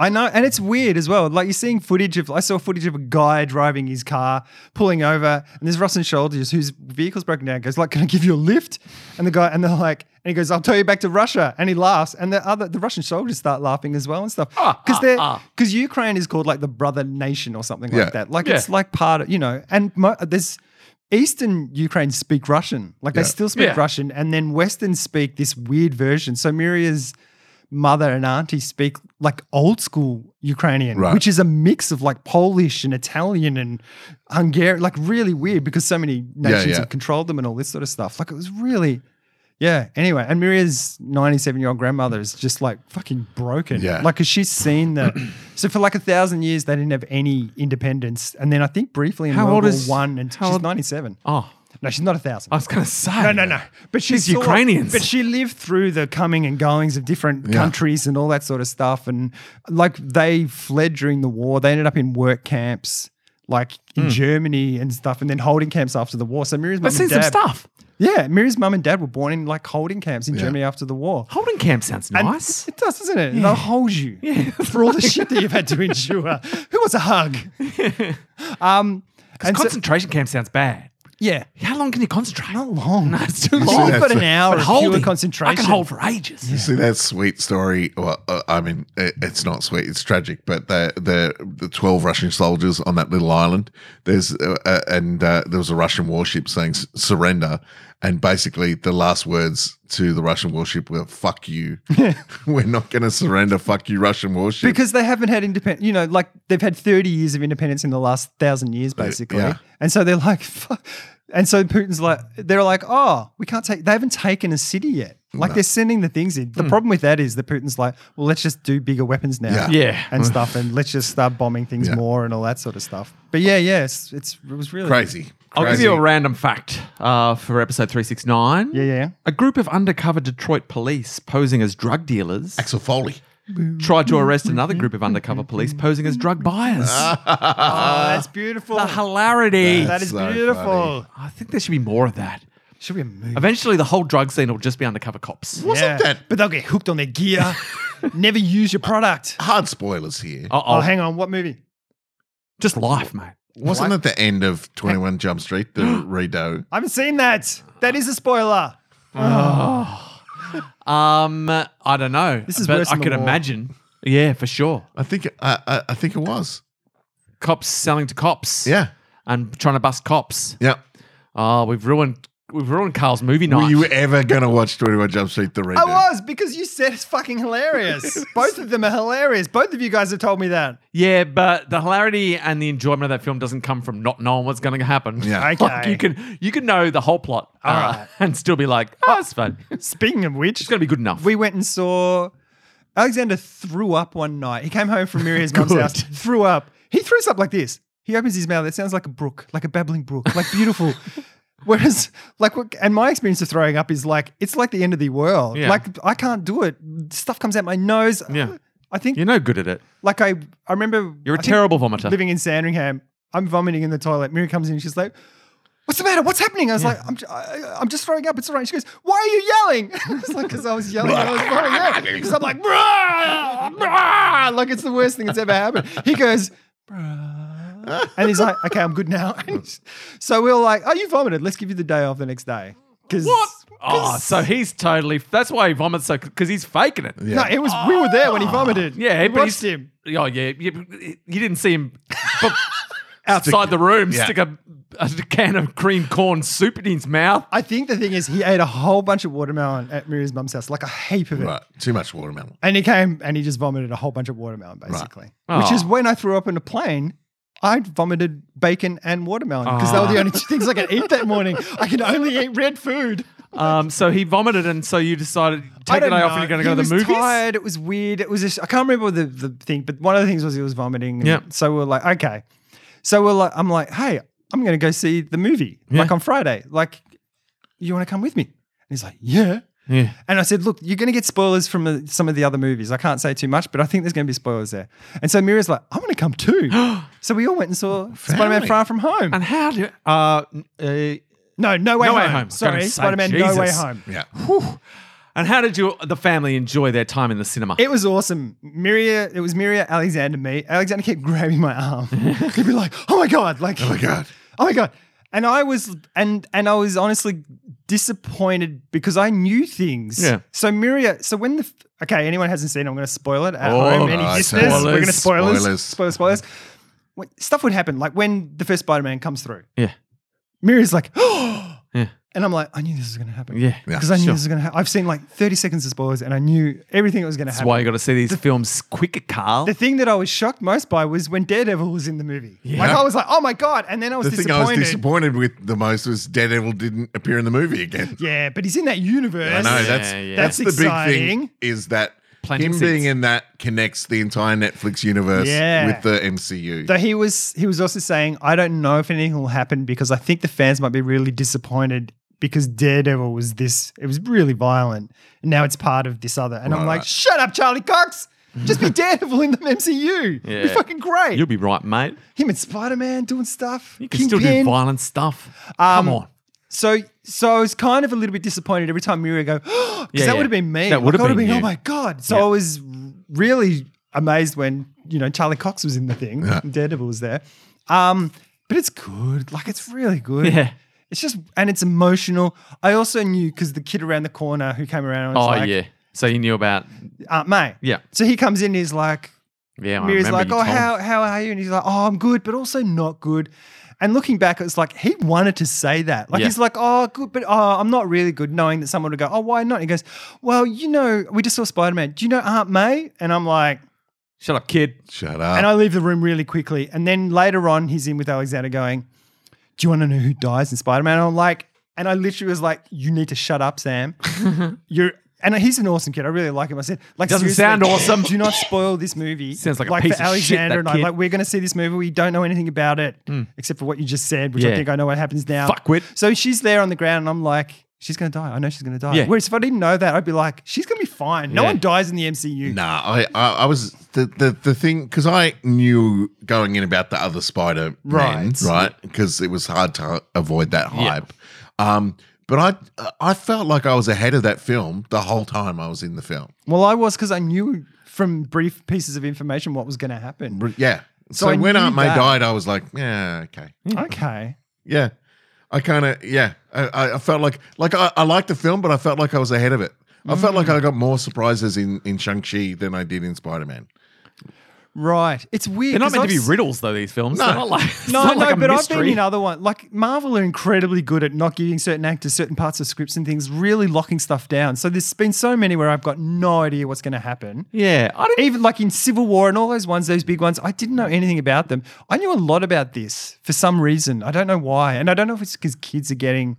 Speaker 5: I know, and it's weird as well. Like you're seeing footage of I saw footage of a guy driving his car, pulling over, and there's Ross and Shoulders whose vehicle's broken down, goes, like, Can I give you a lift? And the guy and they're like, and he goes, I'll tow you back to Russia. And he laughs. And the other the Russian soldiers start laughing as well and stuff.
Speaker 6: Ah,
Speaker 5: Because they're because Ukraine is called like the brother nation or something
Speaker 1: Yeah.
Speaker 5: like that. Like
Speaker 6: Yeah.
Speaker 5: it's like part of you know, and mo- there's Eastern Ukraine speak Russian. Like
Speaker 1: Yeah.
Speaker 5: they still speak
Speaker 6: Yeah.
Speaker 5: Russian, and then Western speak this weird version. So Miria's mother and auntie speak like old school Ukrainian,
Speaker 1: Right.
Speaker 5: which is a mix of like Polish and Italian and Hungarian, like really weird because so many nations
Speaker 1: yeah.
Speaker 5: have controlled them and all this sort of stuff. Like it was really, yeah. Anyway, and Miria's 97 year old grandmother is just like fucking broken.
Speaker 1: Yeah.
Speaker 5: Like, cause she's seen that. so for like a thousand years, they didn't have any independence. And then I think briefly in
Speaker 6: How
Speaker 5: World
Speaker 6: old
Speaker 5: War
Speaker 6: is-
Speaker 5: One and
Speaker 6: how
Speaker 5: she's
Speaker 6: old-
Speaker 5: 97.
Speaker 6: Oh,
Speaker 5: No, she's not a thousand.
Speaker 6: I was going to say.
Speaker 5: No, no, no. But she's
Speaker 6: These Ukrainians.
Speaker 5: But she lived through the coming and goings of different countries and all that sort of stuff. And like they fled during the war. They ended up in work camps, like in Germany and stuff, and then holding camps after the war. So Miriam's mum
Speaker 6: I've Hmm. seen
Speaker 5: and
Speaker 6: some
Speaker 5: dad.
Speaker 6: stuff.
Speaker 5: Yeah, Miriam's mum and dad were born in like holding camps in Germany after the war.
Speaker 6: Holding camp sounds
Speaker 5: And
Speaker 6: nice.
Speaker 5: It does, doesn't it? They'll hold you
Speaker 6: Yeah.
Speaker 5: for all the shit that you've had to endure. Who wants a hug? um, and so-
Speaker 6: Concentration camp sounds bad.
Speaker 5: yeah.
Speaker 6: How long can you concentrate?
Speaker 5: Not long.
Speaker 6: No, it's too
Speaker 5: You've
Speaker 6: long.
Speaker 5: got an
Speaker 1: But
Speaker 5: hour
Speaker 6: But
Speaker 5: of pure
Speaker 6: holding, I
Speaker 5: concentration.
Speaker 6: can hold for ages.
Speaker 1: You see that sweet story? Well, uh, I mean, it, it's not sweet; it's tragic. But the the the twelve Russian soldiers on that little island. There's uh, uh, and uh, there was a Russian warship saying "S- surrender, and basically the last words to the Russian warship were "fuck you." We're not going to surrender. Fuck you, Russian warship.
Speaker 5: Because they haven't had independence, you know, like they've had 30 years of independence in the last thousand years, basically.
Speaker 1: yeah.
Speaker 5: And so they're like, fuck. And so Putin's like, they're like, oh, we can't take, they haven't taken a city yet. Like they're sending the things in. The
Speaker 6: Hmm.
Speaker 5: problem with that is that Putin's like, well, let's just do bigger weapons now.
Speaker 1: Yeah.
Speaker 6: Yeah.
Speaker 5: And stuff. And let's just start bombing things
Speaker 1: Yeah.
Speaker 5: more and all that sort of stuff. But yeah, yeah, it's, it's it was really
Speaker 1: crazy.
Speaker 6: I'll give
Speaker 1: Crazy.
Speaker 6: you a random fact uh, for episode 369.
Speaker 5: Yeah, yeah.
Speaker 6: A group of undercover Detroit police posing as drug dealers
Speaker 1: Axel Foley.
Speaker 6: tried to arrest another group of undercover police posing as drug buyers.
Speaker 5: Oh, that's beautiful.
Speaker 6: Ah. the hilarity.
Speaker 5: That is
Speaker 1: So funny.
Speaker 5: beautiful.
Speaker 6: I think there should be more of that.
Speaker 5: Should we move?
Speaker 6: Eventually, the whole drug scene will just be undercover cops.
Speaker 1: Wasn't
Speaker 5: Yeah.
Speaker 1: that
Speaker 5: But they'll get hooked on their gear. Never use your product.
Speaker 1: hard spoilers here?
Speaker 6: Uh
Speaker 5: Oh,
Speaker 6: oh.
Speaker 5: hang on. What movie?
Speaker 6: Just life, mate.
Speaker 1: Wasn't it the end of Twenty One Jump Street? The redo.
Speaker 5: I haven't seen that. That is a spoiler.
Speaker 6: Um, I don't know.
Speaker 5: This is
Speaker 6: but
Speaker 5: worse
Speaker 6: I
Speaker 5: than the
Speaker 6: could
Speaker 5: war.
Speaker 6: imagine. Yeah, for sure.
Speaker 1: I think I, I, I think it was.
Speaker 6: Cops selling to cops.
Speaker 1: Yeah.
Speaker 6: And trying to bust cops.
Speaker 1: Yeah.
Speaker 6: Oh, we've ruined we've ruined Carl's movie night.
Speaker 1: Were you ever gonna watch 21 Jump Street the redo?
Speaker 5: I was because you said it's fucking hilarious. Both of them are hilarious. Both of you guys have told me that.
Speaker 6: yeah, but the hilarity and the enjoyment of that film doesn't come from not knowing what's going to happen.
Speaker 1: Yeah.
Speaker 5: Okay.
Speaker 6: Like, you can you can know the whole plot uh,
Speaker 5: right.
Speaker 6: and still be like, oh, it's fun. It's
Speaker 5: Speaking of which,
Speaker 6: going to be good enough.
Speaker 5: we went and saw Alexander threw up one night. He came home from Miriam's mum's
Speaker 6: Good.
Speaker 5: house, threw up. He throws up like this. He opens his mouth. It sounds like a brook, like a babbling brook, like beautiful. Whereas, like, what- and my experience of throwing up is like it's like the end of the world.
Speaker 6: Yeah.
Speaker 5: Like I can't do it. Stuff comes out my nose.
Speaker 6: Yeah.
Speaker 5: I think
Speaker 6: You're no good at it.
Speaker 5: like I I remember
Speaker 6: You're a
Speaker 5: I think
Speaker 6: terrible vomiter.
Speaker 5: living in Sandringham. I'm vomiting in the toilet. Mira comes in. She's like, "What's the matter? What's happening?" I was like, "I'm, ju- I, I'm just throwing up. It's all right." She goes, "Why are you yelling?" I was like, "Because I was yelling. and I was throwing up." Because I'm like, "Bruh, bruh," like it's the worst thing that's ever happened. He goes, "Bruh," and he's like, "Okay, I'm good now." And so we were like, "Oh, you vomited. Let's give you the day off the next day." Because
Speaker 6: What? Oh, so he's totally. That's why he vomits so because he's faking it.
Speaker 5: no, it was we were there when he vomited.
Speaker 6: Ah. Yeah,
Speaker 5: we
Speaker 6: but
Speaker 5: watched
Speaker 6: he's-
Speaker 5: him.
Speaker 6: Oh yeah, you, you didn't see him b- outside the room
Speaker 1: Yeah.
Speaker 6: stick a, a can of cream corn soup in his mouth.
Speaker 5: I think the thing is, he ate a whole bunch of watermelon at Mira's mum's house, like a heap of it.
Speaker 1: Right. Too much watermelon.
Speaker 5: And he came and he just vomited a whole bunch of watermelon, basically. Which
Speaker 6: Aw.
Speaker 5: is when I threw up in a plane. I vomited bacon and watermelon because they were the only two things I could eat that morning. I could only eat red food.
Speaker 6: Um, so he vomited, and so you decided
Speaker 5: I
Speaker 6: take
Speaker 5: don't
Speaker 6: the day off
Speaker 5: know.
Speaker 6: and you're going
Speaker 5: He
Speaker 6: to go to
Speaker 5: was
Speaker 6: the movies.
Speaker 5: Tired. It was weird. It was. Just, I can't remember the, the thing, but one of the things was he was vomiting.
Speaker 6: Yeah.
Speaker 5: So we are like, okay. So we're like, I'm like, hey, I'm going to go see the movie like on Friday. Like, you want to come with me? And he's like, yeah.
Speaker 6: Yeah.
Speaker 5: And I said, look, you're going to get spoilers from uh, some of the other movies. I can't say too much, but I think there's going to be spoilers there. And so Mira's like, I'm going to come too. so we all went and saw Spider Man Far From Home.
Speaker 6: And how do uh, uh,
Speaker 5: No, no way
Speaker 6: No
Speaker 5: home.
Speaker 6: Way Home.
Speaker 5: Sorry,
Speaker 6: Gotta say,
Speaker 5: Spider-Man. No way
Speaker 6: Jesus.
Speaker 5: home.
Speaker 1: Yeah.
Speaker 6: Whew. And how did you, the family, enjoy their time in the cinema?
Speaker 5: It was awesome. Miria, it was Miria, Alexander, me. Alexander kept grabbing my arm. He'd be like, "Oh my god!" Like,
Speaker 1: Oh my god.
Speaker 5: oh my god and i was and and i was honestly disappointed because i knew things
Speaker 6: Yeah.
Speaker 5: so miria so when the f- okay anyone hasn't seen it, i'm going to spoil it at
Speaker 6: Oh,
Speaker 5: home any
Speaker 1: I
Speaker 5: listeners
Speaker 1: see.
Speaker 5: we're going to spoilers
Speaker 1: Spoilers.
Speaker 5: spoilers spoilers, spoilers. When, stuff would happen like when the first spider-man comes through
Speaker 6: Yeah.
Speaker 5: miria's like oh
Speaker 6: Yeah.
Speaker 5: and i'm like i knew this was going to happen
Speaker 6: yeah.
Speaker 1: Yeah.
Speaker 5: because i knew
Speaker 6: sure.
Speaker 5: this was going to happen i've seen like 30 seconds of spoilers and i knew everything that was going to
Speaker 6: That's
Speaker 5: happen
Speaker 6: why you got to see these films quicker, Carl.
Speaker 5: the thing that I was shocked most by was when Daredevil was in the movie. Like I was like, "Oh my god!" And then I was
Speaker 1: The thing I
Speaker 5: disappointed.
Speaker 1: was disappointed with the most was Daredevil didn't appear in the movie again.
Speaker 5: Yeah, but he's in that universe.
Speaker 1: I know
Speaker 6: that-
Speaker 1: that's
Speaker 6: Yeah, yeah.
Speaker 1: that's,
Speaker 5: That's
Speaker 1: the big
Speaker 5: exciting.
Speaker 1: thing is that
Speaker 6: Planting
Speaker 1: him
Speaker 6: seeds.
Speaker 1: being in that connects the entire Netflix universe
Speaker 5: Yeah.
Speaker 1: with the MCU.
Speaker 5: Though he was he was also saying, I don't know if anything will happen because I think the fans might be really disappointed because Daredevil was this it was really violent. And now it's part of this other. And I'm
Speaker 1: Right.
Speaker 5: like, shut up, Charlie Cox. Just be Daredevil in the MCU. Yeah. It'd
Speaker 6: Yeah.
Speaker 5: be fucking great.
Speaker 6: You'll be right, mate.
Speaker 5: Him and Spider-Man doing stuff.
Speaker 6: You can still do
Speaker 5: Kingpin.
Speaker 6: violent stuff.
Speaker 5: Um,
Speaker 6: Come on.
Speaker 5: So so I was kind of a little bit disappointed every time Miria go, because
Speaker 6: Yeah,
Speaker 5: that
Speaker 6: yeah.
Speaker 5: would have been me.
Speaker 6: That would have
Speaker 5: I would've
Speaker 6: been you.
Speaker 5: oh my god. So
Speaker 6: Yeah.
Speaker 5: I was really amazed when you know Charlie Cox was in the thing,
Speaker 1: Yeah.
Speaker 5: and Daredevil was there. Um, but it's good. Like it's really good.
Speaker 6: Yeah.
Speaker 5: It's just and it's emotional. I also knew because the kid around the corner who came around. I
Speaker 6: Oh
Speaker 5: Was like,
Speaker 6: yeah. So you knew about
Speaker 5: Aunt May.
Speaker 6: yeah.
Speaker 5: So he comes in. He's like,
Speaker 6: Yeah. I
Speaker 5: Mira's
Speaker 6: remember
Speaker 5: like,
Speaker 6: you
Speaker 5: oh,
Speaker 6: told-
Speaker 5: how, how are you? And he's like, oh, I'm good, but also not good. And looking back, it's like he wanted to say that. Like
Speaker 6: Yeah.
Speaker 5: he's like, oh, good, but oh, I'm not really good, knowing that someone would go, oh, why not? He goes, well, you know, we just saw Spider Man. Do you know Aunt May? And I'm like,
Speaker 6: Shut up, kid.
Speaker 1: Shut
Speaker 5: and
Speaker 1: up.
Speaker 5: I leave the room really quickly. And then later on, he's in with Alexander going, do you want to know who dies in Spider Man? And I'm like, and I literally was like, you need to shut up, Sam. You're. And he's an awesome kid. I really like him. I said, like,
Speaker 6: Doesn't
Speaker 5: seriously,
Speaker 6: sound awesome.
Speaker 5: Do not spoil this movie.
Speaker 6: Sounds like a
Speaker 5: like
Speaker 6: piece
Speaker 5: for
Speaker 6: of shit,
Speaker 5: Alexander
Speaker 6: that
Speaker 5: and I.
Speaker 6: kid. Hmm.
Speaker 5: Like, we're going to see this movie. We don't know anything about it except for what you just said, which I
Speaker 6: Yeah.
Speaker 5: think I know what happens now.
Speaker 6: Fuckwit.
Speaker 5: So she's there on the ground, and I'm like, she's going to die. I know she's going to die.
Speaker 6: Yeah.
Speaker 5: Whereas if I didn't know that, I'd be like, she's going to be fine. No
Speaker 6: Yeah.
Speaker 5: one dies in the MCU.
Speaker 1: Nah, I, I, I was the, the, the thing because I knew going in about the other Spider Man,
Speaker 5: Right.
Speaker 1: right? Because it was hard to avoid that hype. Um, but I I felt like I was ahead of that film the whole time I was in the film.
Speaker 5: Well, I was because I knew from brief pieces of information what was going to happen.
Speaker 1: But yeah. So,
Speaker 5: So I
Speaker 1: when
Speaker 5: knew
Speaker 1: Aunt May
Speaker 5: that.
Speaker 1: died, I was like, yeah, okay.
Speaker 5: Okay.
Speaker 1: Yeah. I kind of, yeah. I- I, I felt like, like I, I liked the film, but I felt like I was ahead of it. I felt
Speaker 5: Mm.
Speaker 1: like I got more surprises in, in Shang-Chi than I did in Spider-Man.
Speaker 5: Right. It's weird.
Speaker 6: They're not
Speaker 5: 'cause
Speaker 6: meant
Speaker 5: I've
Speaker 6: to be
Speaker 5: s-
Speaker 6: riddles though. These films.
Speaker 1: No.
Speaker 6: They're not like, it's
Speaker 5: No,
Speaker 6: not
Speaker 5: no,
Speaker 6: like a
Speaker 5: but I've
Speaker 6: mystery.
Speaker 5: been in other ones. Like Marvel are incredibly good at not giving certain actors certain parts of scripts and things, really locking stuff down. So there's been so many where I've got no idea what's going to happen.
Speaker 6: yeah, I didn't.
Speaker 5: Even like in Civil War and all those ones, those big ones, I didn't know anything about them. I knew a lot about this for some reason. I don't know why. And I don't know if it's because kids are getting.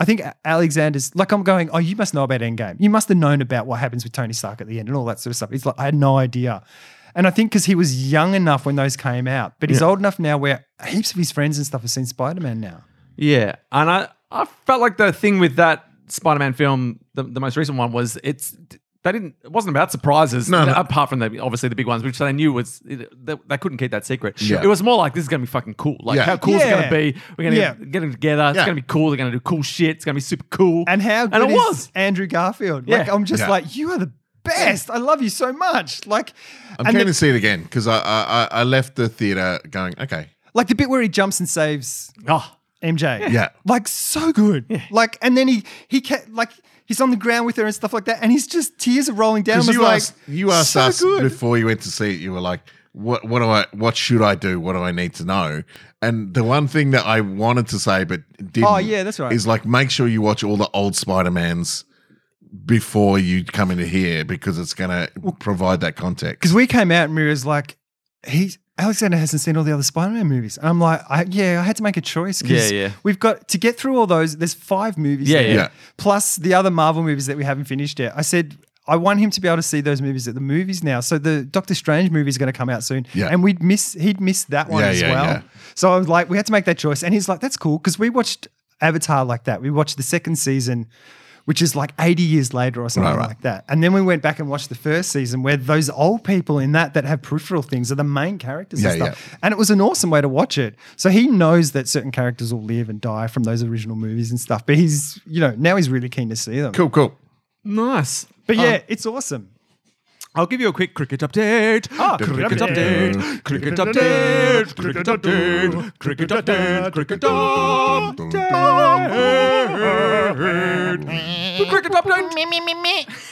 Speaker 5: I think Alexander's like, I'm going, oh, you must know about Endgame. You must have known about what happens with Tony Stark at the end and all that sort of stuff. He's like, I had no idea. And I think because he was young enough when those came out, but he's old enough now where heaps of his friends and stuff have seen Spider Man now.
Speaker 6: Yeah, and I I felt like the thing with that Spider-Man film, the, the most recent one, was it's they didn't it wasn't about surprises.
Speaker 1: No, no.
Speaker 6: apart from the obviously the big ones, which they knew was they, they couldn't keep that secret.
Speaker 1: Sure.
Speaker 6: It was more like this is gonna be fucking cool. Like
Speaker 1: Yeah.
Speaker 6: how cool is it
Speaker 5: Yeah.
Speaker 6: gonna be? We're gonna
Speaker 5: Yeah.
Speaker 6: get, get it together. It's
Speaker 1: Yeah.
Speaker 6: gonna be cool. They're gonna do cool shit. It's gonna be super cool.
Speaker 5: And how good
Speaker 6: and it
Speaker 5: is
Speaker 6: was.
Speaker 5: Andrew Garfield? Like,
Speaker 6: Yeah.
Speaker 5: I'm just
Speaker 1: Yeah.
Speaker 5: like, you are the best. I love you so much. Like,
Speaker 1: I'm
Speaker 5: and
Speaker 1: keen
Speaker 5: the-
Speaker 1: to see it again because I, I, I- I left the theater going, okay,
Speaker 5: like the bit where he jumps and saves
Speaker 6: Oh,
Speaker 5: MJ.
Speaker 1: Yeah.
Speaker 5: Like so good. Like and then he he ca- like he's on the ground with her and stuff like that and he's just tears are rolling down. I
Speaker 1: because
Speaker 5: was
Speaker 1: you
Speaker 5: like
Speaker 1: asked you asked
Speaker 5: so
Speaker 1: us
Speaker 5: good.
Speaker 1: before you went to see it. You were like, what what do I what should I do? What do I need to know? And the one thing that I wanted to say but didn't.
Speaker 5: Oh, yeah, that's right.
Speaker 1: Is like make sure you watch all the old Spider Mans before you come into here because it's gonna provide that context.
Speaker 5: Cuz we came out and Mira's like he Alexander hasn't seen all the other Spider-Man movies. And I'm like, I, yeah, I had to make a choice. 'cause
Speaker 6: Yeah, yeah.
Speaker 5: We've got to get through all those. There's five movies.
Speaker 6: Yeah,
Speaker 5: there,
Speaker 6: yeah.
Speaker 1: Yeah.
Speaker 5: Plus the other Marvel movies that we haven't finished yet. I said I want him to be able to see those movies at the movies now. So the Doctor Strange movie is going to come out soon,
Speaker 1: Yeah.
Speaker 5: and we'd miss he'd miss that one
Speaker 1: Yeah,
Speaker 5: as
Speaker 1: yeah,
Speaker 5: well.
Speaker 1: yeah.
Speaker 5: So I was like, we had to make that choice, and he's like, that's cool because we watched Avatar like that. We watched the second season which is like 80 years later or something
Speaker 1: Right, right.
Speaker 5: like that. And then we went back and watched the first season where those old people in that that have peripheral things are the main characters and
Speaker 1: Yeah,
Speaker 5: stuff. And it was an awesome way to watch it. So he knows that certain characters will live and die from those original movies and stuff. But he's, you know, now he's really keen to see them.
Speaker 1: Cool, cool.
Speaker 6: Nice.
Speaker 5: But
Speaker 6: Um,
Speaker 5: yeah, it's awesome.
Speaker 6: I'll give you a quick cricket update.
Speaker 5: Ah,
Speaker 6: cricket
Speaker 5: cricket
Speaker 6: update. Cricket update. Cricket update. Cricket update. Cricket update. Cricket update.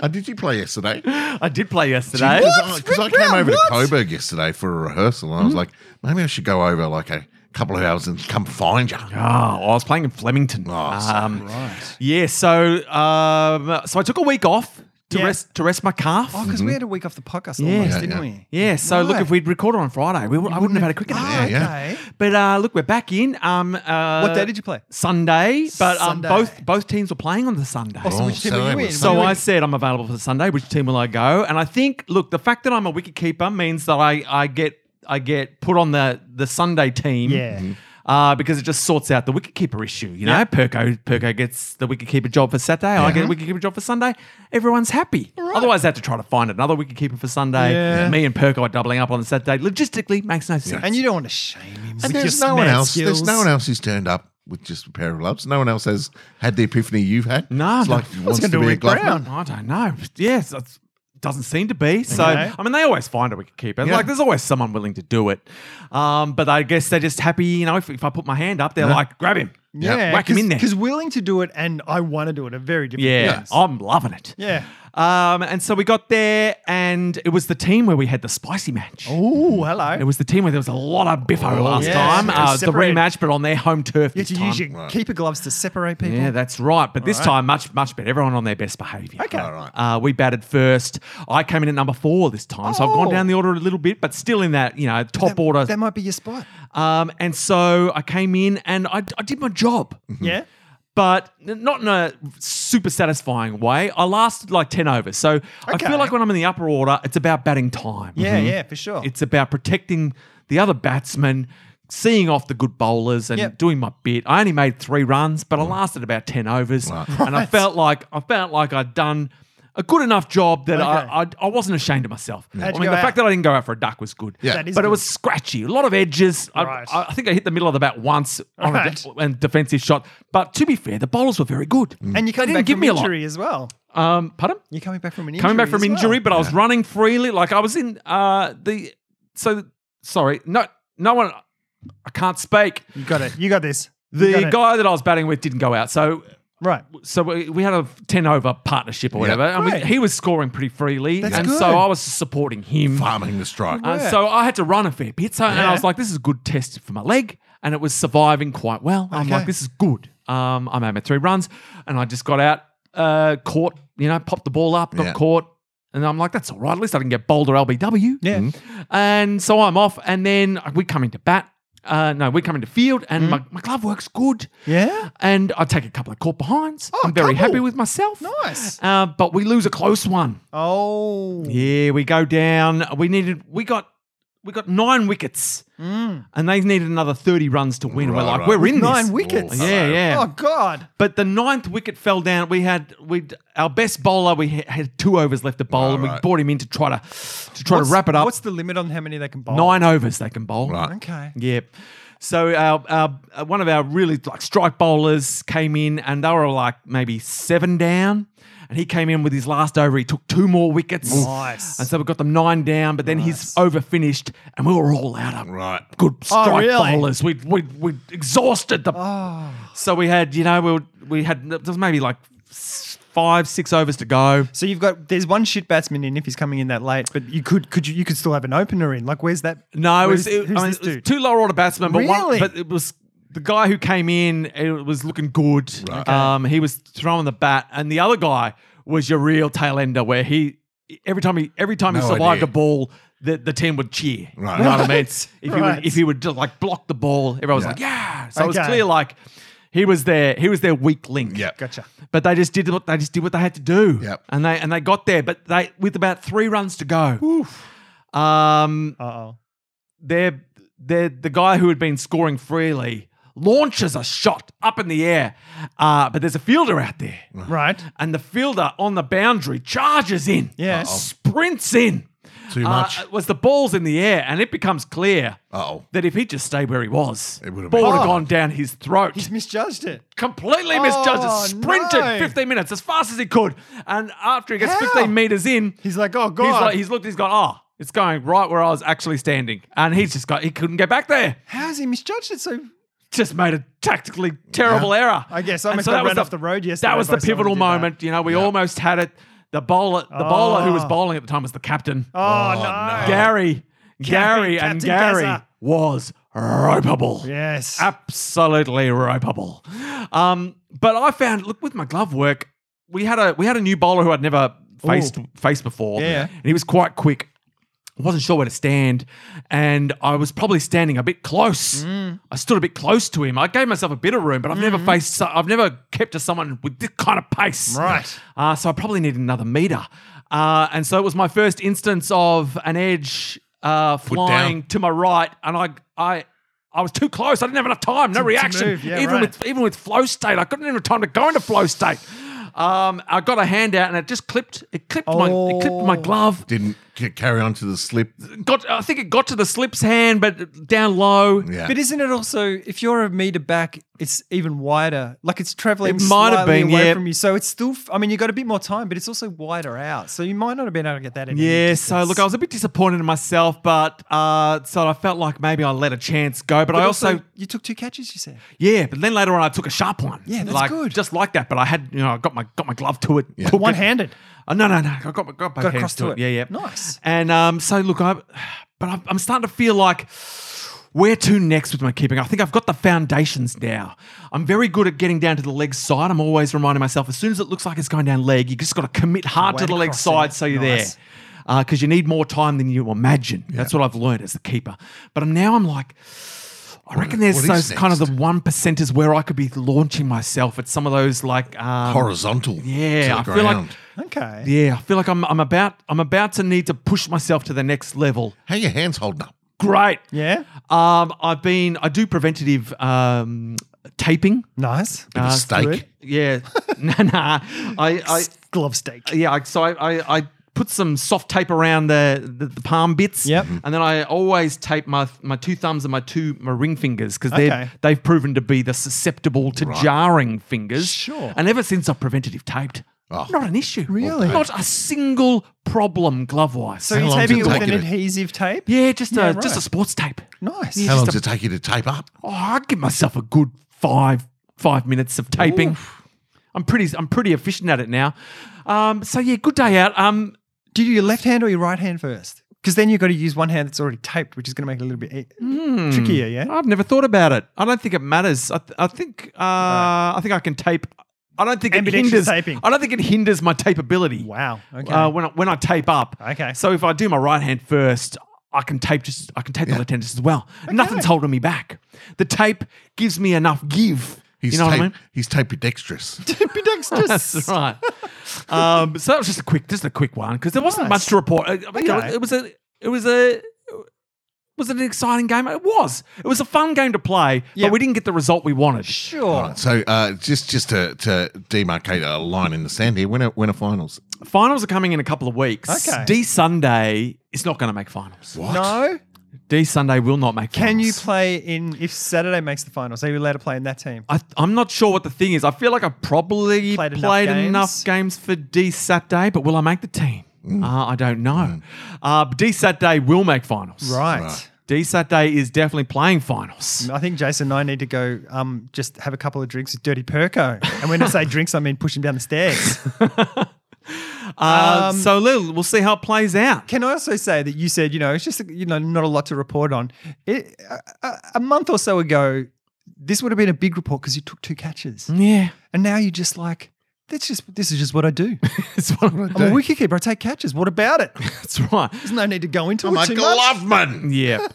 Speaker 1: Uh, did you play yesterday?
Speaker 6: I did play yesterday.
Speaker 1: Because I came over to Coburg yesterday for a rehearsal, and I was
Speaker 6: Mm-hmm.
Speaker 1: like, maybe I should go over like a couple of hours and come find you.
Speaker 6: Oh, I was playing in Flemington.
Speaker 1: Oh, so-
Speaker 6: um, Yeah, so um, so I took a week off to
Speaker 5: Yeah.
Speaker 6: rest to rest my calf.
Speaker 5: Oh, because we had a week off the podcast
Speaker 6: Yeah.
Speaker 5: almost,
Speaker 6: Yeah,
Speaker 5: didn't
Speaker 1: mm-hmm. yeah.
Speaker 5: we?
Speaker 6: yeah, so look,
Speaker 5: Right.
Speaker 6: if we'd recorded on Friday, we, would- I wouldn't have had a cricket
Speaker 5: Oh,
Speaker 1: Yeah,
Speaker 6: update.
Speaker 1: yeah.
Speaker 5: okay.
Speaker 6: But uh, look, we're back in. Um, uh,
Speaker 5: What day did you play?
Speaker 6: Sunday, but um,
Speaker 5: Sunday.
Speaker 6: both both teams were playing on the Sunday.
Speaker 5: Oh, so
Speaker 1: Oh,
Speaker 5: which team were
Speaker 1: Saturday
Speaker 5: you in?
Speaker 1: was
Speaker 6: So
Speaker 5: Were you
Speaker 6: I
Speaker 5: in-
Speaker 6: said I'm available for Sunday. Which team will I go? And I think, look, the fact that I'm a wicket keeper means that I I get I get put on the the Sunday team.
Speaker 5: Yeah. Mhm.
Speaker 6: Uh, because it just sorts out the wicketkeeper issue, you know. Perko Perko gets the wicketkeeper job for Saturday. I get a wicketkeeper job for Sunday. Everyone's happy. Otherwise, I have to try to find another wicketkeeper for Sunday.
Speaker 5: Yeah.
Speaker 6: Me and Perko are doubling up on Saturday. Logistically, makes no sense.
Speaker 5: and you don't want to shame him.
Speaker 1: And there's no one else. There's no one else who's turned up with just a pair of gloves. No one else has had the epiphany you've had.
Speaker 6: No,
Speaker 1: it's
Speaker 6: no.
Speaker 1: like
Speaker 6: What's
Speaker 1: he wants
Speaker 5: gonna
Speaker 1: to
Speaker 5: do
Speaker 1: be a
Speaker 5: with
Speaker 1: glove.
Speaker 5: Brown?
Speaker 6: I don't know. Yes, it doesn't seem to be. So
Speaker 5: Okay.
Speaker 6: I mean, they always find a wicketkeeper.
Speaker 1: Yeah.
Speaker 6: Like there's always someone willing to do it. Um, but I guess they're just happy. You know, if, if I put my hand up, they're like, grab him.
Speaker 1: Yeah,
Speaker 5: Yeah,
Speaker 6: whack him in there.
Speaker 5: Because willing to do it and I want to do it are very different
Speaker 6: Yeah, Oh.
Speaker 5: things.
Speaker 6: I'm loving it.
Speaker 5: Yeah.
Speaker 6: Um, and so we got there, and it was the team where we had the spicy match.
Speaker 5: Oh, hello.
Speaker 6: It was the team where there was a lot of biffo last
Speaker 5: yes.
Speaker 6: time.
Speaker 5: It
Speaker 6: Uh,
Speaker 5: was
Speaker 6: the
Speaker 5: separate.
Speaker 6: rematch, but on their home turf.
Speaker 5: you
Speaker 6: this
Speaker 5: had to
Speaker 6: time.
Speaker 5: use your keeper gloves to separate people.
Speaker 6: Yeah, that's right. But this
Speaker 5: right.
Speaker 6: time, much much better. Everyone on their best behaviour.
Speaker 5: Okay.
Speaker 1: All right.
Speaker 6: Uh, we batted first. I came in at number four this time, so I've
Speaker 5: Oh.
Speaker 6: gone down the order a little bit, but still in that you know top
Speaker 5: that,
Speaker 6: order.
Speaker 5: That might be your spot.
Speaker 6: um, and so I came in and I, I did my job,
Speaker 5: Yeah.
Speaker 6: Mm-hmm. but n- not in a super satisfying way. I lasted like ten overs, so I
Speaker 5: Okay.
Speaker 6: feel like when I'm in the upper order, it's about batting time.
Speaker 5: Yeah, yeah, for sure.
Speaker 6: It's about protecting the other batsmen, seeing off the good bowlers, and
Speaker 5: Yep.
Speaker 6: doing my bit. I only made three runs, but I lasted about ten overs,
Speaker 1: Mm. Right.
Speaker 6: and I felt like I felt like I'd done a good enough job that I, I I wasn't ashamed of myself. I
Speaker 5: How'd you
Speaker 6: mean,
Speaker 5: go
Speaker 6: the
Speaker 5: out?
Speaker 6: fact that I didn't go out for a duck was good.
Speaker 1: Yeah.
Speaker 5: That is
Speaker 6: but
Speaker 5: good.
Speaker 6: it was scratchy, a lot of edges. I-
Speaker 5: Right.
Speaker 6: I, I think I hit the middle of the bat once on a
Speaker 5: Right.
Speaker 6: de- and defensive shot. But to be fair, the bowlers were very good.
Speaker 1: Mm.
Speaker 5: and you're
Speaker 6: They
Speaker 5: coming
Speaker 6: didn't
Speaker 5: back
Speaker 6: give
Speaker 5: from
Speaker 6: me a lot.
Speaker 5: injury as well.
Speaker 6: Um, pardon?
Speaker 5: You're coming back from an injury.
Speaker 6: coming back from
Speaker 5: as well.
Speaker 6: injury, but I was running freely. Like I was in uh the so sorry, no no one I can't speak.
Speaker 5: you got it. You got this. You got
Speaker 6: The
Speaker 5: it.
Speaker 6: guy that I was batting with didn't go out, so
Speaker 5: Right.
Speaker 6: so we, we had a ten over partnership or
Speaker 1: Yeah.
Speaker 6: whatever, and
Speaker 5: Right.
Speaker 6: we, he was scoring pretty freely,
Speaker 5: That's
Speaker 6: and
Speaker 5: good.
Speaker 6: so I was supporting him.
Speaker 1: Farming the strike.
Speaker 6: Uh,
Speaker 5: Yeah.
Speaker 6: so I had to run a fair bit, so and
Speaker 5: Yeah.
Speaker 6: I was like, this is a good test for my leg, and it was surviving quite well. I'm
Speaker 5: Okay.
Speaker 6: like, this is good. Um, I made my three runs, and I just got out, uh, caught, you know, popped the ball up, got
Speaker 1: Yeah.
Speaker 6: caught, and I'm like, that's all right. At least I can get bowled or LBW.
Speaker 5: Yeah.
Speaker 6: Mm-hmm. And so I'm off, and then we come into bat. Uh, no, we come into field, and
Speaker 5: Mm-hmm.
Speaker 6: my, my glove works good.
Speaker 5: Yeah.
Speaker 6: And I take a couple of caught behinds.
Speaker 5: Oh,
Speaker 6: I'm very
Speaker 5: couple.
Speaker 6: happy with myself.
Speaker 5: Nice.
Speaker 6: Uh, but we lose a close one.
Speaker 5: Oh.
Speaker 6: Yeah, we go down. We needed. We got. We got nine wickets,
Speaker 5: Mm.
Speaker 6: and they needed another thirty runs to win.
Speaker 1: Right,
Speaker 6: we're like,
Speaker 1: right.
Speaker 6: we're in
Speaker 5: Nine
Speaker 6: this.
Speaker 5: wickets.
Speaker 6: Yeah, yeah.
Speaker 5: Oh, God.
Speaker 6: But the ninth wicket fell down. We had we our best bowler. We ha- had two overs left to bowl, and we
Speaker 1: right.
Speaker 6: brought him in to try to to try
Speaker 5: What's-
Speaker 6: to wrap it up.
Speaker 5: What's the limit on how many they can bowl?
Speaker 6: nine overs they can bowl?
Speaker 1: Right.
Speaker 5: Okay.
Speaker 6: Yep. So our, our uh, one of our really like strike bowlers came in and they were like maybe seven down, and he came in with his last over. He took two more wickets.
Speaker 5: Nice.
Speaker 6: And so we got them nine down, but then
Speaker 5: Nice. Oh,
Speaker 6: his over finished, and we were all out of
Speaker 1: Right.
Speaker 6: good strike
Speaker 5: really? Oh.
Speaker 6: bowlers. We we we exhausted the. So we had you know we were, we had there was maybe like s- five six overs to go.
Speaker 5: So you've got there's one shit batsman in if he's coming in that late, but you could could you you could still have an opener in. Like where's that?
Speaker 6: No, it
Speaker 5: where's-
Speaker 6: was, it,
Speaker 5: who's
Speaker 6: I mean,
Speaker 5: this
Speaker 6: it was
Speaker 5: dude?
Speaker 6: two lower order batsmen, but
Speaker 5: Really?
Speaker 6: one, but it was the guy who came in. It was looking good. Um, he was throwing the bat, and the other guy was your real tail ender, where he every time he every time he
Speaker 1: No
Speaker 6: survived
Speaker 1: idea.
Speaker 6: a ball, the, the team would cheer.
Speaker 1: Right.
Speaker 6: You know what I mean?
Speaker 5: Right.
Speaker 6: If he
Speaker 5: Right.
Speaker 6: would if he would just like block the ball, everyone was
Speaker 1: Yeah.
Speaker 6: like, yeah. So it was
Speaker 5: Okay.
Speaker 6: clear like he was their he was their weak link.
Speaker 1: Yeah.
Speaker 5: Gotcha.
Speaker 6: But they just did what they just did what they had to do.
Speaker 1: Yep.
Speaker 6: And they and they got there, but they with about three runs to go. Um
Speaker 5: Uh oh.
Speaker 6: they're, they're the guy who had been scoring freely launches a shot up in the air, uh, but there's a fielder out there,
Speaker 5: Right.
Speaker 6: and the fielder on the boundary charges in,
Speaker 5: Yes.
Speaker 6: sprints in.
Speaker 1: Too
Speaker 6: Uh,
Speaker 1: much.
Speaker 6: it was the ball's in the air, and it becomes clear
Speaker 5: Oh.
Speaker 1: Uh-oh.
Speaker 6: that if he just stayed where he was,
Speaker 1: It would've
Speaker 6: ball
Speaker 1: been
Speaker 6: would have
Speaker 1: gone.
Speaker 6: gone down his throat.
Speaker 5: He's misjudged it.
Speaker 6: completely misjudged
Speaker 5: Oh,
Speaker 6: it, sprinted
Speaker 5: no.
Speaker 6: 15 minutes as fast as he could, and after he gets
Speaker 5: How?
Speaker 6: 15 meters in,
Speaker 5: He's like, oh god.
Speaker 6: He's like, he's looked, he's gone, oh, it's going right where I was actually standing. And he's just got, he couldn't get back there.
Speaker 5: How's he misjudged
Speaker 6: Oh,
Speaker 5: it so?
Speaker 6: Just made a tactically terrible error.
Speaker 5: I guess I
Speaker 6: And
Speaker 5: must have
Speaker 6: that was
Speaker 5: ran off the road yesterday
Speaker 6: That was
Speaker 5: by someone
Speaker 6: the
Speaker 5: who
Speaker 6: pivotal
Speaker 5: did that.
Speaker 6: moment. You know, we almost had it. The bowler, the bowler who was
Speaker 5: Oh.
Speaker 6: bowling at the time was the captain.
Speaker 5: Oh, no.
Speaker 6: Gary, Gary, and
Speaker 5: Captain
Speaker 6: Gary
Speaker 5: Gazza.
Speaker 6: was ropeable.
Speaker 5: Yes.
Speaker 6: Ah, Absolutely ropeable. Um, but I found, look, with my glove work, we had a we had a new bowler who I'd never faced faced before.
Speaker 5: Yeah.
Speaker 6: And he was quite quick. I wasn't sure where to stand. And I was probably standing a bit close.
Speaker 5: Mm.
Speaker 6: I stood a bit close to him. I gave myself a bit of room, but I've never faced so- I've never kept to someone with this kind of pace.
Speaker 5: Right.
Speaker 6: Uh, so I probably needed another meter. Uh, and so it was my first instance of an edge uh, flying to my right, and I, I, I was too close. I didn't have enough time. No
Speaker 5: to
Speaker 6: reaction.
Speaker 5: move, yeah,
Speaker 6: even
Speaker 5: right.
Speaker 6: with even with flow state, I couldn't even have time to go into flow state. Um, I got a hand out, and it just clipped. It clipped my. It clipped my
Speaker 5: Oh.
Speaker 6: glove.
Speaker 1: Didn't c- carry on to the slip.
Speaker 6: Got. I think it got to the slips hand, but down low.
Speaker 1: Yeah.
Speaker 5: But isn't it also if you're a meter back, it's even wider. Like it's traveling
Speaker 6: It might have
Speaker 5: slightly
Speaker 6: been,
Speaker 5: away
Speaker 6: yeah.
Speaker 5: from you, so it's still. f- I mean, you got a bit more time, but it's also wider out, so you might not have been able to get that. in any
Speaker 6: Yeah, so
Speaker 5: distance.
Speaker 6: look, I was a bit disappointed in myself, but uh, so I felt like maybe I let a chance go. But,
Speaker 5: But
Speaker 6: I also
Speaker 5: you took two catches. You said
Speaker 6: Yeah, but then later on, I took a sharp one.
Speaker 5: Yeah, that's
Speaker 6: like,
Speaker 5: good.
Speaker 6: Just like that, but I had you know I got my got my glove to it. Yeah.
Speaker 5: one handed.
Speaker 6: Oh, no, no, no. I got my got both
Speaker 5: Got
Speaker 6: hands
Speaker 5: across
Speaker 6: to,
Speaker 5: to it.
Speaker 6: it. Yeah, yeah.
Speaker 5: Nice.
Speaker 6: And um, so look, I but I'm, I'm starting to feel like where to next with my keeping. I think I've got the foundations now. I'm very good at getting down to the leg side. I'm always reminding myself as soon as it looks like it's going down leg, you just got to commit hard
Speaker 5: Way
Speaker 6: to the
Speaker 5: to
Speaker 6: leg
Speaker 5: cross it.
Speaker 6: side, so you're
Speaker 5: Nice.
Speaker 6: there because you need more time than you imagine. That's what I've learned as the keeper. But I'm, now I'm like, I reckon there's
Speaker 1: what is
Speaker 6: those kind of the
Speaker 1: next?
Speaker 6: one percenters where I could be launching myself at some of those like um,
Speaker 1: Horizontal.
Speaker 6: Yeah, I
Speaker 1: to the
Speaker 6: feel like-
Speaker 1: ground.
Speaker 5: Okay.
Speaker 6: Yeah, I feel like I'm I'm about I'm about to need to push myself to the next level.
Speaker 1: How your hands holding up?
Speaker 6: Great.
Speaker 5: Yeah.
Speaker 6: Um, I've been I do preventative um taping.
Speaker 5: Nice.
Speaker 1: Bit of steak.
Speaker 5: good.
Speaker 6: Yeah, nah, nah. I, I
Speaker 5: Glove steak.
Speaker 6: yeah, I, so I, I, I put some soft tape around the, the, the palm bits. Mm-hmm.
Speaker 5: Yep.
Speaker 6: And then I always tape my my two thumbs and my two my ring fingers because
Speaker 5: Okay.
Speaker 6: they're they've proven to be the susceptible to jarring fingers.
Speaker 5: Sure.
Speaker 6: And ever since I've preventative taped,
Speaker 1: Oh.
Speaker 6: not an issue.
Speaker 5: Really?
Speaker 6: Not a single problem glove wise.
Speaker 5: So
Speaker 1: How
Speaker 5: you're
Speaker 1: long does
Speaker 5: taping
Speaker 1: it
Speaker 5: it with
Speaker 1: take
Speaker 5: an
Speaker 1: you to-
Speaker 5: adhesive tape.
Speaker 6: yeah, just a
Speaker 5: Yeah, right.
Speaker 6: just a sports tape.
Speaker 5: Nice.
Speaker 1: How long does
Speaker 6: just
Speaker 1: it take you to tape up?
Speaker 6: Oh, I'd give myself a good five five minutes of taping. I'm pretty I'm pretty efficient at it now. Um, so yeah, good day out. Um,
Speaker 5: Do you do your left hand or your right hand first? Because then you've got to use one hand that's already taped, which is going to make it a little bit e- trickier. Yeah.
Speaker 6: I've never thought about it. I don't think it matters. I, th- I think uh, I think I can tape. I don't think it
Speaker 5: Ambidextrous
Speaker 6: hinders.
Speaker 5: taping.
Speaker 6: I don't think it hinders my tapeability.
Speaker 5: Wow. Okay.
Speaker 6: Uh, when I, when I tape up.
Speaker 5: Okay.
Speaker 6: So if I do my right hand first, I can tape just. I can tape the left hand just as well. Nothing's holding me back. The tape gives me enough give.
Speaker 1: He's
Speaker 6: you know
Speaker 1: tape,
Speaker 6: what I mean?
Speaker 1: He's tapedextrous.
Speaker 5: Ambidextrous.
Speaker 6: That's right. um, so that was just a quick, just a quick one because there wasn't
Speaker 5: Nice.
Speaker 6: much to report. Uh, I- I mean,
Speaker 5: Okay.
Speaker 6: It was a, it was a, was it an exciting game? It was. It was a fun game to play,
Speaker 5: Yeah.
Speaker 6: but we didn't get the result we wanted.
Speaker 5: Sure.
Speaker 1: Right, so uh, just just to, to demarcate a line in the sand here, when are, when are finals?
Speaker 6: Finals are coming in a couple of weeks.
Speaker 5: Okay.
Speaker 6: D Sunday is not going to make finals.
Speaker 1: What?
Speaker 5: No.
Speaker 6: D Sunday will not make.
Speaker 5: Can you
Speaker 6: finals.
Speaker 5: play in if Saturday makes the finals? Are you allowed to play in that team?
Speaker 6: I, I'm not sure what the thing is. I feel like I've probably
Speaker 5: Played
Speaker 6: played,
Speaker 5: enough
Speaker 6: enough,
Speaker 5: games.
Speaker 6: games. for D Saturday, but will I make the team?
Speaker 5: Mm.
Speaker 6: Uh, I don't know. Uh, but D Saturday will make finals.
Speaker 5: Right.
Speaker 1: Right.
Speaker 6: D Saturday is definitely playing finals.
Speaker 5: I think Jason and I need to go um, just have a couple of drinks with Dirty Perko. And when I say drinks, I mean push him down the stairs.
Speaker 6: Uh, so Lil, we'll see how it plays out.
Speaker 5: Can I also say that you said, you know, it's just, you know, not a lot to report on. It, a- a, a month or so ago, this would have been a big report because you took two catches.
Speaker 6: Yeah,
Speaker 5: And now you're just like, that's just, this is just what I do.
Speaker 6: that's what I'm
Speaker 5: I'm a
Speaker 6: gonna do.
Speaker 5: wicket keeper. I take catches. What about it?
Speaker 6: That's right.
Speaker 5: There's no need to go into
Speaker 1: I'm
Speaker 5: it
Speaker 1: a
Speaker 5: too much.
Speaker 1: glove man.
Speaker 6: Yeah.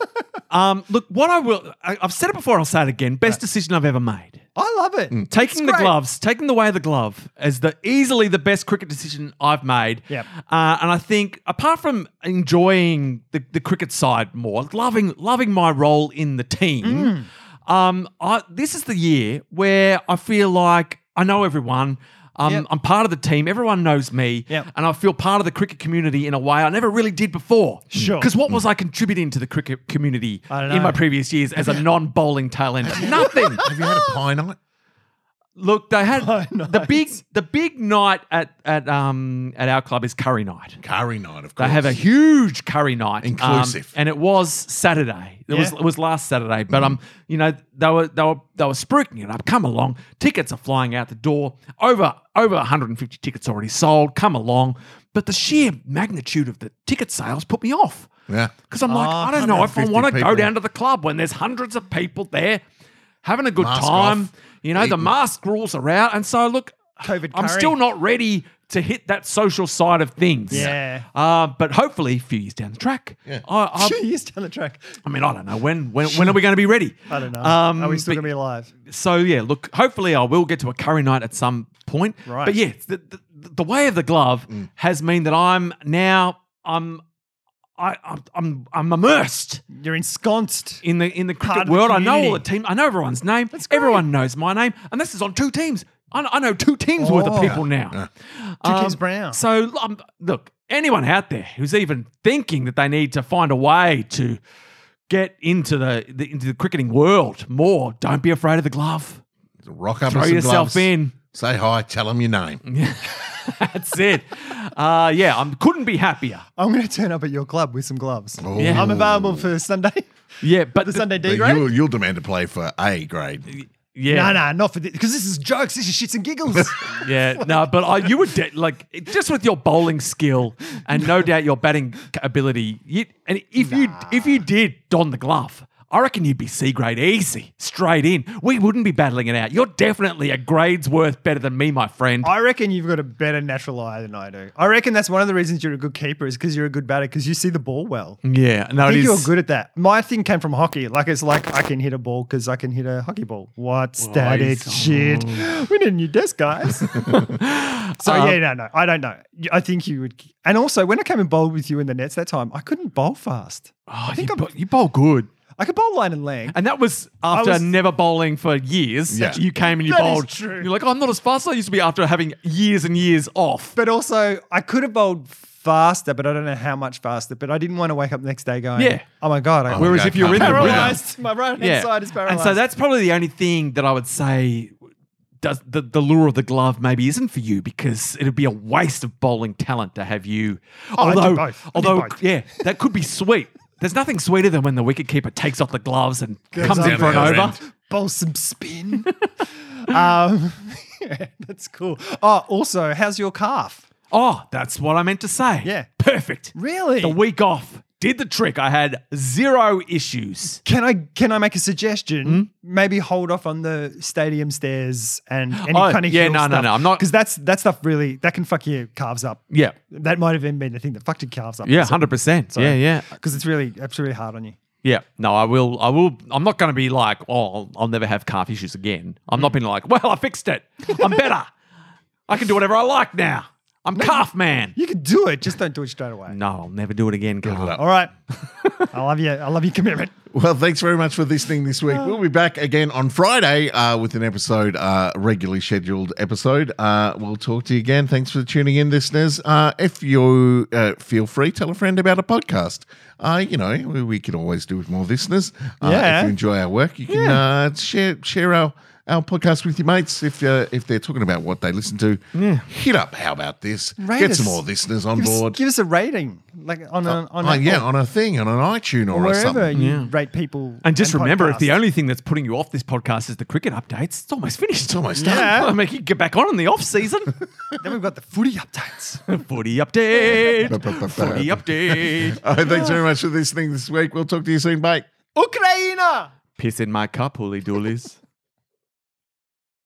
Speaker 6: um, look, what I will, I, I've said it before, I'll say it again. Best decision I've ever made.
Speaker 5: I love it.
Speaker 6: Mm. Taking
Speaker 5: It's
Speaker 6: the
Speaker 5: great.
Speaker 6: gloves, taking away the glove, is the easily the best cricket decision I've made.
Speaker 5: Yep.
Speaker 6: Uh, and I think, apart from
Speaker 5: Mm.
Speaker 6: enjoying the, the cricket side more, loving loving my role in the team, Um, I, this is the year where I feel like I know everyone. Um,
Speaker 5: Yep.
Speaker 6: I'm part of the team. Everyone knows me,
Speaker 5: Yep.
Speaker 6: and I feel part of the cricket community in a way I never really did before.
Speaker 5: Sure.
Speaker 6: Because what was I contributing to the cricket community
Speaker 5: I don't
Speaker 6: in
Speaker 5: know.
Speaker 6: my previous years as a non-bowling tail ender? Nothing.
Speaker 1: Have you had a pie night?
Speaker 6: Look, they had
Speaker 5: Oh,
Speaker 6: the
Speaker 5: nice.
Speaker 6: big the big night at at um at our club is curry night.
Speaker 1: Curry night, of
Speaker 6: They
Speaker 1: course.
Speaker 6: have a huge curry night, um,
Speaker 1: Inclusive. Mm-hmm.
Speaker 6: and it was Saturday. It was
Speaker 5: Yeah.
Speaker 6: it was last Saturday, but um, you know they were they were they were spruiking it up. Come along, tickets are flying out the door. Over over 150 tickets already sold. Come along, but the sheer magnitude of the ticket sales put me off
Speaker 1: Yeah.
Speaker 6: because I'm like,
Speaker 5: Oh,
Speaker 6: I don't know if I
Speaker 1: 150
Speaker 6: want to go
Speaker 1: people.
Speaker 6: down to the club when there's hundreds of people there having a good
Speaker 1: Mask
Speaker 6: time.
Speaker 1: off,
Speaker 6: you know, the
Speaker 1: eating.
Speaker 6: mask rules are out, and so look,
Speaker 5: COVID
Speaker 6: I'm
Speaker 5: curry.
Speaker 6: still not ready to hit that social side of things.
Speaker 5: Yeah.
Speaker 6: Uh, but hopefully, a few years down the track,
Speaker 1: Yeah.
Speaker 6: I, I,
Speaker 5: Two years down the track.
Speaker 6: I mean, I don't know when. When, when are we going to be ready?
Speaker 5: I don't know.
Speaker 6: Um,
Speaker 5: Are we still
Speaker 6: but-
Speaker 5: going to be alive?
Speaker 6: so yeah, look, hopefully I will get to a curry night at some point.
Speaker 5: Right.
Speaker 6: But yeah, the, the, the way of the glove has mean that I'm now I'm I, I'm I'm I'm immersed
Speaker 5: You're ensconced.
Speaker 6: in the in the cricket
Speaker 5: of the
Speaker 6: world. I know all the
Speaker 5: community.
Speaker 6: team. I know everyone's name.
Speaker 5: That's great.
Speaker 6: Everyone knows my name, and this is on two teams. I, kn- I know two teams worth of
Speaker 5: Oh.
Speaker 6: people now.
Speaker 5: Two teams brown.
Speaker 6: So um, look, anyone out there who's even thinking that they need to find a way to get into the, the into the cricketing world more, don't be afraid of the glove.
Speaker 1: Rock up
Speaker 6: Throw
Speaker 1: with some
Speaker 6: yourself
Speaker 1: gloves,
Speaker 6: in.
Speaker 1: Say hi. Tell them your name.
Speaker 6: That's it. Uh, yeah, I couldn't be happier.
Speaker 5: I'm going to turn up at your club with some gloves.
Speaker 6: Yeah.
Speaker 5: I'm available for Sunday.
Speaker 6: Yeah, but
Speaker 5: The Sunday
Speaker 1: But
Speaker 5: D grade.
Speaker 1: you'll, you'll demand to play for A grade.
Speaker 6: yeah,
Speaker 5: No, no, not for this. Because this is jokes. This is shits and giggles.
Speaker 6: Yeah, no, but I, you were de- like it- just with your bowling skill and no doubt your batting c- ability. You, and if you if you did don the glove, I reckon you'd be C grade easy, straight in. We wouldn't be battling it out. You're definitely a grade's worth better than me, my friend.
Speaker 5: I reckon you've got a better natural eye than I do. I reckon that's one of the reasons you're a good keeper is because you're a good batter because you see the ball well.
Speaker 6: yeah, no,
Speaker 5: I
Speaker 6: it
Speaker 5: think
Speaker 6: Mm. is.
Speaker 5: you're good at that. My thing came from hockey. Like it's like I can hit a ball because I can hit a hockey ball. What static
Speaker 6: he's-
Speaker 5: shit? We need a new desk, guys. so
Speaker 6: Uh, oh, Um,
Speaker 5: yeah, no, no, I don't know. You- I think you would. And also, when I came and bowled with you in the nets that time, I couldn't bowl fast.
Speaker 6: Oh,
Speaker 5: I think
Speaker 6: you,
Speaker 5: I'm-
Speaker 6: bowl, you bowl good,
Speaker 5: I could bowl line and leg.
Speaker 6: and that was after
Speaker 5: was-
Speaker 6: never bowling for years.
Speaker 1: Yeah.
Speaker 6: you came and you
Speaker 5: That is
Speaker 6: bowled.
Speaker 5: true.
Speaker 6: You're like, oh, I'm not as fast as I used to be after having years and years off.
Speaker 5: But also, I could have bowled faster, but I don't know how much faster. But I didn't want to wake up the next day going,
Speaker 6: Yeah.
Speaker 5: oh my god,
Speaker 1: Oh
Speaker 5: I,
Speaker 1: my
Speaker 6: Whereas
Speaker 1: God,
Speaker 6: if you're in
Speaker 1: can't
Speaker 6: the
Speaker 1: believe
Speaker 6: rhythm,
Speaker 1: that.
Speaker 5: paralyzed. My right hand side is paralyzed.
Speaker 6: And so that's probably the only thing that I would say does the, the lure of the glove maybe isn't for you because it'd be a waste of bowling talent to have you.
Speaker 5: Oh, I do
Speaker 6: although,
Speaker 5: both. I do
Speaker 6: although
Speaker 5: both.
Speaker 6: yeah, that could be sweet. There's nothing sweeter than when the wicketkeeper takes off the gloves and comes
Speaker 5: up
Speaker 6: in for an
Speaker 1: the other
Speaker 6: over.
Speaker 1: end.
Speaker 5: bowl some spin. um, yeah, that's cool. Oh, also, how's your calf?
Speaker 6: Oh, that's what I meant to say.
Speaker 5: Yeah.
Speaker 6: Perfect.
Speaker 5: Really?
Speaker 6: The week off did the trick. I had zero issues.
Speaker 5: can I can I make a suggestion?
Speaker 6: Hmm?
Speaker 5: Maybe hold off on the stadium stairs and any
Speaker 6: Oh,
Speaker 5: kind of
Speaker 6: yeah,
Speaker 5: heel
Speaker 6: no, no,
Speaker 5: stuff,
Speaker 6: no, I'm not-
Speaker 5: because that's that stuff really that can fuck your calves up.
Speaker 6: Yeah.
Speaker 5: That might have even been the thing that fucked your calves up.
Speaker 6: Yeah, 100%. Yeah, yeah.
Speaker 5: Because it's really it's really hard on you.
Speaker 6: Yeah, no, I will. I will. I'm not going to be like, oh, I'll, I'll never have calf issues again. I'm not being like, well, I fixed it. I'm better. I can do whatever I like now. I'm calf man.
Speaker 5: You can do it, just don't do it straight away.
Speaker 6: No, I'll never do it again, Carl.
Speaker 1: it up.
Speaker 5: All right, I love you. I love your commitment.
Speaker 1: Well, thanks very much for listening this
Speaker 5: Oh.
Speaker 1: week. We'll be back again on Friday uh, with an episode, uh, regularly scheduled episode. Uh, we'll talk to you again. Thanks for tuning in, listeners. Uh, if you uh, feel free, tell a friend about a podcast. Uh, you know, we, we can always do with more listeners. Uh,
Speaker 5: Yeah.
Speaker 1: If you enjoy our work, you can uh, share share our. Our podcast with your mates, if uh, if they're talking about what they listen to, hit up. How about this?
Speaker 5: Rate
Speaker 1: Get
Speaker 5: us.
Speaker 1: some more listeners on
Speaker 5: Give us,
Speaker 1: board.
Speaker 5: give us a rating, like on a on
Speaker 1: Oh,
Speaker 5: a,
Speaker 1: yeah, on a thing, on an iTunes or,
Speaker 5: wherever
Speaker 1: something.
Speaker 5: you rate people.
Speaker 6: And just remember, if the
Speaker 5: podcasts.
Speaker 6: only thing that's putting you off this podcast is the cricket updates, it's almost finished.
Speaker 1: It's almost done.
Speaker 5: Yeah.
Speaker 6: I mean, you can get back on in the off season.
Speaker 5: then we've got the footy updates.
Speaker 6: Footy update. Footy
Speaker 1: All
Speaker 6: update.
Speaker 1: right, thanks very much for listening this week. We'll talk to you soon. Bye.
Speaker 5: Ukraine.
Speaker 6: Piss in my cup, holy doolies.